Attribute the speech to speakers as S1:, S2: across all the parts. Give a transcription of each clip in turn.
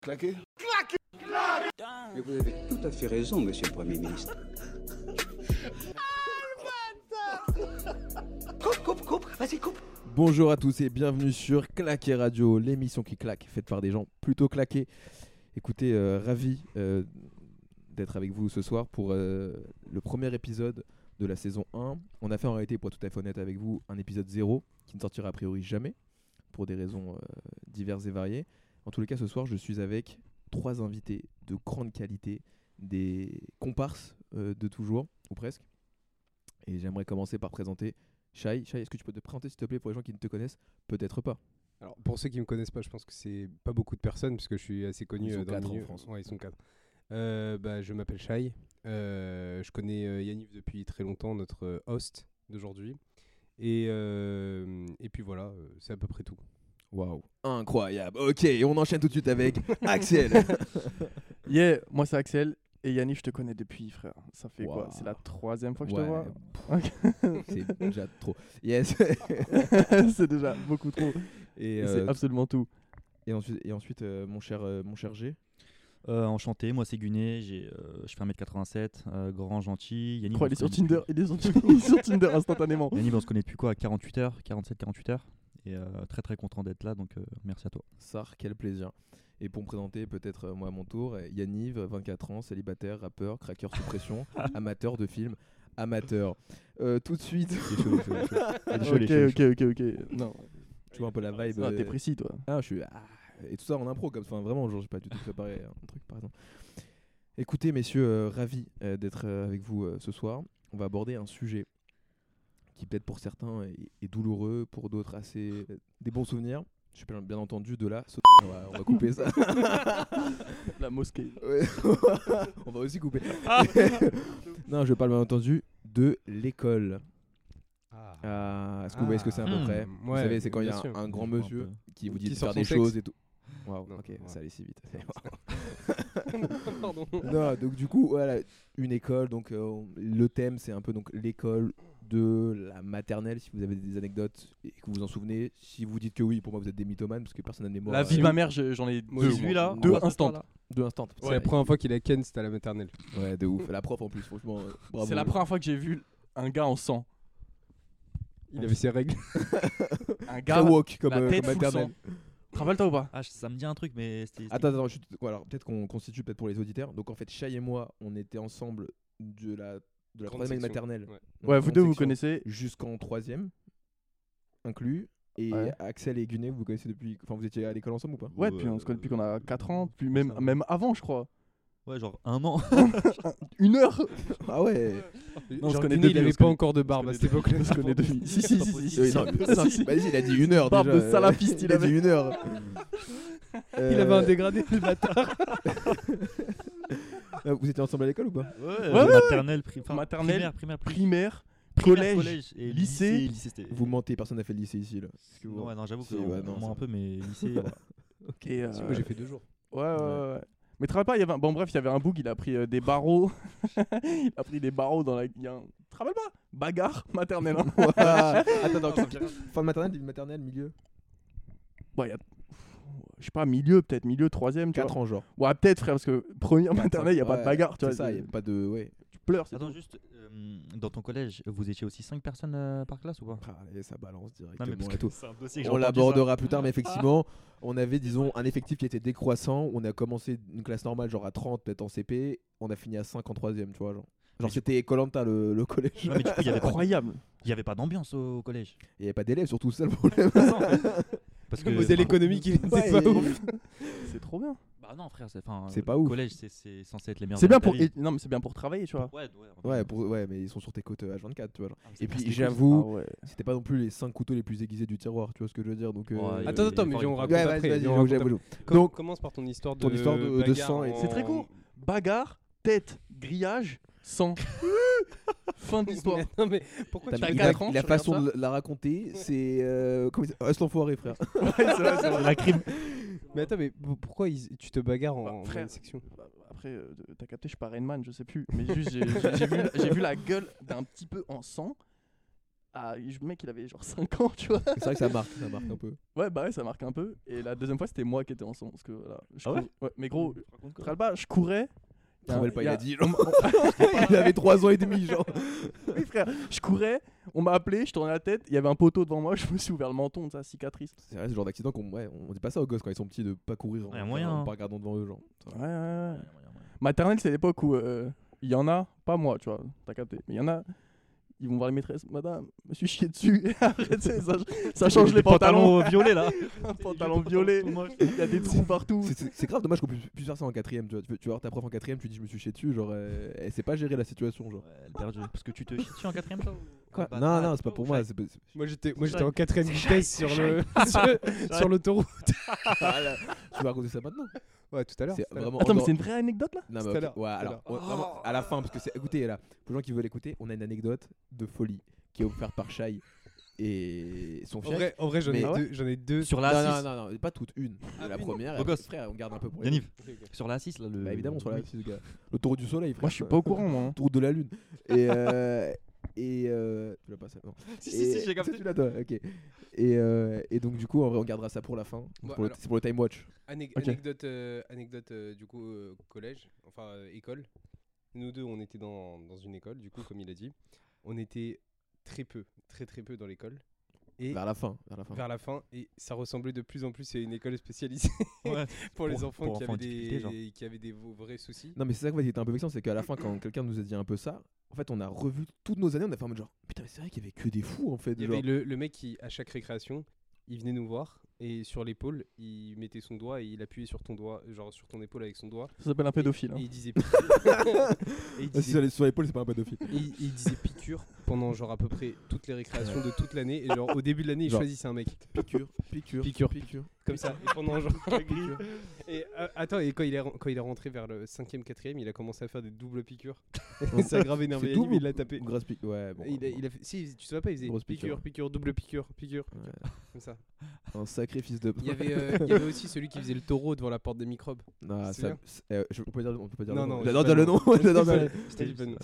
S1: Claquer
S2: Claquer
S3: Mais vous avez tout à fait raison, monsieur le Premier ministre.
S2: Coupe, coupe, coupe, vas-y, coupe
S4: Bonjour à tous et bienvenue sur Claquer Radio, l'émission qui claque, faite par des gens plutôt claqués. Écoutez, euh, ravi euh, d'être avec vous ce soir pour euh, le premier épisode de la saison 1. On a fait en réalité, pour être tout à fait honnête avec vous, un épisode 0 qui ne sortira a priori jamais pour des raisons euh, diverses et variées. En tous les cas, ce soir, je suis avec trois invités de grande qualité, des comparses euh, de toujours, ou presque. Et j'aimerais commencer par présenter Shai. Shai, est-ce que tu peux te présenter, s'il te plaît, pour les gens qui ne te connaissent Peut-être pas.
S5: Alors, pour ceux qui me connaissent pas, je pense que c'est pas beaucoup de personnes, puisque je suis assez connu
S4: Ils sont
S5: euh, dans
S4: quatre
S5: le
S4: en
S5: milieu.
S4: France.
S5: Ouais, ils sont quatre. Euh, bah, je m'appelle Shai. Euh, je connais euh, Yaniv depuis très longtemps, notre euh, host d'aujourd'hui. Et, euh, et puis voilà, euh, c'est à peu près tout.
S4: Waouh. Incroyable. Ok, on enchaîne tout de suite avec Axel.
S6: Yeah, moi c'est Axel et Yannick, je te connais depuis, frère. Ça fait
S4: Wow.
S6: quoi C'est la troisième fois
S4: Ouais,
S6: que je te vois.
S4: C'est déjà trop. Yes.
S6: c'est déjà beaucoup trop.
S4: Et,
S6: Et
S4: euh,
S6: C'est absolument tout.
S4: et ensuite, et ensuite euh, mon, cher, euh, mon cher G.
S7: Euh, enchanté, moi c'est Guné, j'ai, euh, je fais 1m87, euh, grand, gentil.
S6: Je
S7: Yannick,
S6: crois
S7: on
S6: qu'il est
S7: se
S6: sur
S7: connaît
S6: Tinder.
S7: depuis-
S6: Il est sur, Tin- il est sur Tinder instantanément.
S7: Yannick, on se connaît depuis quoi 48 heures 47, 48 heures. Et euh, très très content d'être là, donc euh, merci à toi.
S4: Sar, quel plaisir. Et pour me présenter, peut-être euh, moi à mon tour, euh, Yaniv, 24 ans, célibataire, rappeur, craqueur sous pression, amateur de films, amateur. Euh, tout de suite,
S6: Ah, Ok,
S7: chaud, il est
S6: ok,
S7: chaud,
S6: ok, ok. Non,
S4: tu vois un peu la vibe.
S6: non, t'es
S4: euh,
S6: précis toi.
S4: Ah, je suis. ah, et tout ça en impro, comme enfin, vraiment, genre, j'ai pas du tout préparé un truc, par exemple. Écoutez, messieurs, euh, ravi euh, d'être euh, avec vous euh, ce soir. On va aborder un sujet qui, peut-être pour certains, est, est douloureux, pour d'autres, assez. euh, des bons souvenirs. Je suis bien, bien entendu de la. sau- On va, on va couper ça.
S6: La mosquée.
S4: Ouais. on va aussi couper. non, je parle bien entendu de l'école. Ah, Est-ce que vous voyez ce que c'est à peu
S7: Ah.
S4: près
S5: Hmm,
S4: vous
S5: ouais,
S4: savez, c'est quand il y a
S5: bien
S4: un,
S5: sûr.
S4: un grand
S7: Je vois un
S4: monsieur qui vous dit
S5: Qui
S4: de
S5: sort
S4: faire des
S5: son
S4: choses et tout. Waouh,
S5: Non,
S4: ok,
S5: voilà.
S4: ça allait si vite.
S5: Pardon.
S4: non, donc du coup, voilà, une école. Donc euh, on- le thème, c'est un peu donc l'école de la maternelle. Si vous avez des anecdotes et que vous vous en souvenez, si vous dites que oui, pour moi vous êtes des mythomanes parce que personne n'a de mémoire.
S6: la
S4: euh,
S5: Ah
S6: vie de ma mère, je- j'en ai deux. moi.
S7: celui-là,
S6: deux
S7: on va faire
S6: instants.
S7: ça, là.
S4: de l'instant.
S5: C'est la première fois qu'il a Ken, c'était à la maternelle.
S4: Ouais, de ouf. La prof en plus, franchement. euh, bravo.
S6: C'est la première fois que j'ai vu un gars en sang.
S5: Il avait ses règles.
S6: Un
S4: Très
S6: gars.
S4: woke comme,
S6: la
S4: euh,
S6: tête
S4: comme
S6: full
S4: maternelle.
S6: sang. Te Rappelle-toi ou pas
S7: Ah, je- ça me dit un truc, mais c'était. c'était-
S4: Attends, attends, je suis- ouais, alors peut-être qu'on constitue peut-être pour les auditeurs. Donc en fait, Chai et moi, on était ensemble de la de la
S5: Grande
S4: troisième année de
S5: section.
S4: maternelle.
S5: Ouais.
S4: Donc,
S6: Ouais, vous
S4: grande
S6: deux vous
S4: section
S6: connaissez.
S4: Jusqu'en troisième, inclus. Et
S6: Ouais.
S4: Axel et Guné, vous connaissez depuis. Enfin, vous étiez à l'école ensemble ou pas
S6: Ouais,
S7: Ou,
S6: puis on se connaît
S7: euh,
S6: depuis qu'on a 4 ans, puis même,
S7: ça.
S6: même avant, je crois.
S7: Ouais, genre un an.
S6: Une heure
S4: Ah ouais
S6: on se
S5: Genre, Guinée,
S6: connaît depuis,
S5: il
S6: on
S5: avait
S6: se
S5: pas
S6: connaît-
S5: encore de barbe à cette époque-là.
S6: On se connaît depuis. Si, si, si, si, si.
S4: Oui, non, mais-
S6: Si, si.
S4: Vas-y, il a dit une heure
S6: Barbe
S4: déjà.
S6: de salafiste, il
S4: a dit
S6: avait.
S4: une heure.
S5: Il avait un dégradé, le bâtard.
S4: Euh, Vous étiez ensemble à l'école ou pas
S7: Ouais,
S6: ouais,
S7: maternelle, pri- enfin,
S6: Maternelle,
S7: primaire, primaire, primaire,
S6: Primaire,
S7: primaire,
S6: collège,
S7: et
S6: lycée.
S7: lycée. lycée, c'était-
S4: Vous mentez, personne n'a fait le lycée ici là.
S7: Non, ouais, non, j'avoue
S4: Si,
S7: que
S4: ouais,
S7: on-
S4: non,
S7: on
S4: ça
S7: ment un
S4: va.
S7: peu, mais lycée. voilà.
S6: Et
S4: Ah,
S6: euh,
S5: Moi, j'ai fait deux jours.
S6: ouais, ouais, ouais, ouais. Mais tu te rappelles pas, il y avait un... bon bref, il y avait un bug, il a pris euh, des barreaux. il a pris des barreaux dans la. il y a un- Tu te rappelles pas Bagarre maternelle. hein.
S4: Ouah. Attends, attends, fin de maternelle, début de maternelle, milieu
S6: Ouais, il y a- Je sais pas, milieu peut-être, milieu, troisième, tu
S4: 4 ans genre.
S6: vois. Ouais, peut-être frère, parce que première maternelle, il n'y a pas de
S4: Ouais,
S6: bagarre, tu
S4: C'est
S6: vois.
S4: ça,
S6: c'est-
S4: il a pas de. Ouais.
S6: Tu pleures, c'est
S7: Attends,
S6: tout.
S7: juste, euh, dans ton collège, vous étiez aussi 5 personnes euh, par classe ou pas
S4: Ah, allez, ça balance
S7: Non, mais
S4: directement
S7: parce
S4: et
S7: que
S4: tout.
S7: c'est un dossier que j'ai
S4: On
S7: entendu ça.
S4: l'abordera plus tard, mais effectivement, on avait, disons, un effectif qui était décroissant. On a commencé une classe normale, genre à 30, peut-être en CP. On a fini à 5 en 3 tu vois. Genre, genre c'était Colanta le, le collège.
S7: Ouais, mais du coup, il y avait pas-
S6: Incroyable.
S7: il y avait pas d'ambiance au au collège.
S4: Il n'y avait pas d'élèves, surtout, c'est ça le problème.
S7: Parce que.
S5: Vous l'économique, il
S4: Euh, Ouais,
S5: était pas
S4: et-
S5: ouf.
S6: C'est trop bien.
S7: Bah non, frère, c'est enfin,
S4: C'est
S7: euh,
S4: pas
S7: le
S4: ouf.
S7: collège, c'est- c'est censé être les meilleurs.
S6: C'est bien
S7: années de
S6: pour
S7: ta vie.
S6: non mais c'est bien pour travailler, tu vois.
S7: Ouais, ouais. on va
S4: ouais,
S7: dire.
S4: pour, ouais, mais ils sont sur tes côtes euh, H24, tu vois. genre.
S7: Ah, mais c'est
S4: Et
S7: pas-
S4: puis,
S7: c'était
S6: Ah
S4: j'avoue,
S6: ouais.
S4: c'était pas non plus les 5 couteaux les plus aiguisés du tiroir, tu vois ce que je veux dire. Donc, euh,
S7: Ouais, il y avait-
S5: Attends, attends, mais
S7: Ouais,
S5: on
S7: vas-y,
S5: raconte
S4: Ouais, vas-y,
S5: après.
S4: vas-y,
S5: on
S4: j'avoue,
S5: raconte
S4: j'avoue, j'avoue.
S5: après.
S4: Donc,
S5: Donc, commence par ton histoire de.
S4: Ton histoire de- de
S5: bagarre
S4: sang et-
S5: en-
S6: C'est très court. Bagarre, tête, grillage, sang. fin de l'histoire.
S5: Mais non, mais pourquoi
S4: T'as
S5: tu
S6: T'as
S4: mis-
S5: regardes
S4: la,
S6: quatre ans,
S4: la
S6: tu regardes
S4: façon
S6: ça
S4: de la raconter, c'est. Euh, comment il s'appelle Ah, c'est l'enfoiré, frère.
S7: La crime.
S5: Mais attends, mais p- pourquoi ils- tu te bagarres
S6: Bah,
S5: en, en
S6: frère.
S5: section
S6: Bah, Après, euh, t'as capté, je suis pas Rainman, je sais plus. Mais juste, j'ai j'ai- j'ai vu, j'ai vu la gueule d'un petit peu en sang. à- le mec, il avait genre 5 ans, tu vois.
S4: C'est vrai que ça marque, ça marque un peu.
S6: Ouais, bah ouais, ça marque un peu. Et la deuxième fois, c'était moi qui étais en son. Parce que voilà. je
S7: Ah ouais
S6: cou- Mais gros, Tralba, je courais. y a un-
S4: Travel pas, il
S6: y
S4: a
S6: a-
S4: dit. genre, il avait 3 ans et demi, genre.
S6: Oui, frère, je courais, on m'a appelé, je tournais la tête, il y avait un poteau devant moi, je me suis ouvert le menton, ça, cicatrice.
S4: C'est vrai, ce genre d'accident qu'on ouais, on dit pas ça aux gosses quand ils sont petits de pas courir
S7: Ouais, y a
S4: en,
S7: moyen,
S4: en
S7: hein.
S4: pas regardant devant eux, genre.
S6: Ouais, ouais, ouais. Maternelle, c'est l'époque où euh, il y en a, pas moi, tu vois, t'as capté, mais il y en a, ils vont voir les maîtresses, madame, je me suis chié dessus, Et après, tu sais, ça, ça change les pantalons,
S7: violets là.
S6: un pantalon violet, il y a des trous partout.
S4: C'est- C'est c'est grave dommage qu'on puisse, puisse faire ça en quatrième. Tu, vois. tu, peux- tu vas voir ta prof en quatrième, tu dis je me suis chié dessus, genre euh, elle sait pas gérer la situation, genre.
S7: perdu. Parce que tu te chies dessus en quatrième toi ou-
S4: Quoi
S7: Bah,
S4: Non,
S7: ah,
S4: non, c'est pas pour moi.
S7: c'est-
S4: c'est pas- c'est-
S5: Moi j'étais, moi
S7: C'est
S5: j'étais en
S7: vrai.
S5: quatrième vitesse sur le sur, sur l'autoroute.
S4: Tu vas raconter ça maintenant
S5: Ouais, tout à l'heure.
S4: C'est
S5: tout à l'heure.
S4: vraiment.
S6: Attends, mais
S4: encore-
S6: c'est une vraie anecdote là
S4: Non,
S5: tout
S4: mais
S5: à
S4: ok,
S5: l'heure,
S4: ouais,
S5: tout à
S4: alors,
S5: l'heure.
S4: ouais, vraiment, à la fin, parce que c'est. Écoutez, là, pour les gens qui veulent écouter, on a une anecdote de folie qui est offerte par Shai et son
S5: En
S4: fiac.
S5: vrai, en vrai, j'en ai
S4: Mais-
S5: deux, j'en ai deux.
S7: Sur
S4: non,
S7: la
S4: non,
S7: 6.
S4: non, non, pas toute une. la première.
S7: Beau
S4: après,
S7: gosse.
S4: Frère, on garde un peu pour les
S7: Yaniv.
S5: Ok, ok.
S7: Sur la 6 là. Le...
S4: Bah évidemment, sur la réussite, gars. L'autoroute du soleil, frère.
S6: Moi, je suis pas au courant, moi. hein.
S4: L'autoroute de la lune. Et. euh, et. euh, tu l'as pas ça Non.
S7: Si,
S4: Et-
S7: si, si, j'ai
S4: ça,
S7: capté.
S4: tu l'as, toi, ok. Et, euh, et donc, du coup, en vrai, on gardera ça pour la fin. Donc,
S5: Ouais,
S4: pour le-
S5: alors-
S4: C'est pour le Time Watch.
S5: Ané-
S6: Ok.
S5: Anecdote, euh, anecdote euh, du coup euh, collège, enfin euh, école. Nous deux, on était dans, dans une école, du coup, comme il a dit. On était très peu, très très peu dans l'école. Et
S4: Vers la fin. Vers la fin.
S5: vers la fin, et ça ressemblait de plus en plus à une école spécialisée
S7: Ouais.
S5: pour les
S7: Pour-
S5: enfants
S7: pour
S5: qui,
S7: enfants en
S5: avaient
S7: difficulté, genre.
S5: des, qui avaient des vo- vrais soucis.
S4: Non, mais c'est ça en fait, qui était un peu vexant, c'est qu'à la fin, quand quelqu'un nous a dit un peu ça, en fait, on a revu toutes nos années, on a fait en mode genre, putain, mais c'est vrai qu'il y avait que des fous en fait.
S5: Il y
S4: genre.
S5: avait le, le mec qui, à chaque récréation, il venait nous voir et sur l'épaule, il mettait son doigt et il appuyait sur ton doigt, genre sur ton épaule avec son doigt.
S6: Ça s'appelle un pédophile. hein.
S5: Et il disait. et il
S4: Ah, si,
S5: disait
S4: sur les- sur l'épaule, c'est pas un pédophile.
S5: Et il, il disait piqûre pendant genre à peu près toutes les récréations de toute l'année et genre au début de l'année il
S4: Genre.
S5: choisissait un mec
S4: Piqûre, piqûre,
S5: Piqûre.
S4: piqûre.
S5: comme ça et pendant genre et euh, attends et quand il est ren- quand il est rentré vers le 5ème 4ème il a commencé à faire des doubles piqûres et ça a grave énervé
S4: C'est
S5: Yannick,
S4: double
S5: il l'a tapé
S4: Grosse piqûre, ouais, bon.
S5: Et il a, il a fait, si tu savais pas il faisait
S4: Grosse
S5: piqûre
S4: piqûre.
S5: piqûre, double piqûre piqûre
S4: Ouais.
S5: comme ça
S4: Un sacré fils de.
S5: il y avait euh, il y avait aussi celui qui faisait le taureau devant la porte des microbes
S4: Non,
S5: c'est
S4: ça-
S5: bien.
S4: c'est- euh, je- on peut pas dire, on peut pas dire
S5: Non,
S4: le nom.
S5: non,
S4: J'adore
S5: c'est
S4: dire
S5: pas
S4: le
S5: le
S4: nom, j'adore dire le
S5: c'était du bon.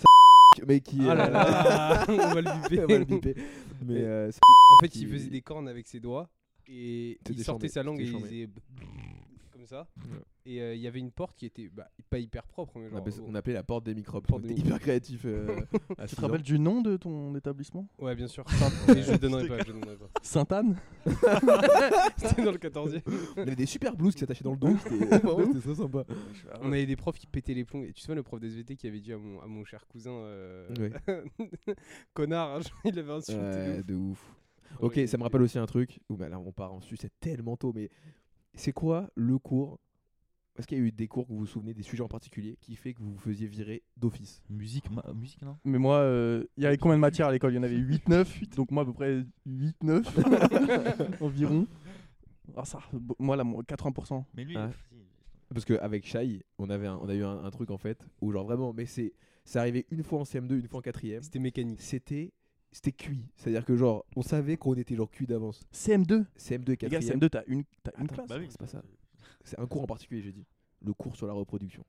S4: Mais qui.
S5: Ah là
S4: euh,
S5: là, on va le biper.
S4: on va le biper. Mais
S5: Et-
S4: euh, c'est-
S5: En fait,
S4: qui-
S5: il faisait des cornes avec ses doigts et
S4: C'était
S5: il sortait
S4: déchambé,
S5: sa langue et
S4: c'était
S5: il
S4: déchambé.
S5: faisait comme ça. Et euh, il y avait une porte qui était bah, pas hyper propre, mais
S4: on,
S5: genre.
S4: appelait, on appelait la porte des microbes.
S5: Porte
S4: on
S5: des
S4: était hyper créatif. euh, à
S6: Tu
S4: six
S6: te
S4: ans.
S6: rappelles du nom de ton établissement
S5: Ouais, bien sûr. Mais je donnerai pas, je donnerai pas.
S6: Sainte-Anne
S5: C'était dans le 14 e
S4: On avait des super blouses qui s'attachaient dans le dos. C'était vraiment très sympa.
S6: Euh,
S5: On avait des profs qui pétaient les plombs. Et tu vois, le prof d'SVT qui avait dit à mon, à mon cher cousin, euh,
S4: Ouais.
S5: connard, hein, il avait insulté. de
S4: Ouais,
S5: ouf.
S4: de ouf. Ok, ça me rappelle aussi un truc. Ouh, mais là, on part en sucette tellement tôt. Mais c'est quoi le cours Est-ce qu'il y a eu des cours que vous vous souvenez, des sujets en particulier, qui fait que vous vous faisiez virer d'office
S7: Musique, ma- musique non
S6: Mais moi, euh, il y avait combien de matières à l'école Il y en avait 8-9, donc moi à peu près 8-9 environ. Ah ça, bo- moi là, moi, 80%.
S7: Mais lui.
S4: Ah. Parce qu'avec Shai, on, avait un- on a eu un, un truc en fait, où genre vraiment, mais c'est c'est arrivé une fois en CM2, une fois en 4ème.
S5: C'était mécanique.
S4: C'était c'était cuit. C'est-à-dire que genre, on savait qu'on était genre cuit d'avance.
S6: CM2
S4: CM2 et
S6: Les gars,
S4: 4ème.
S6: CM2, t'as une, t'as une
S4: Attends,
S6: Ah, classe.
S7: Bah oui,
S4: Ah, c'est pas ça. C'est un cours en particulier, j'ai dit. Le cours sur la reproduction.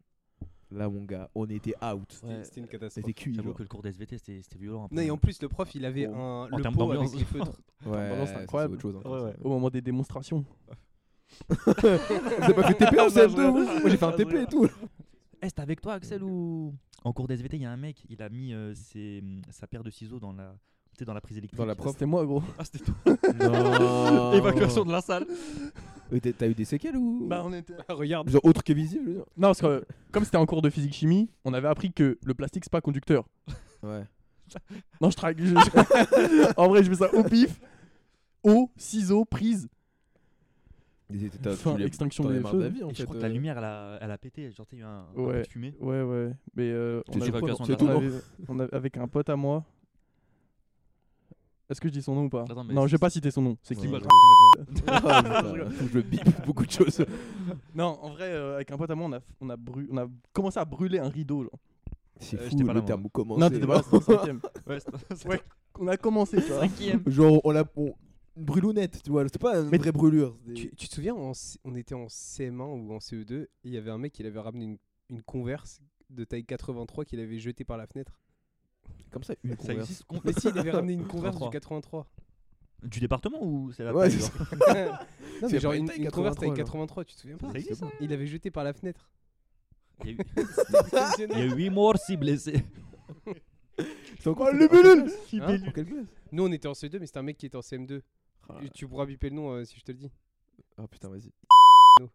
S4: Là, mon gars, on était out.
S5: C'était c'était une catastrophe.
S4: C'était cuit.
S7: J'avoue
S4: genre.
S7: que le cours d'SVT c'était c'était violent. un peu.
S5: Non, et en plus, le prof, il avait
S7: En-
S5: un,
S7: en
S5: le
S7: termes
S5: pot avec
S7: d'ambiance.
S5: les feutres.
S4: Ouais,
S6: Attends, non, Ah, c'est
S4: ça,
S6: incroyable.
S4: autre chose hein. encore,
S7: Ouais,
S4: ça.
S6: Au moment des démonstrations.
S4: Vous avez pas fait TP en
S6: Non,
S4: CM2
S6: je-
S4: vous Moi j'ai fait un
S6: je
S4: TP et tout.
S6: rigole.
S7: Eh, c'était avec toi, Axel, ou En cours d'SVT, il y a un mec, il a mis euh, ses, hum, sa paire de ciseaux dans la, tu sais, dans la prise électrique.
S4: Dans la prof.
S6: C'était moi, gros.
S7: Ah, c'était toi.
S4: Non.
S7: Évacuation de la salle.
S4: Euh, t'as- T'as eu des séquelles ou
S6: Bah, on était...
S5: Ah, regarde.
S4: Genre autre que visible je veux dire.
S6: Non, parce que euh, comme c'était en cours de physique-chimie, on avait appris que le plastique, c'est pas conducteur.
S4: Ouais.
S6: Non, je traque. je- en vrai, je mets ça au pif. Eau, ciseaux, prise.
S4: Ils étaient- t'as-
S6: Enfin,
S4: Euh, tu les-
S6: extinction
S4: t'en avais
S6: des
S4: marre de la
S6: feux.
S4: vie en
S7: Et
S4: fait.
S7: je crois que
S4: euh.
S7: la lumière, elle a, elle a pété. Genre, tu sais, il y a eu un, un
S6: Ouais.
S7: peu de fumée.
S6: Ouais, ouais. Mais euh,
S4: C'est
S6: on
S4: tout,
S6: avait-
S7: Évacuation
S4: c'est
S7: de la
S4: tout,
S6: on
S7: salle.
S4: non
S6: avait- on avait- avec un pote à moi. Est-ce que je dis son nom ou pas
S7: Attends, mais
S6: Non,
S7: c'est-
S6: je vais pas citer son nom. C'est qui
S7: Dis-moi,
S4: Ouais.
S7: dis-moi, dis-moi.
S4: Ah, putain, faut que Je bip beaucoup de choses.
S6: Non, en vrai, euh, avec un pote à moi, on a, on a, brû- on a commencé à brûler un rideau. genre.
S4: C'est
S7: Euh,
S4: fou
S7: j'étais pas là,
S4: le
S7: moi.
S4: terme où commencer.
S6: Non, t'étais pas là, c'était en cinquième.
S7: Ouais, c'est- c'est-
S6: Ouais. On a commencé, tu vois.
S4: Genre on l'a on- une brûlounette, tu vois, c'était pas une
S6: Mais-
S4: vraie brûlure. c'était-
S5: Tu, tu te souviens, on, s- on était en CM1 ou en CE2, et il y avait un mec qui avait ramené une, une converse de taille 83 qu'il avait jetée par la fenêtre.
S4: Comme ça, une
S7: Ça
S4: converse.
S7: existe con-
S5: Mais si, il avait ramené une Converse
S7: 83.
S5: du 83.
S7: Du département ou c'est la
S4: Ouais,
S7: taille,
S4: c'est
S7: genre
S5: non,
S4: C'est
S5: mais genre
S4: pas
S5: une,
S4: une
S5: une Converse
S4: taille
S5: taille 83,
S4: 83,
S5: tu te souviens pas
S7: Ça existe, hein.
S5: Il l'avait jeté par la fenêtre. Hein
S7: Il y a eu- il y a eu 8 morts, 6 blessés.
S4: C'est encore
S6: le bulule
S5: Hein
S4: En quelle classe
S5: Nous, on était en C2, mais c'était un mec qui était en CM2.
S6: Ah,
S5: Et Tu pourras biper le nom euh, si je te le dis.
S4: Ah putain, vas-y.
S5: No.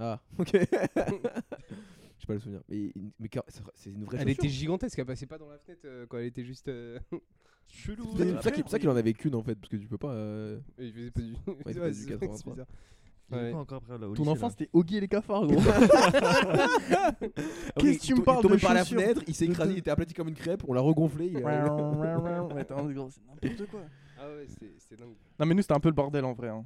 S4: Ah, ok. J'ai pas le souvenir. Mais, mais car- c'est vrai- c'est une vraie
S5: Elle
S4: chaussure.
S5: était gigantesque, elle passait pas dans la fenêtre euh, quand elle était juste. euh,
S7: Chelou.
S4: C'est pour ça qu'il- pour ça qu'il en avait qu'une en fait, parce que tu peux pas. euh,
S5: Il faisait pas du.
S4: il faisait
S5: Ouais,
S4: du
S5: c'est-
S4: 83.
S5: c'est bizarre.
S7: Il y a
S5: Ouais.
S7: quoi encore après, là, au
S6: Ton
S7: lycée,
S6: enfant,
S7: là
S6: c'était Oggy et les cafards, gros.
S4: Ah oui,
S6: Qu'est-ce que
S4: il
S6: tu me
S4: to-
S6: parles
S4: Il tombait
S6: de
S4: par la
S6: chaussures
S4: fenêtre, il s'est
S6: De-
S4: écrasé,
S6: de-
S4: il était aplati comme une crêpe, on l'a regonflé. il a-
S6: Ouais, t'es un gros, c'est n'importe quoi.
S5: Ah ouais, c'était c'était dingue.
S6: Non, mais nous, c'était un peu le bordel en vrai. hein.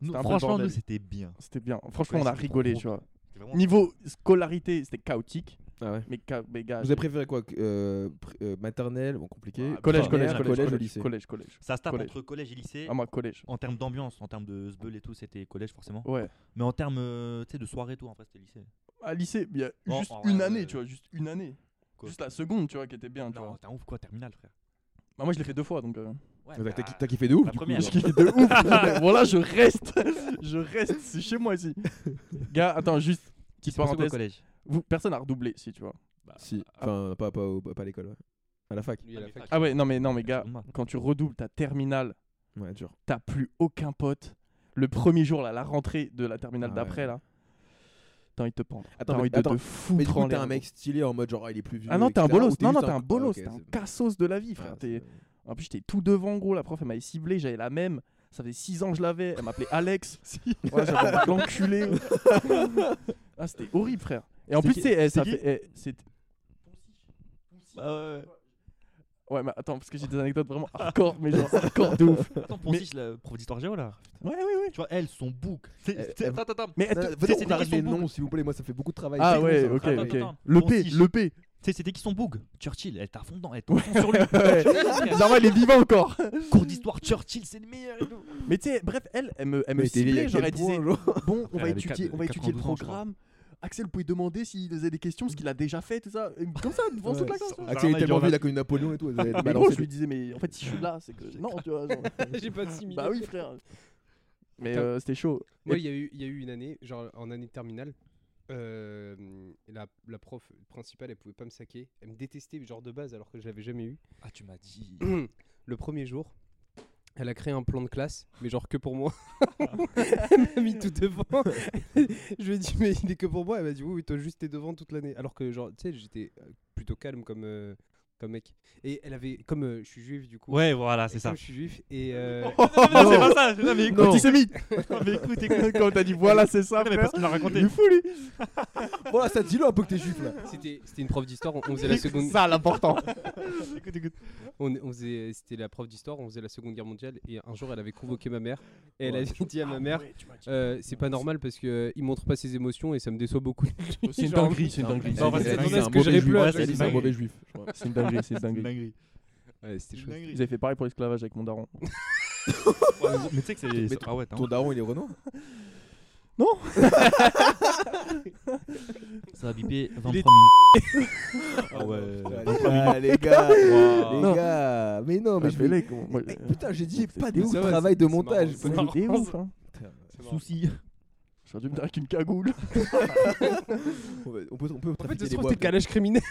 S7: Nous,
S6: C'était un peu le
S7: Franchement,
S6: bordel.
S7: nous, c'était bien.
S6: C'était bien. Franchement, on a
S7: c'était
S6: rigolé,
S7: trop
S6: tu vois.
S7: C'était vraiment-
S6: Niveau scolarité, c'était chaotique.
S4: Ah ouais.
S6: Mais, ca- mais gars.
S4: Vous avez préféré quoi que- euh, pr- euh, Maternelle, bon, compliqué.
S7: Ah,
S6: collège, collège,
S7: Putain,
S4: primaire,
S6: collège,
S4: collège au
S6: collège,
S4: lycée.
S6: collège, collège.
S7: Ça se tape
S6: Collège.
S7: entre collège et lycée.
S6: Ah, moi, collège.
S7: En termes d'ambiance, en termes de sbeul et tout, c'était collège forcément.
S6: Ouais.
S7: Mais en termes euh, tu sais, de soirée et tout, en fait, c'était lycée.
S6: À lycée, il y a
S7: Non,
S6: juste
S7: en vrai,
S6: une
S7: euh,
S6: année, tu vois, juste une année.
S7: Quoi.
S6: Juste la seconde, tu vois, qui était bien, tu
S7: Non,
S6: vois.
S7: t'es un ouf quoi, terminal, frère.
S6: Bah, moi, je l'ai fait deux fois, donc. euh,
S7: Ouais,
S4: T'as-
S7: bah,
S4: T'as t'as kiffé de ouf
S7: la
S4: du coup,
S7: première.
S4: genre.
S6: Je kiffe de ouf. voilà, je reste. Je reste. C'est chez moi ici. Gars, attends, juste. Petite
S7: c'est passé quoi au
S6: parenthèse.
S7: collège.
S6: Vous, personne n'a redoublé, si tu vois. Ah
S7: Bah,
S4: Si, enfin, pas, pas, au- pas à l'école, ouais. à la fac.
S5: Lui, il
S7: Ah,
S5: a
S7: mais
S5: fait-
S7: fuck.
S6: Ah ouais, non, mais non, mais
S7: la
S6: gars,
S7: seconde, moi.
S6: quand tu redoubles ta terminale,
S4: Ouais, dur.
S6: t'as plus aucun pote. Le premier jour, là, la rentrée de la terminale
S4: Ah ouais.
S6: d'après, là, t'as envie de te pendre.
S4: Attends,
S6: T'as
S4: mais-
S6: envie de
S4: attends.
S6: te
S4: Mais du
S6: foutre
S4: coup,
S6: en
S4: t'es
S6: l'air.
S4: un mec stylé en mode genre, ah, il est plus vieux.
S6: Ah non, t'es un
S4: etc.,
S6: bolos.
S4: ou
S6: Non, non,
S4: juste
S6: t'es un bolos.
S4: Ah, ok,
S6: T'es un
S4: c'est-
S6: cassos de la vie,
S4: ah,
S6: frère.
S4: c'est-
S6: T'es- En plus, j'étais tout devant, gros. La prof, elle m'avait ciblé. J'avais la même. Ça faisait 6 ans que je l'avais. Elle m'appelait Alex. Ouais, j'avais envie de l'enculer. ah, c'était horrible, frère. Et en
S7: C'était
S6: plus,
S7: qui-
S6: tu sais, eh, ça
S7: c'était
S6: fait.
S7: qui
S6: eh, c'est-
S7: Bah ouais, ouais.
S6: Ouais, mais attends, parce que j'ai des anecdotes vraiment hardcore, mais genre hardcore de ouf.
S7: Attends, Pontiche, la prof d'histoire géo là.
S6: Ouais, oui, oui.
S7: Tu vois, elle, son bouc.
S4: Euh,
S7: Attends, attends, attends.
S6: Mais
S4: Non,
S6: attends,
S4: non,
S7: tu sais,
S4: venez,
S7: c'était
S4: on arrête
S7: qui
S4: les
S7: son bouc
S4: noms, s'il vous plaît, moi ça fait beaucoup de travail.
S6: ah
S4: Dites-nous
S6: ouais,
S4: ça.
S6: ok,
S7: attends,
S6: ok.
S7: attends.
S6: Le
S7: Bon,
S6: P,
S7: si, je-
S6: le P.
S7: Tu sais, c'était qui son bouc Churchill, elle t'a fondant, elle tombe sur lui.
S6: Genre, il est vivant encore.
S7: Cours d'histoire, Churchill, c'est le meilleur et tout.
S6: Mais tu sais, bref, elle, elle me, elle me
S4: Mais t'es lié à
S6: ciblait, genre,
S4: quel
S6: elle disait,
S4: point, genre
S6: bon, on
S7: Elle
S6: va
S7: avait
S6: étudier,
S7: quatre-
S6: on va étudier le
S7: 92 ans, je crois.
S6: programme. Axel, vous pouvez demander s'il faisait des questions, ce qu'il a déjà fait, tout ça. Et Comme ça, devant toute la classe. tu
S4: Axel
S6: vois.
S4: Ah, il est
S7: Jean-Marc
S4: tellement vieux, il a
S7: Jean-Marc.
S4: connu Napoléon et tout. vous allez le
S6: Mais
S4: balancer.
S6: gros, je lui disais, mais en fait, si je suis là, c'est que non, tu vois. genre.
S5: J'ai pas de simili.
S6: bah oui, frère. Mais
S5: Putain.
S6: euh, c'était chaud.
S5: Moi,
S6: Et-
S5: il y, a eu- il y a eu une année, genre en année de terminale, euh, la, la prof principale, elle pouvait pas me saquer. Elle me détestait, genre de base, alors que je l'avais jamais eu.
S7: Ah, tu m'as dit.
S5: Le premier jour, elle a créé un plan de classe, mais genre que pour moi. elle m'a mis tout devant. je lui ai dit, mais il est que pour moi. Elle m'a dit, oui, oui, toi juste t'es devant toute l'année. Alors que, genre, tu sais, j'étais euh, plutôt calme comme, euh, comme mec. Et elle avait, comme euh, je suis juif du coup.
S7: Ouais, voilà,
S5: et
S7: c'est ça.
S5: comme Je suis juif et. euh,
S7: Non, non, non, c'est pas ça. Non, mais écoute,
S6: Antisémite
S7: non, mais écoute, écoute.
S6: Quand t'as dit voilà, c'est ça,
S7: Non, mais
S6: frère.
S7: parce qu'il l'a
S6: Il
S7: raconté.
S6: est fou, lui.
S4: Voilà, ça te dit là un peu que t'es juif là.
S5: C'était c'était une prof d'histoire, on on faisait la seconde.
S6: ça, l'important.
S7: Écoute, écoute.
S5: On, on faisait, c'était la prof d'histoire, on faisait la Seconde Guerre mondiale et un jour elle avait convoqué ma mère et elle
S4: Ouais,
S5: avait dit à ma mère, euh, c'est pas normal parce que euh, il montre pas ses émotions et ça me déçoit beaucoup.
S6: C'est une dinguerie, c'est une dinguerie.
S7: Non, parce que
S4: Elle a dit,
S7: attendez,
S4: c'est
S5: est-ce
S4: un
S5: que je
S4: mauvais juif.
S5: réponds à
S4: Elle a dit,
S7: cette
S4: c'est un
S7: dinguerie
S4: mauvais juif. je crois.
S6: C'est une dinguerie, c'est une dinguerie.
S7: Dinguerie.
S5: Ouais, c'était
S7: Une
S5: chouette.
S7: dinguerie.
S6: Ils avaient fait pareil pour l'esclavage avec mon daron.
S7: Ouais, Mais tu sais que c'est. Ah ouais, t'as-
S4: Ton daron il est Renault
S7: ça va biper 23
S6: est-
S7: minutes. Ah ouais.
S4: Ah les gars, les
S6: Non.
S4: gars. Mais non, mais je vais.
S6: les comment- moi,
S4: Eh,
S6: euh,
S4: Putain, j'ai dit pas des
S5: Mais
S4: ouf
S5: ça va,
S4: travail
S5: c'est-
S4: de
S5: c'est
S4: montage.
S5: marrant,
S6: c'est
S5: c'est
S6: des ouf, hein.
S7: Souci.
S6: J'aurais dû me dire qu'une cagoule.
S4: On peut- on peut on peut
S5: En fait,
S4: trafiquer
S5: ça se
S4: les
S5: trouve,
S4: bois.
S5: t'es calage criminel.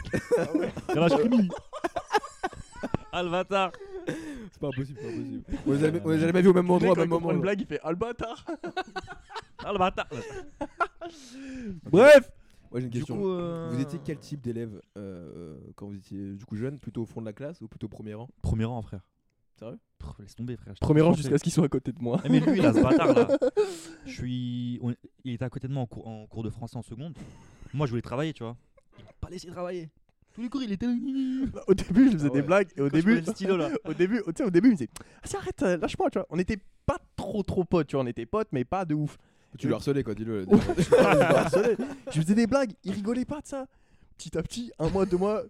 S7: Alvatar.
S4: C'est pas impossible, c'est pas impossible. On les a jamais- on les a jamais vus au même endroit, au même
S6: Le mec, quand il comprend
S4: moment.
S6: une blague, il fait Albatar.
S7: Alvatar.
S6: Bref.
S4: Moi j'ai une
S7: Du
S4: question.
S7: coup, euh,
S4: Vous étiez quel type d'élève euh, quand vous étiez du coup jeune Plutôt au fond de la classe ou plutôt au premier rang
S7: Premier rang, frère.
S4: Sérieux
S7: Pff, Laisse tomber, frère.
S6: Premier rang jusqu'à ce qu'ils soient à côté de moi.
S7: Eh, mais lui, il a ce bâtard là. Je suis. on- Il était à côté de moi en cours, en cours de français en seconde. Moi, je voulais travailler, tu vois. Il m'a pas laissé travailler. Tous les cours, il était. Au
S6: Au début, je faisais
S4: Ah ouais.
S6: des blagues et au début,
S7: le stylo là.
S6: au début, tu sais, au début, il me disait, ah, si, arrête, euh, lâche-moi, tu vois. On était pas trop trop potes, tu vois, on était potes, mais pas de ouf.
S4: Tu le harcelais quoi, dis-le.
S6: Ouais, je le harcelais. Je lui faisais des blagues, il rigolait pas de ça. Petit à petit, un mois, deux mois,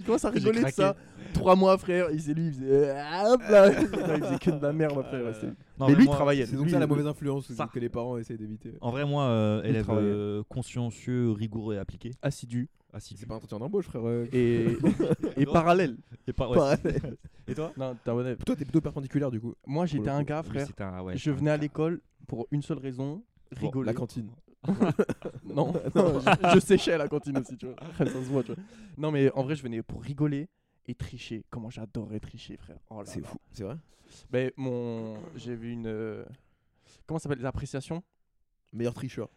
S6: Il commence à
S7: J'ai
S6: rigoler de
S7: craqué.
S6: ça. Trois mois, frère. Il c'est lui, il faisait. euh, hop là. Non, il faisait que de la merde, après.
S4: Euh,
S6: ouais, c'était-
S7: Non,
S6: mais lui, il
S7: moi-
S6: travaillait.
S4: C'est donc
S6: Lui,
S4: ça la
S6: il-
S4: mauvaise influence
S7: ça.
S4: que les parents essayent d'éviter.
S7: En vrai, moi, euh,
S4: Il
S7: élève
S4: travaille.
S7: euh, consciencieux, rigoureux et appliqué. Ah,
S6: Assidu.
S7: Assidu.
S4: C'est pas un entretien d'embauche, frère. euh.
S6: Et, et parallèle.
S7: Et pas- ouais,
S6: Parallèle.
S7: Et toi
S6: Non, t'as honnête.
S4: Toi, t'es plutôt perpendiculaire du coup.
S6: Moi, j'étais
S4: le
S6: un
S4: coup,
S6: gars,
S7: Oui,
S6: frère.
S7: c'est un- ouais,
S6: Je
S7: c'est un
S6: venais à
S7: gars.
S6: l'école pour une seule raison rigoler.
S4: La cantine.
S6: Non, non, je, je séchais à la cantine aussi, tu vois. Ça se voit, tu vois. Non, mais en vrai, je venais pour rigoler et tricher. Comment j'adorais tricher, frère. Oh là
S4: C'est
S6: là.
S4: fou. C'est vrai.
S6: Ben, mon... J'ai vu une. euh, Comment ça s'appelle L'appréciation
S4: Meilleur tricheur.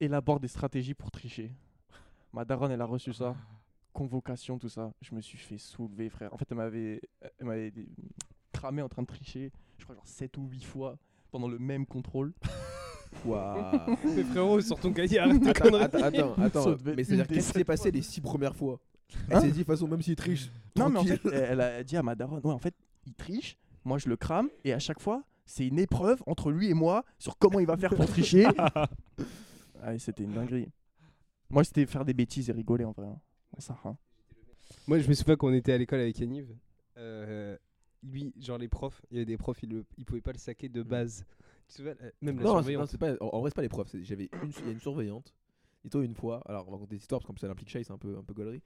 S6: Élabore des stratégies pour tricher. Ma daronne, elle a reçu ça. Convocation, tout ça. Je me suis fait soulever, frère. En fait, elle m'avait elle m'avait des- cramé en train de tricher, je crois, genre 7 ou 8 fois pendant le même contrôle.
S4: Waouh.
S5: Mais frérot, sors ton cahier, arrête tes
S4: attends,
S5: conneries.
S4: attends, attends,
S6: Ça
S4: attends.
S6: devait être
S4: Mais
S6: une
S4: c'est-à-dire,
S6: des
S4: qu'est-ce qui
S6: seules
S4: s'est passé les six premières fois Elle s'est dit, de toute façon, même s'il triche.
S6: Non, mais en fait,
S4: tranquille.
S6: elle, elle a dit à ma daronne, ouais, en fait, il triche, moi je le crame, et à chaque fois, c'est une épreuve entre lui et moi sur comment il va faire pour tricher. ah, et c'était une dinguerie. Moi, c'était faire des bêtises et rigoler en vrai. hein. Ouais, Ça, hein.
S5: Moi, je me souviens qu'on était à l'école avec Yaniv. euh, lui, genre les profs, il y avait des profs, ils, le, ils pouvaient pas le saquer
S4: Mm.
S5: de base. Tu te souviens, euh, même la
S4: Non, c'est- non,
S5: surveillante.
S4: c'est pas. En en vrai, c'est pas les profs. c'est- J'avais une, il y a une surveillante. Et toi, une fois. Alors, on va raconter des histoires parce qu'en plus, ça implique Shay, c'est un peu, un peu gaulerie.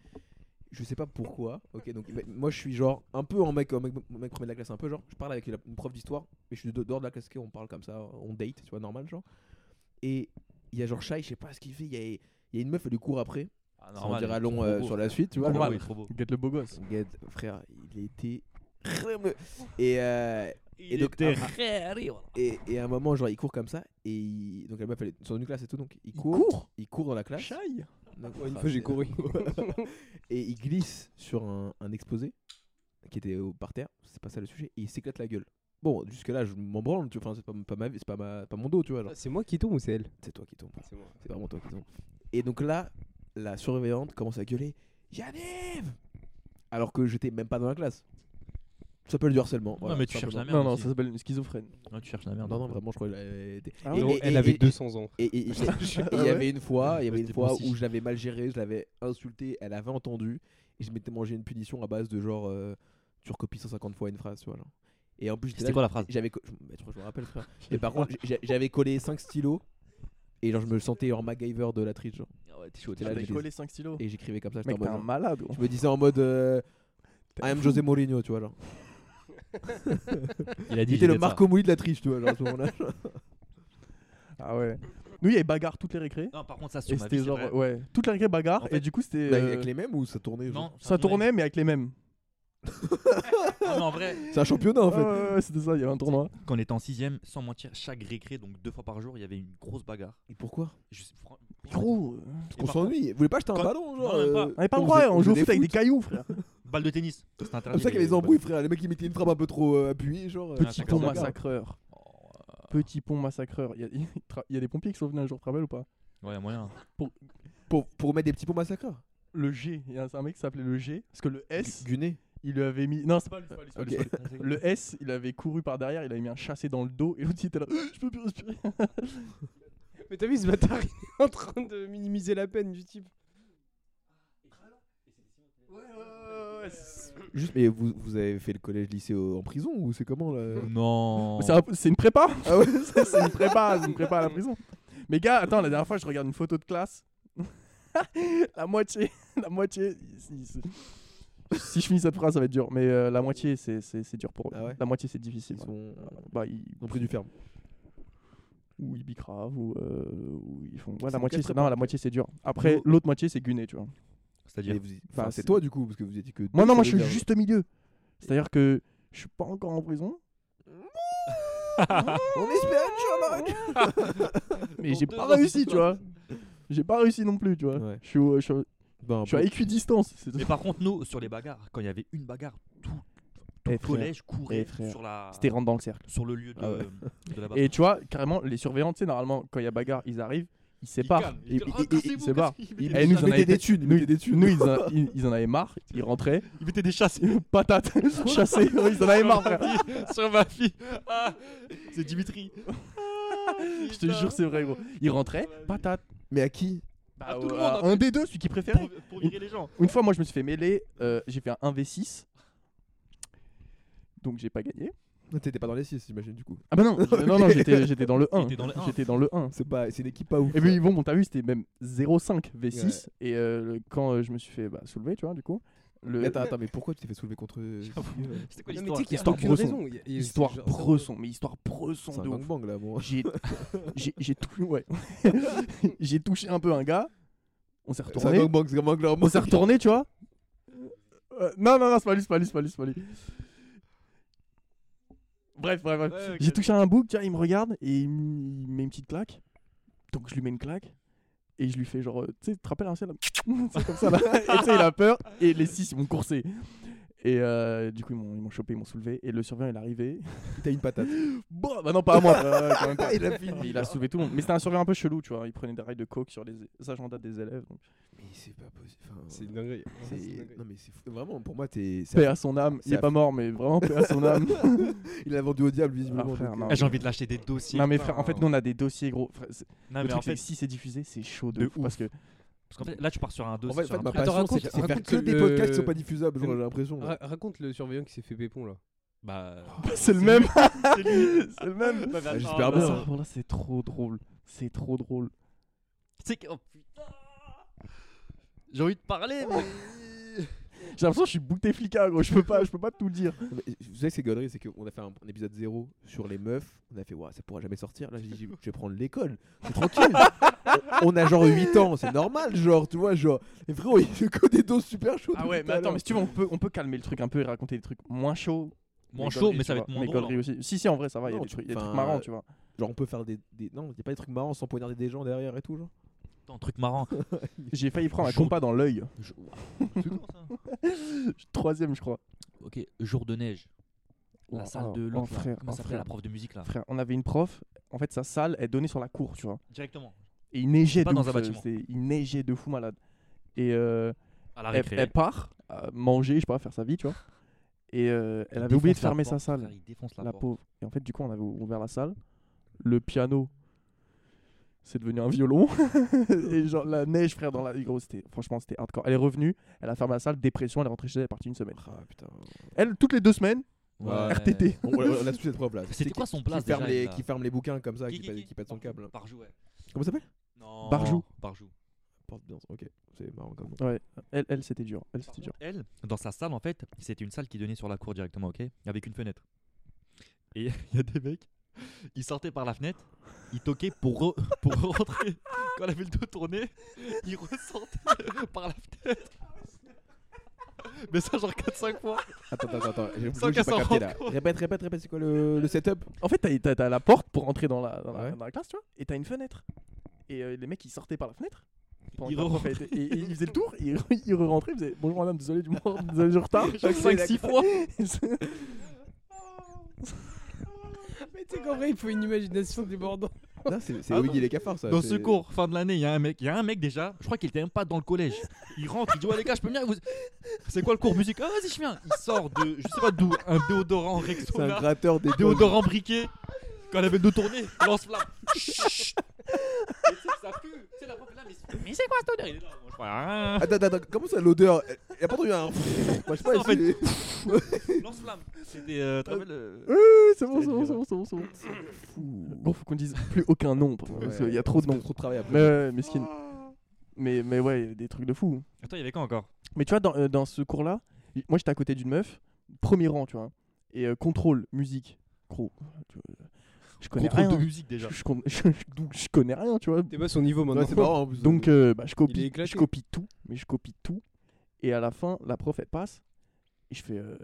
S4: Je sais pas pourquoi. Ok, donc mais moi, je suis genre un peu en mec, en mec, mec premier de la classe, un peu genre. Je parle avec la- une prof d'histoire, mais je suis de- dehors de la classe, on parle comme ça, on date, tu vois, normal, genre. Et il y a genre Shay, je sais pas ce qu'il fait. Il y a, il y a une meuf, elle lui court après.
S7: Ah,
S4: Ça, on
S7: normal, il
S4: dira
S7: est
S4: long
S7: trop
S4: euh,
S7: beau,
S4: sur
S7: frère.
S4: la suite, tu vois.
S7: Trop beau,
S6: normal.
S7: il est trop beau.
S6: Get le beau gosse.
S4: Son gars, frère, il était. crémeux. Et euh,
S7: Il
S4: donc,
S7: était
S4: ah, Et, et à un moment, genre, il court comme ça. Et il- donc, la meuf, elle est sur une classe et tout. Donc, il court. Il court dans la classe.
S6: Chaille
S4: Donc,
S5: Ouais, une
S4: enfin,
S5: fois, j'ai
S4: c'est- euh,
S5: couru.
S4: et il glisse sur un, un exposé qui était au- par terre. C'est pas ça le sujet. Et il s'éclate la gueule. Bon, jusque-là, je m'en branle. Tu vois, enfin, c'est pas, pas ma vie, c'est pas, ma- pas mon dos, tu vois. genre.
S5: C'est moi qui tombe ou c'est elle
S4: C'est toi qui tombe.
S5: C'est moi.
S4: C'est vraiment toi qui tombe. Et donc là, la surveillante commence à gueuler Yaniv Alors que j'étais même pas dans la classe. Ça s'appelle du harcèlement.
S7: Non,
S4: voilà,
S7: mais tu
S4: tout
S7: cherches la
S4: simplement.
S7: merde.
S6: Non, non,
S7: aussi.
S6: ça s'appelle une schizophrène.
S7: Non, tu cherches la merde. Oh,
S4: Non, non, vraiment, je crois qu'elle a été.
S6: Ah
S4: Et-
S6: ouais
S4: et-
S5: elle
S4: et-
S5: avait
S4: et-
S5: 200 ans.
S4: Et- Et et- et il y avait une fois, il y avait une
S7: C'était
S4: fois
S7: bon signe.
S4: où je l'avais mal géré, je l'avais insulté, elle avait entendu, et je m'étais mangé une punition à base de genre euh, tu recopies 150 fois une phrase, tu vois. genre. Et en plus, j'étais
S7: C'était
S4: là,
S7: quoi la phrase
S4: j'avais, co- je, mais je crois que je me rappelle, frère. Et par contre, j'ai- j'avais collé 5 stylos, et genre je me sentais en MacGyver de la triche, genre.
S7: Ah ouais, t'es chaud,
S4: t'es
S7: t'es
S4: là,
S7: là.
S6: J'avais
S4: j'ai-
S6: collé 5 stylos.
S4: Et j'écrivais comme ça, j'étais
S6: Mec,
S4: en
S6: t'es
S4: mode.
S6: un
S4: genre-
S6: malade. gros.
S4: je me disais en mode. euh,
S6: T'es
S4: I am
S6: fou.
S4: José Mourinho, tu vois, genre.
S7: Il a
S4: Il
S7: dit
S4: était
S7: j'étais
S4: le
S7: ça.
S4: Marco Mouli de la triche, tu vois, genre à ce moment-là.
S6: Ah ouais. Nous, il y avait bagarre toutes les récré.
S7: Non, par contre, ça,
S6: Et
S7: c'est ma
S6: c'était
S7: vie, c'est
S6: genre,
S7: vrai.
S6: ouais. Toutes les récré bagarre.
S7: En fait,
S6: et du coup, c'était. euh,
S4: Avec les mêmes ou ça tournait genre
S7: Non,
S6: Ça tournait, mais avec les mêmes.
S7: Non, Ah, mais en vrai,
S4: C'est un championnat en fait.
S6: Ah ouais, ouais, c'était ça, il y avait un tournoi.
S7: quand on était en 6 sans mentir, chaque récré, donc deux fois par jour, il y avait une grosse bagarre.
S4: Et pourquoi
S7: Je sais- fran-
S6: Gros euh,
S4: Parce
S7: Et
S4: qu'on
S7: par contre,
S4: s'ennuie. Vous voulez pas acheter un
S7: Quand-
S4: ballon genre
S7: Non, même pas.
S4: euh,
S6: On avait pas le
S4: faisait-
S6: droit, on joue au
S4: faisait
S6: foot avec
S4: des
S6: des cailloux, frère.
S7: Balle de tennis, c'était
S5: Ah,
S4: C'est
S7: interdit.
S4: pour ça qu'il y
S7: les-
S4: avait des embrouilles, frère. Les mecs, ils mettaient une frappe un peu trop euh, appuyée, genre. euh,
S7: Petit
S6: Petit
S7: Chacun
S6: pont
S7: pont son
S6: massacreur.
S7: Oh,
S6: Petit pont massacreur. Il y, a- il tra- il y a des pompiers qui sont venus un jour, tu te rappelles ou pas
S7: Ouais, y a moyen.
S4: Pour, pour mettre des petits pots massacres.
S6: Le G, il y a un mec qui s'appelait le G, parce que le S,
S4: Guné.
S6: il lui avait mis. Non, c'est pas lui, c'est pas lui, c'est pas lui,
S4: Ok.
S6: c'est pas lui. Le S, il avait couru par derrière, il avait mis un chassé dans le dos, et l'autre il était là, je peux plus respirer.
S5: Mais t'as vu ce bâtard il est en train de minimiser la peine du type.
S4: Juste, mais vous, vous avez fait le collège-lycée au- en prison ou c'est comment là
S7: Non.
S6: C'est un- C'est une prépa
S4: Ah ouais
S6: Ça, c'est une prépa, c'est une prépa à la prison. Mais gars, attends, la dernière fois, je regarde une photo de classe. la moitié, la moitié. Si, si- si je finis cette phrase, ça va être dur. Mais euh, la moitié, c'est- c'est c'est dur pour eux.
S4: Ah ouais
S6: La moitié, c'est difficile.
S4: Ils sont.
S6: ouais. Bah, ils,
S4: Ils ont pris du ferme.
S6: ou ils bicravent, ou, euh, ou ils font. Ouais,
S4: C'est
S6: la moitié, c'est
S4: quatre
S6: non,
S4: prépas.
S6: la moitié, c'est dur. Après,
S4: Nous-
S6: l'autre moitié, c'est guné, tu vois.
S4: Mais
S7: C'est-à-dire.
S4: vous y- enfin,
S6: Bah,
S4: c'est
S6: c'est-
S4: toi du coup, parce que vous étiez que. deux
S6: Moi, non,
S4: sur
S6: moi,
S4: les
S6: je suis
S4: terres.
S6: juste au milieu. C'est-à-dire que je suis pas encore en prison,
S4: On espère une chamade
S6: mais j'ai
S7: deux
S6: pas
S7: ans,
S6: réussi,
S7: c'est
S6: tu
S7: tout.
S6: vois. J'ai pas réussi non plus, tu vois.
S4: Ouais.
S6: Je suis au- je suis au-
S4: Ben,
S6: je suis à équidistance. c'est tout.
S7: Mais par contre, nous, sur les bagarres, quand il y avait une bagarre, tout,
S6: Eh,
S7: tout le
S6: frère.
S7: collège courait
S6: Eh, frère.
S7: sur, la,
S6: C'était rentre dans le cercle.
S7: sur le lieu de,
S4: Ah
S7: de la bagarre.
S6: Et tu vois, carrément, les surveillants, tu sais, normalement, quand il y a bagarre, ils arrivent, ils séparent.
S7: calment,
S6: Ils,
S7: ils
S6: ils-
S7: calment.
S6: ils- ils
S7: Cassez-vous,
S6: séparent.
S7: qu'est-ce qu'il
S6: Ils,
S7: met
S6: eh,
S7: des
S6: nous,
S7: chassés
S6: ils en avaient
S4: des thunes,
S6: nous,
S4: ils mettaient des thunes.
S6: nous, ils, en, ils- ils en avaient marre, ils rentraient,
S7: Il mettait des chasses
S6: patate, chassé, ils en avaient marre, frère.
S7: sur ma fille. Ah, c'est Dimitri.
S6: Je te jure, c'est vrai, gros. Ils rentraient, patate.
S4: Mais à qui
S7: Ah,
S6: tout le
S7: ouais,
S6: monde,
S7: ah,
S6: Bah, euh, un des deux, celui qui préférait.
S7: pour, pour virer les gens.
S6: Une fois, moi, je me suis fait mêler. euh, j'ai fait un 1v6. Donc, j'ai pas gagné.
S4: Non, T'étais pas dans les 6, j'imagine, du coup.
S6: Ah bah non, je- non, non, j'étais j'étais dans le 1.
S7: T'étais dans le un.
S6: J'étais dans le 1.
S4: C'est pas... c'est une équipe pas ouf.
S6: Et puis bon, mon vu c'était même 0,5 V6. Et euh, le- quand euh, je me suis fait bah, soulever, tu vois, du coup, le
S4: Mais attends, attends, mais pourquoi tu t'es fait soulever contre. euh,
S7: C'était quoi
S5: Non, mais
S7: l'histoire
S5: tu sais qu'il y a
S6: Histoire
S5: aucune
S6: Bresson.
S5: raison. Il y a- il y a-
S6: histoire
S5: genre,
S6: bresson, mais histoire
S4: C'est
S6: bresson
S4: un
S6: de ouf.
S4: gangbang là, bon.
S6: J'ai j'ai- j'ai tou- ouais. J'ai touché un peu un gars. On s'est
S4: C'est un
S6: retourné.
S4: gangbang, c'est un gangbang là.
S6: On s'est retourné, tu vois. Euh, non, non, non, c'est pas lui, c'est pas lui, c'est pas lui, c'est pas lui. Bref, bref, bref.
S7: Ouais, ok.
S6: J'ai touché un bouc, tiens, il me regarde et il me il met une petite claque. Donc je lui mets une claque et je lui fais genre, euh, tu sais, tu te rappelles un ciel C'est comme ça là. Et tu sais, il a peur et les six ils m'ont coursé. Et euh, du coup, ils m'ont ils m'ont chopé, ils m'ont soulevé. Et le surveillant, il est arrivé.
S4: T'as une patate.
S6: Bon, bah non, pas à moi. euh, quand même pas.
S4: il a
S6: Mais il a soulevé tout le monde. Mais c'était un surveillant un peu chelou, tu vois. Il prenait des rails de coke sur les les agendas des élèves. donc.
S4: Mais c'est pas possible.
S5: C'est une dinguerie.
S4: C'est-
S5: Ouais, c'est une dinguerie.
S4: Non mais c'est fou. Vraiment, pour moi, t'es. c'est
S6: Paix à son âme.
S4: c'est
S6: Il est pas mort, mais vraiment paix à son âme.
S4: aff- Il a vendu au diable visiblement.
S6: Ah, frère,
S4: donc,
S6: non.
S4: euh,
S7: Ah, J'ai envie de lâcher des dossiers.
S6: Non mais
S7: putain.
S6: frère, en fait nous on a des dossiers gros. Frère, c'est-
S7: Non,
S6: le
S7: mais en
S6: truc c'est
S7: fait,
S6: que si c'est diffusé, c'est chaud de,
S7: De
S6: ouf, parce que
S7: parce qu'en fait, là tu pars sur un
S4: En fait,
S7: dossier.
S4: en
S7: sur
S4: fait,
S7: un
S4: ma
S7: truc.
S5: Attends,
S4: passion, c'est
S5: raconte-
S4: c'est faire
S5: raconte
S4: que
S5: le- Ah.
S4: des podcasts qui sont pas diffusables, genre, j'ai l'impression.
S5: Ra- raconte le surveillant qui s'est fait pépon là.
S7: Bah,
S6: c'est le même.
S7: c'est lui.
S6: c'est le même.
S7: Bah, bah,
S4: Ah,
S7: attends,
S4: j'espère
S7: bah,
S4: bien.
S7: ça-
S6: là c'est trop drôle. C'est trop drôle.
S7: Tu sais que. Oh putain J'ai envie de parler, mais.
S6: J'ai l'impression que je suis bouté flicard gros. Je peux pas, je peux pas tout dire.
S4: Non, mais Vous savez que c'est connerie, c'est qu'on a fait un, un épisode 0 sur les meufs, on a fait ouais, ça pourra jamais sortir, là j'ai dit je vais prendre l'école, c'est tranquille. on, on a genre 8 ans, c'est normal genre, tu vois, genre, mais frérot, il fait que des doses super chaudes.
S6: Ah ouais,
S4: depuis tout
S6: mais
S4: à
S6: attends,
S4: l'heure.
S6: mais si tu veux, on peut, on peut calmer le truc un peu et raconter des trucs moins chauds.
S7: Moins
S6: Des
S7: chaud,
S6: conneries,
S7: mais ça
S6: tu
S7: va être
S6: vois,
S7: moins
S6: des
S7: drôle. hein.
S6: conneries aussi. Si si en vrai ça va, il y a
S4: Non,
S6: des
S4: tu-
S6: trucs, il y a des
S4: enfin,
S6: trucs marrants,
S4: euh,
S6: tu vois.
S4: Genre on peut faire des, des- non, y a pas des trucs marrants sans poignarder des gens derrière et tout genre.
S7: Attends, un truc marrant.
S6: J'ai failli prendre un
S7: jour-
S6: compas dans l'œil.
S7: Je- C'est quand, ça
S6: Troisième je crois.
S7: Ok, jour de neige. La
S6: Oh,
S7: salle
S6: oh,
S7: de l'autre.
S6: oh,
S7: là.
S6: frère,
S7: Comment
S6: oh,
S7: ça s'appelait la
S6: frère.
S7: prof de musique là
S6: Frère, on avait une prof. En fait sa salle elle donnait sur la cour, tu vois.
S7: Directement.
S6: Et il neigeait
S7: Pas
S6: de
S7: dans
S6: ouf,
S7: un
S6: euh,
S7: bâtiment.
S6: c'était- Il neigeait de fou malade. Et euh,
S7: À la
S6: elle,
S7: récré.
S6: elle part euh, manger, je sais pas, faire sa vie, tu vois. Et euh, elle
S7: Il
S6: avait oublié de
S7: défonce la
S6: fermer sa
S7: porte,
S6: salle,
S7: frère, il défonce
S6: la,
S7: la porte.
S6: pauvre. Et en fait, du coup, on avait ou- ouvert la salle. Le piano, c'est devenu un violon. Et genre, la neige, frère, dans la. Gros, c'était- franchement, c'était hardcore. Elle est revenue, elle a fermé la salle, dépression, elle est rentrée chez elle, elle est partie une semaine.
S4: Ah putain.
S6: Elle, toutes les deux semaines,
S4: Ouais.
S6: RTT.
S4: On, on a tous cette preuve là.
S7: C'était quoi son
S4: qui
S7: place
S4: ferme,
S7: déjà,
S4: les,
S7: il a-
S4: qui ferme les bouquins comme ça, qui,
S7: Qui-
S4: pète-
S7: qui-
S4: qui pète son câble. là.
S7: Barjou, ouais.
S4: Comment ça s'appelle
S7: Non.
S6: Barjou.
S7: Barjou.
S4: Porte bien, ok, c'est marrant comme nom.
S6: elle, elle c'était dur. Elle, c'était dur.
S7: Elle, dans sa salle en fait, c'était une salle qui donnait sur la cour directement, ok Avec une fenêtre. Et il y a des mecs, ils sortaient par la fenêtre, ils toquaient pour, re- pour rentrer. Quand elle avait le dos tourné, ils ressortaient par la fenêtre. Mais ça, genre 4-5 fois.
S4: Attends, attends, attends, j'ai
S7: Sans
S4: j'ai
S7: qu'elle
S4: pas
S7: s'en
S4: capté
S7: rende
S4: là.
S7: compte.
S4: Répète, répète, répète, c'est quoi le, le setup
S6: En fait, t'as- t'as t'as la porte pour entrer dans la, dans la-
S4: Ouais.
S6: dans la classe, tu vois, et t'as une fenêtre. Et euh, les mecs, ils sortaient par la fenêtre. pendant
S7: Ils
S6: que la prof
S7: re-rentraient.
S6: était- et, et ils faisaient le tour, et ils re- ils re-rentraient, ils faisaient bonjour madame, désolé du, mor- désolé du retard.
S7: Genre 5-6 fois.
S5: Mais tu sais qu'en vrai, il faut une imagination débordante.
S4: Non, c'est c'est
S7: Ah
S4: Oggy les cafards ça.
S7: Dans
S4: c'est-
S7: ce cours, fin de l'année, il y a un mec, il y a un mec déjà, je crois qu'il était même pas dans le collège. Il rentre, il dit ouais les gars, je peux venir. vous- C'est quoi le cours musique Ah vas-y, je viens. Il sort de je sais pas d'où un déodorant
S4: C'est un
S7: Rexona,
S4: gratteur des
S7: déodorant briquet. Quand elle avait le dos tourné, lance flamme. Chut. Mais tu sais que ça pue. Tu sais, la prof est là, mais, mais c'est quoi cette odeur Il est là, moi, je crois, ah,
S4: Attends, attends, attends, comment ça l'odeur Elle- Elle a pas entendu un. Moi, je sais pas,
S7: En fait-
S4: c'est-
S7: lance flamme. C'était euh, tu te rappelles, euh,
S6: Oui, c'est bon, c'est bon, c'est bon, c'est bon, c'est bon.
S4: fou.
S6: Bon, faut qu'on dise plus aucun nom, parce qu'il y a trop de noms.
S4: Trop de travail après.
S6: Mais ouais, mais skin. Mais, mais ouais, des trucs de fou.
S7: Attends, il y avait quoi encore
S6: Mais tu vois, dans, euh, dans ce cours-là, y- moi j'étais à côté d'une meuf, premier rang, tu vois, et euh, contrôle, musique, gros. tu vois, Je connais
S7: Contrôle de
S6: rien.
S7: musique déjà.
S6: Je, je con- je- donc, je connais rien, tu vois.
S5: T'es pas son niveau maintenant.
S4: Ouais, c'est marrant en plus.
S6: Donc euh, bah,
S5: Il
S6: je
S5: est
S6: copie,
S5: éclaté.
S6: je copie tout, mais je copie tout. Et à la fin, la prof elle passe et je fais, euh,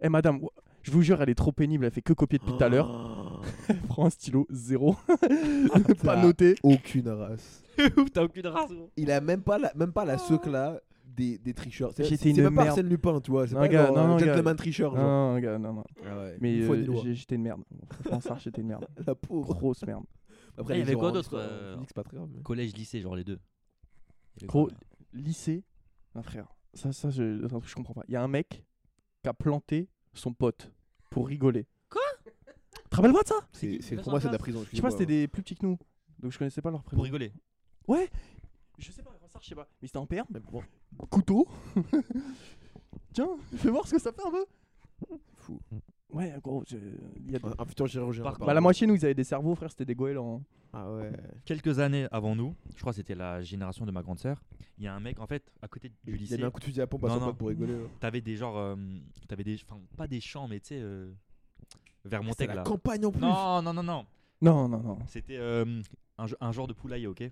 S6: Eh, madame, wa- je vous jure, elle est trop pénible, elle fait que copier depuis tout à l'heure.
S4: Ah,
S6: Elle prend un stylo zéro,
S4: Ça-
S6: pas noté.
S4: Aucune race.
S7: Ouf, t'as aucune race. gros.
S4: Il a même pas la, même pas la secla des, des tricheurs. C'est
S6: J'étais
S4: c'est
S6: une
S4: même pas
S6: merde.
S4: Arsène Lupin, tu vois. C'est
S6: Non,
S4: pas
S6: gars,
S4: genre,
S6: non,
S4: un
S6: non, gars.
S4: gentleman tricheur.
S6: Non,
S4: Genre.
S6: non, gars, non, non.
S4: Ah
S6: Mais
S4: il faut
S6: euh,
S4: des lois.
S6: j'ai- j'étais une merde. Franchement, ça, j'étais une merde.
S4: La pauvre.
S6: Grosse merde.
S4: Après,
S7: Ah, Il y
S4: les
S7: avait quoi
S4: oranges,
S7: d'autre,
S4: quoi.
S7: euh,
S4: Phoenix, c'est pas très grave. mais-
S7: Collège, lycée, genre les deux. Il y avait
S6: Gros,
S7: quoi, là
S6: lycée, un frère. Ça, ça, je, c'est un truc que je comprends pas. Il y a un mec qui a planté son pote pour rigoler.
S7: Quoi
S6: Tu te rappelles pas de ça
S7: C'est qui
S4: C'est- c'est-
S7: Dans
S4: Pour
S7: un
S6: euh,
S4: moi, c'est de la
S7: classe
S4: prison.
S6: Je sais pas,
S4: excusez-moi.
S6: c'était des plus petits que nous. Donc je connaissais pas leur
S7: Pour
S6: prénom.
S7: rigoler.
S6: Je sais pas, ça, je sais pas. Mais c'était en perme.
S4: Mais bon,
S6: Couteau. Tiens, fais voir ce que ça fait un peu.
S4: fou.
S6: Ouais, gros, je- il y a des-
S4: Un, un futur chirurgien.
S7: Par-
S6: Bah, la moitié, nous, ils avaient des cerveaux, frère, c'était des goélands. hein.
S4: Ah ouais.
S7: Quelques années avant nous, je crois que c'était la génération de ma grande sœur, il y a un mec, en fait, à côté du
S4: Il y
S7: lycée,
S4: avait un coup de fusil à pompe à
S7: Non,
S4: son
S7: non.
S4: pote pour rigoler. hein. là.
S7: t'avais des genres. euh, t'avais des. Enfin, pas des champs, mais tu sais. euh, vers
S4: C'est
S7: Montaigne,
S4: la
S7: là.
S4: campagne en plus.
S7: Ah. Non, non, non, non.
S6: Non, non, non.
S7: C'était euh, un, ge- un genre de poulailler, ok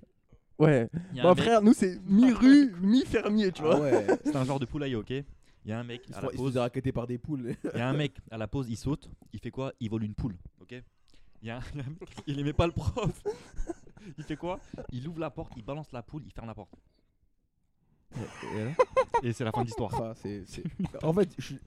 S6: Ouais.
S7: Il y a
S6: Bah,
S7: un mec-
S6: frère, nous, c'est mi-rue, mi-fermier, tu vois.
S4: Ah ouais.
S7: C'est un genre de poulailler, ok Il y a un mec
S4: Ils se
S7: à
S4: font-
S7: la
S4: ils se faisaient
S7: pause.
S4: raqueter par des poules.
S7: Il y a un mec à la pause, il saute. Il fait quoi Il vole une poule, ok Il y a un, il y a un mec, il aimait pas le prof. Il fait quoi Il ouvre la porte, il balance la poule, il ferme la porte.
S4: Et alors
S7: Et c'est la fin de l'histoire.
S4: Enfin, c'est- c'est- En fait, je suis-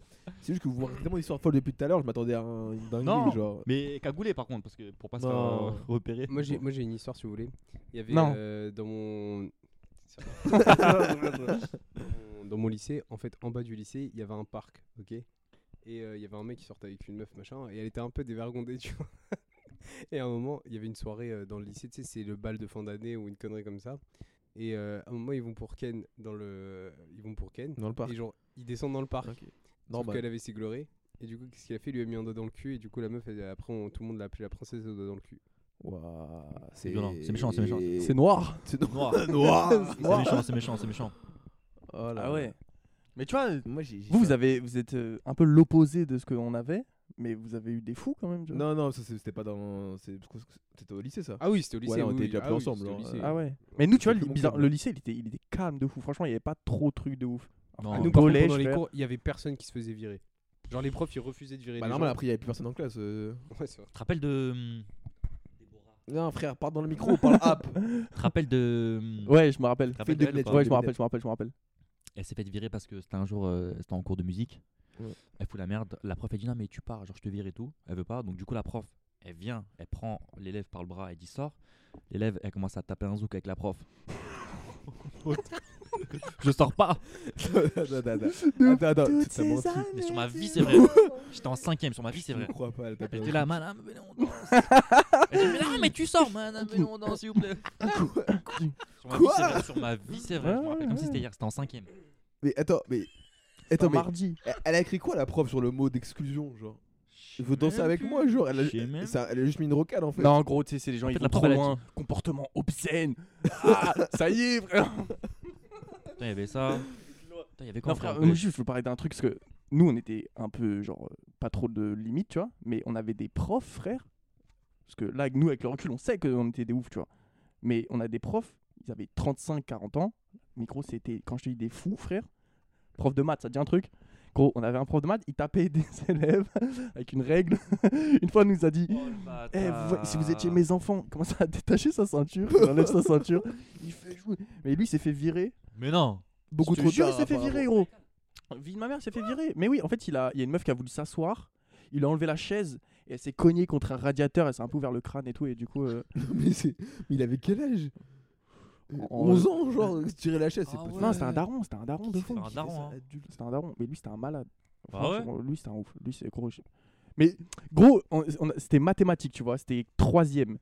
S4: c'est juste que vous racontez tellement d'histoires folles depuis tout à l'heure, je m'attendais à un- une dinguerie.
S7: Non.
S4: Genre...
S7: Mais cagoulé par contre, parce que pour pas se faire
S4: Non.
S7: euh, repérer.
S5: Moi j'ai moi j'ai une histoire si vous voulez. Il y avait
S6: Non.
S5: euh, dans mon Dans mon- dans mon lycée, en fait, en bas du lycée, il y avait un parc, ok. Et euh, il y avait un mec qui sortait avec une meuf machin, et elle était un peu dévergondée, tu vois. Et à un moment, il y avait une soirée euh, dans le lycée, tu sais, c'est le bal de fin d'année ou une connerie comme ça. Et euh, à un moment, ils vont pour Ken dans le, ils vont pour Ken.
S4: Dans le parc.
S5: Et genre, ils descendent dans le parc.
S4: Ok.
S5: Sauf
S4: Normal.
S5: qu'elle avait ses glorées. Et du coup, qu'est-ce qu'il a fait Il lui a mis un doigt dans le cul. Et du coup, la meuf, elle- après, on- tout le monde l'a appelée la princesse au doigt dans le cul.
S4: Ouah, C'est
S7: violent, c'est méchant, c'est méchant.
S6: C'est noir.
S4: C'est noir.
S7: Noir.
S4: Noir.
S7: C'est méchant, c'est méchant, c'est méchant.
S4: Oh là
S6: Ah ouais. Mais tu vois,
S4: là. Moi, j'ai. j'ai
S6: vous, vous,
S4: fait-
S6: avez, vous êtes euh, un peu l'opposé de ce qu'on avait, mais vous avez eu des fous quand même, tu vois.
S4: Non, non, ça c'est- c'était pas dans. c'est- parce que C'était au lycée ça.
S5: Ah oui, c'était au lycée.
S4: Ouais, là, on
S5: oui,
S4: était
S5: oui.
S4: déjà
S5: Ah
S4: plus
S5: oui,
S4: ensemble,
S5: c'était au
S4: alors,
S5: lycée.
S4: euh,
S6: Ah ouais. Mais nous, tu vois,
S4: C'était
S6: le,
S4: mon
S6: bizarre-
S4: câble.
S6: le lycée, il était, il était calme de fou. Franchement, il n'y avait pas trop de trucs de ouf.
S7: Non.
S6: Alors,
S5: Ah,
S7: Ah,
S5: nous,
S7: nous,
S5: par
S6: collège,
S5: contre, pendant les
S6: frère.
S5: cours, il y avait personne qui se faisait virer. Genre, les profs, ils refusaient de virer
S4: Bah,
S5: les
S4: normal,
S5: gens.
S4: après, il y avait plus personne en classe. euh.
S5: Ouais, c'est vrai.
S7: Tu te rappelles de. hum,
S4: Non, frère, parle dans le micro, parle app.
S7: Tu te rappelles de. hum,
S6: Ouais, je me rappelle.
S7: Tu te rappelles
S4: Fais
S7: de
S4: des
S7: elle ou
S4: lettres,
S7: Mm. pas
S6: Ouais,
S4: des
S6: je me rappelle,
S4: lunettes.
S6: je me rappelle, je me rappelle.
S7: Elle s'est faite virer parce que c'était un jour, euh, c'était en cours de musique.
S4: Ouais.
S7: Elle fout la merde. La prof, elle dit non, mais tu pars, genre je te vire et tout. Elle veut pas. Donc, du coup, la prof, elle vient, elle prend l'élève par le bras, elle dit sors. L'élève, elle commence à taper un zouk avec la prof. je sors pas.
S4: attends, attends, attends. attends, t'as
S6: Toutes ces
S4: menti.
S6: années.
S7: Mais sur ma vie, c'est vrai. J'étais en cinquième, sur ma vie, c'est
S4: Je
S7: vrai.
S4: crois pas, elle t'a pas menti.
S7: J'étais là, madame, venez, on danse. Elle dit, mais non, mais tu sors, madame, venez, on danse, s'il vous plaît. Sur ma vie,
S4: Quoi
S7: c'est vrai. Sur ma vie, c'est vrai. Je me
S6: Ouais,
S7: rappelle comme si
S6: ouais.
S7: c'était hier, c'était en cinquième.
S4: Mais attends, mais. Attends,
S6: Un
S4: mais.
S6: mardi.
S4: elle- Elle a écrit quoi la prof sur le mot d'exclusion Genre, il veut danser avec moi, genre. Elle a,
S7: Je sais même
S4: ça- elle a juste mis une rocade en fait.
S6: Non, en gros, tu sais, c'est les gens,
S7: En
S6: ils
S7: fait,
S6: vont
S7: la
S6: trop
S7: prof, elle a
S6: loin. Comportement obscène. Ah, ça y est, frère.
S7: Putain, il y avait ça. Putain, il y avait quoi
S6: Non,
S7: encore
S6: frère, euh,
S7: au
S6: moi,
S7: collège
S6: juste, je veux parler d'un truc, parce que nous, on était un peu, genre, euh, pas trop de limites, tu vois, mais on avait des profs, frère. Parce que là, avec nous, avec le recul, on sait qu'on était des oufs, tu vois. Mais on a des profs, ils avaient 35, 40 ans. Micro, c'était, quand je te dis des fous, frère, prof de maths, ça te dit un truc. Gros, on avait un prof de maths, il tapait des élèves avec une règle. une fois, il nous a dit
S7: Oh, le
S6: Eh, vous- si vous étiez
S7: bâtard.
S6: mes enfants, il commence à détacher sa ceinture, il enlève sa ceinture, il fait jouer. Mais lui, il s'est fait virer
S7: Mais non
S4: Beaucoup
S6: je te
S4: trop
S6: jure,
S4: tard.
S6: il s'est fait
S4: apparemment.
S6: virer, gros. Vie de ma mère, il s'est fait virer. Mais oui, en fait, il, a, il y a une meuf qui a voulu s'asseoir. Il a enlevé la chaise et elle s'est cognée contre un radiateur. Elle s'est un peu ouvert le crâne et tout. Et du coup, euh,
S4: mais, c'est- mais il avait quel âge Euh,
S6: En-
S4: 11 ans, genre, tirer la chaise, c'est
S7: Oh, Ah
S4: pas-
S7: ouais.
S6: non, c'était un daron, c'était un daron de
S7: C'est
S6: fond.
S7: un daron, hein.
S6: C'était un daron. Mais lui, c'était un malade.
S7: Ah
S6: Franchement, Lui, c'était un ouf. Lui, c'est gros. je- Mais gros, on- on- c'était mathématique, tu vois. C'était troisième.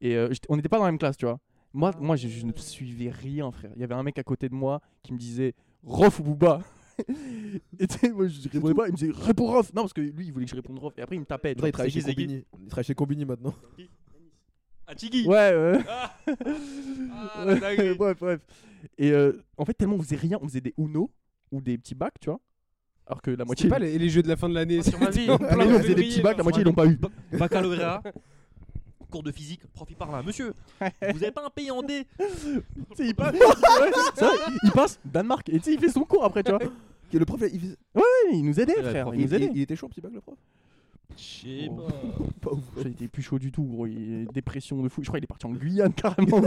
S6: Et euh, j'étais- on n'était pas dans la même classe, tu vois. Moi,
S7: Ah
S6: moi je, je ne suivais rien, frère. Il y avait un mec à côté de moi qui me disait Rof ou Booba Et tu sais, moi, je répondais pas. Il me disait Réponds Rof Non, parce que lui, il voulait que je réponde Rof. Et après, il me tapait. tu
S4: Attends,
S6: vois.
S4: il travaille chez
S7: C'est qui,
S4: Combini. Il travaille chez Combini maintenant.
S7: Ah, Tchigi
S6: Ouais, ouais.
S7: Ah. Ah, la
S6: Ouais,
S7: dinguerie.
S6: bref, bref. Et euh, en fait, tellement on faisait rien, on faisait des Uno ou des petits bacs, tu vois. Alors que la moitié.
S5: C'était pas les, les jeux de la fin de l'année.
S7: Sur ma vie,
S5: c'était en
S6: Ah,
S5: plein
S6: mais nous, on faisait des
S5: février,
S6: petits bacs, la
S5: genre.
S6: moitié, ils l'ont pas eu.
S7: Baccalauréat, cours de physique, prof il parle là. Monsieur, vous avez pas un pays en D
S6: Tu sais, il passe. ouais, c'est vrai, il passe Danemark. Et tu sais, il fait son cours après, tu vois.
S4: Et le prof, il, faisait-
S6: Ouais, il nous aidait,
S7: Ouais, le
S6: frère.
S7: prof,
S6: Il nous
S4: il-
S6: aidait.
S4: il était chaud, petit bac, le prof
S7: Je sais
S6: Oh.
S4: Pas ouf.
S6: Il était plus chaud du tout, gros. Il... Dépression de fou. Je crois qu'il est parti en Guyane carrément.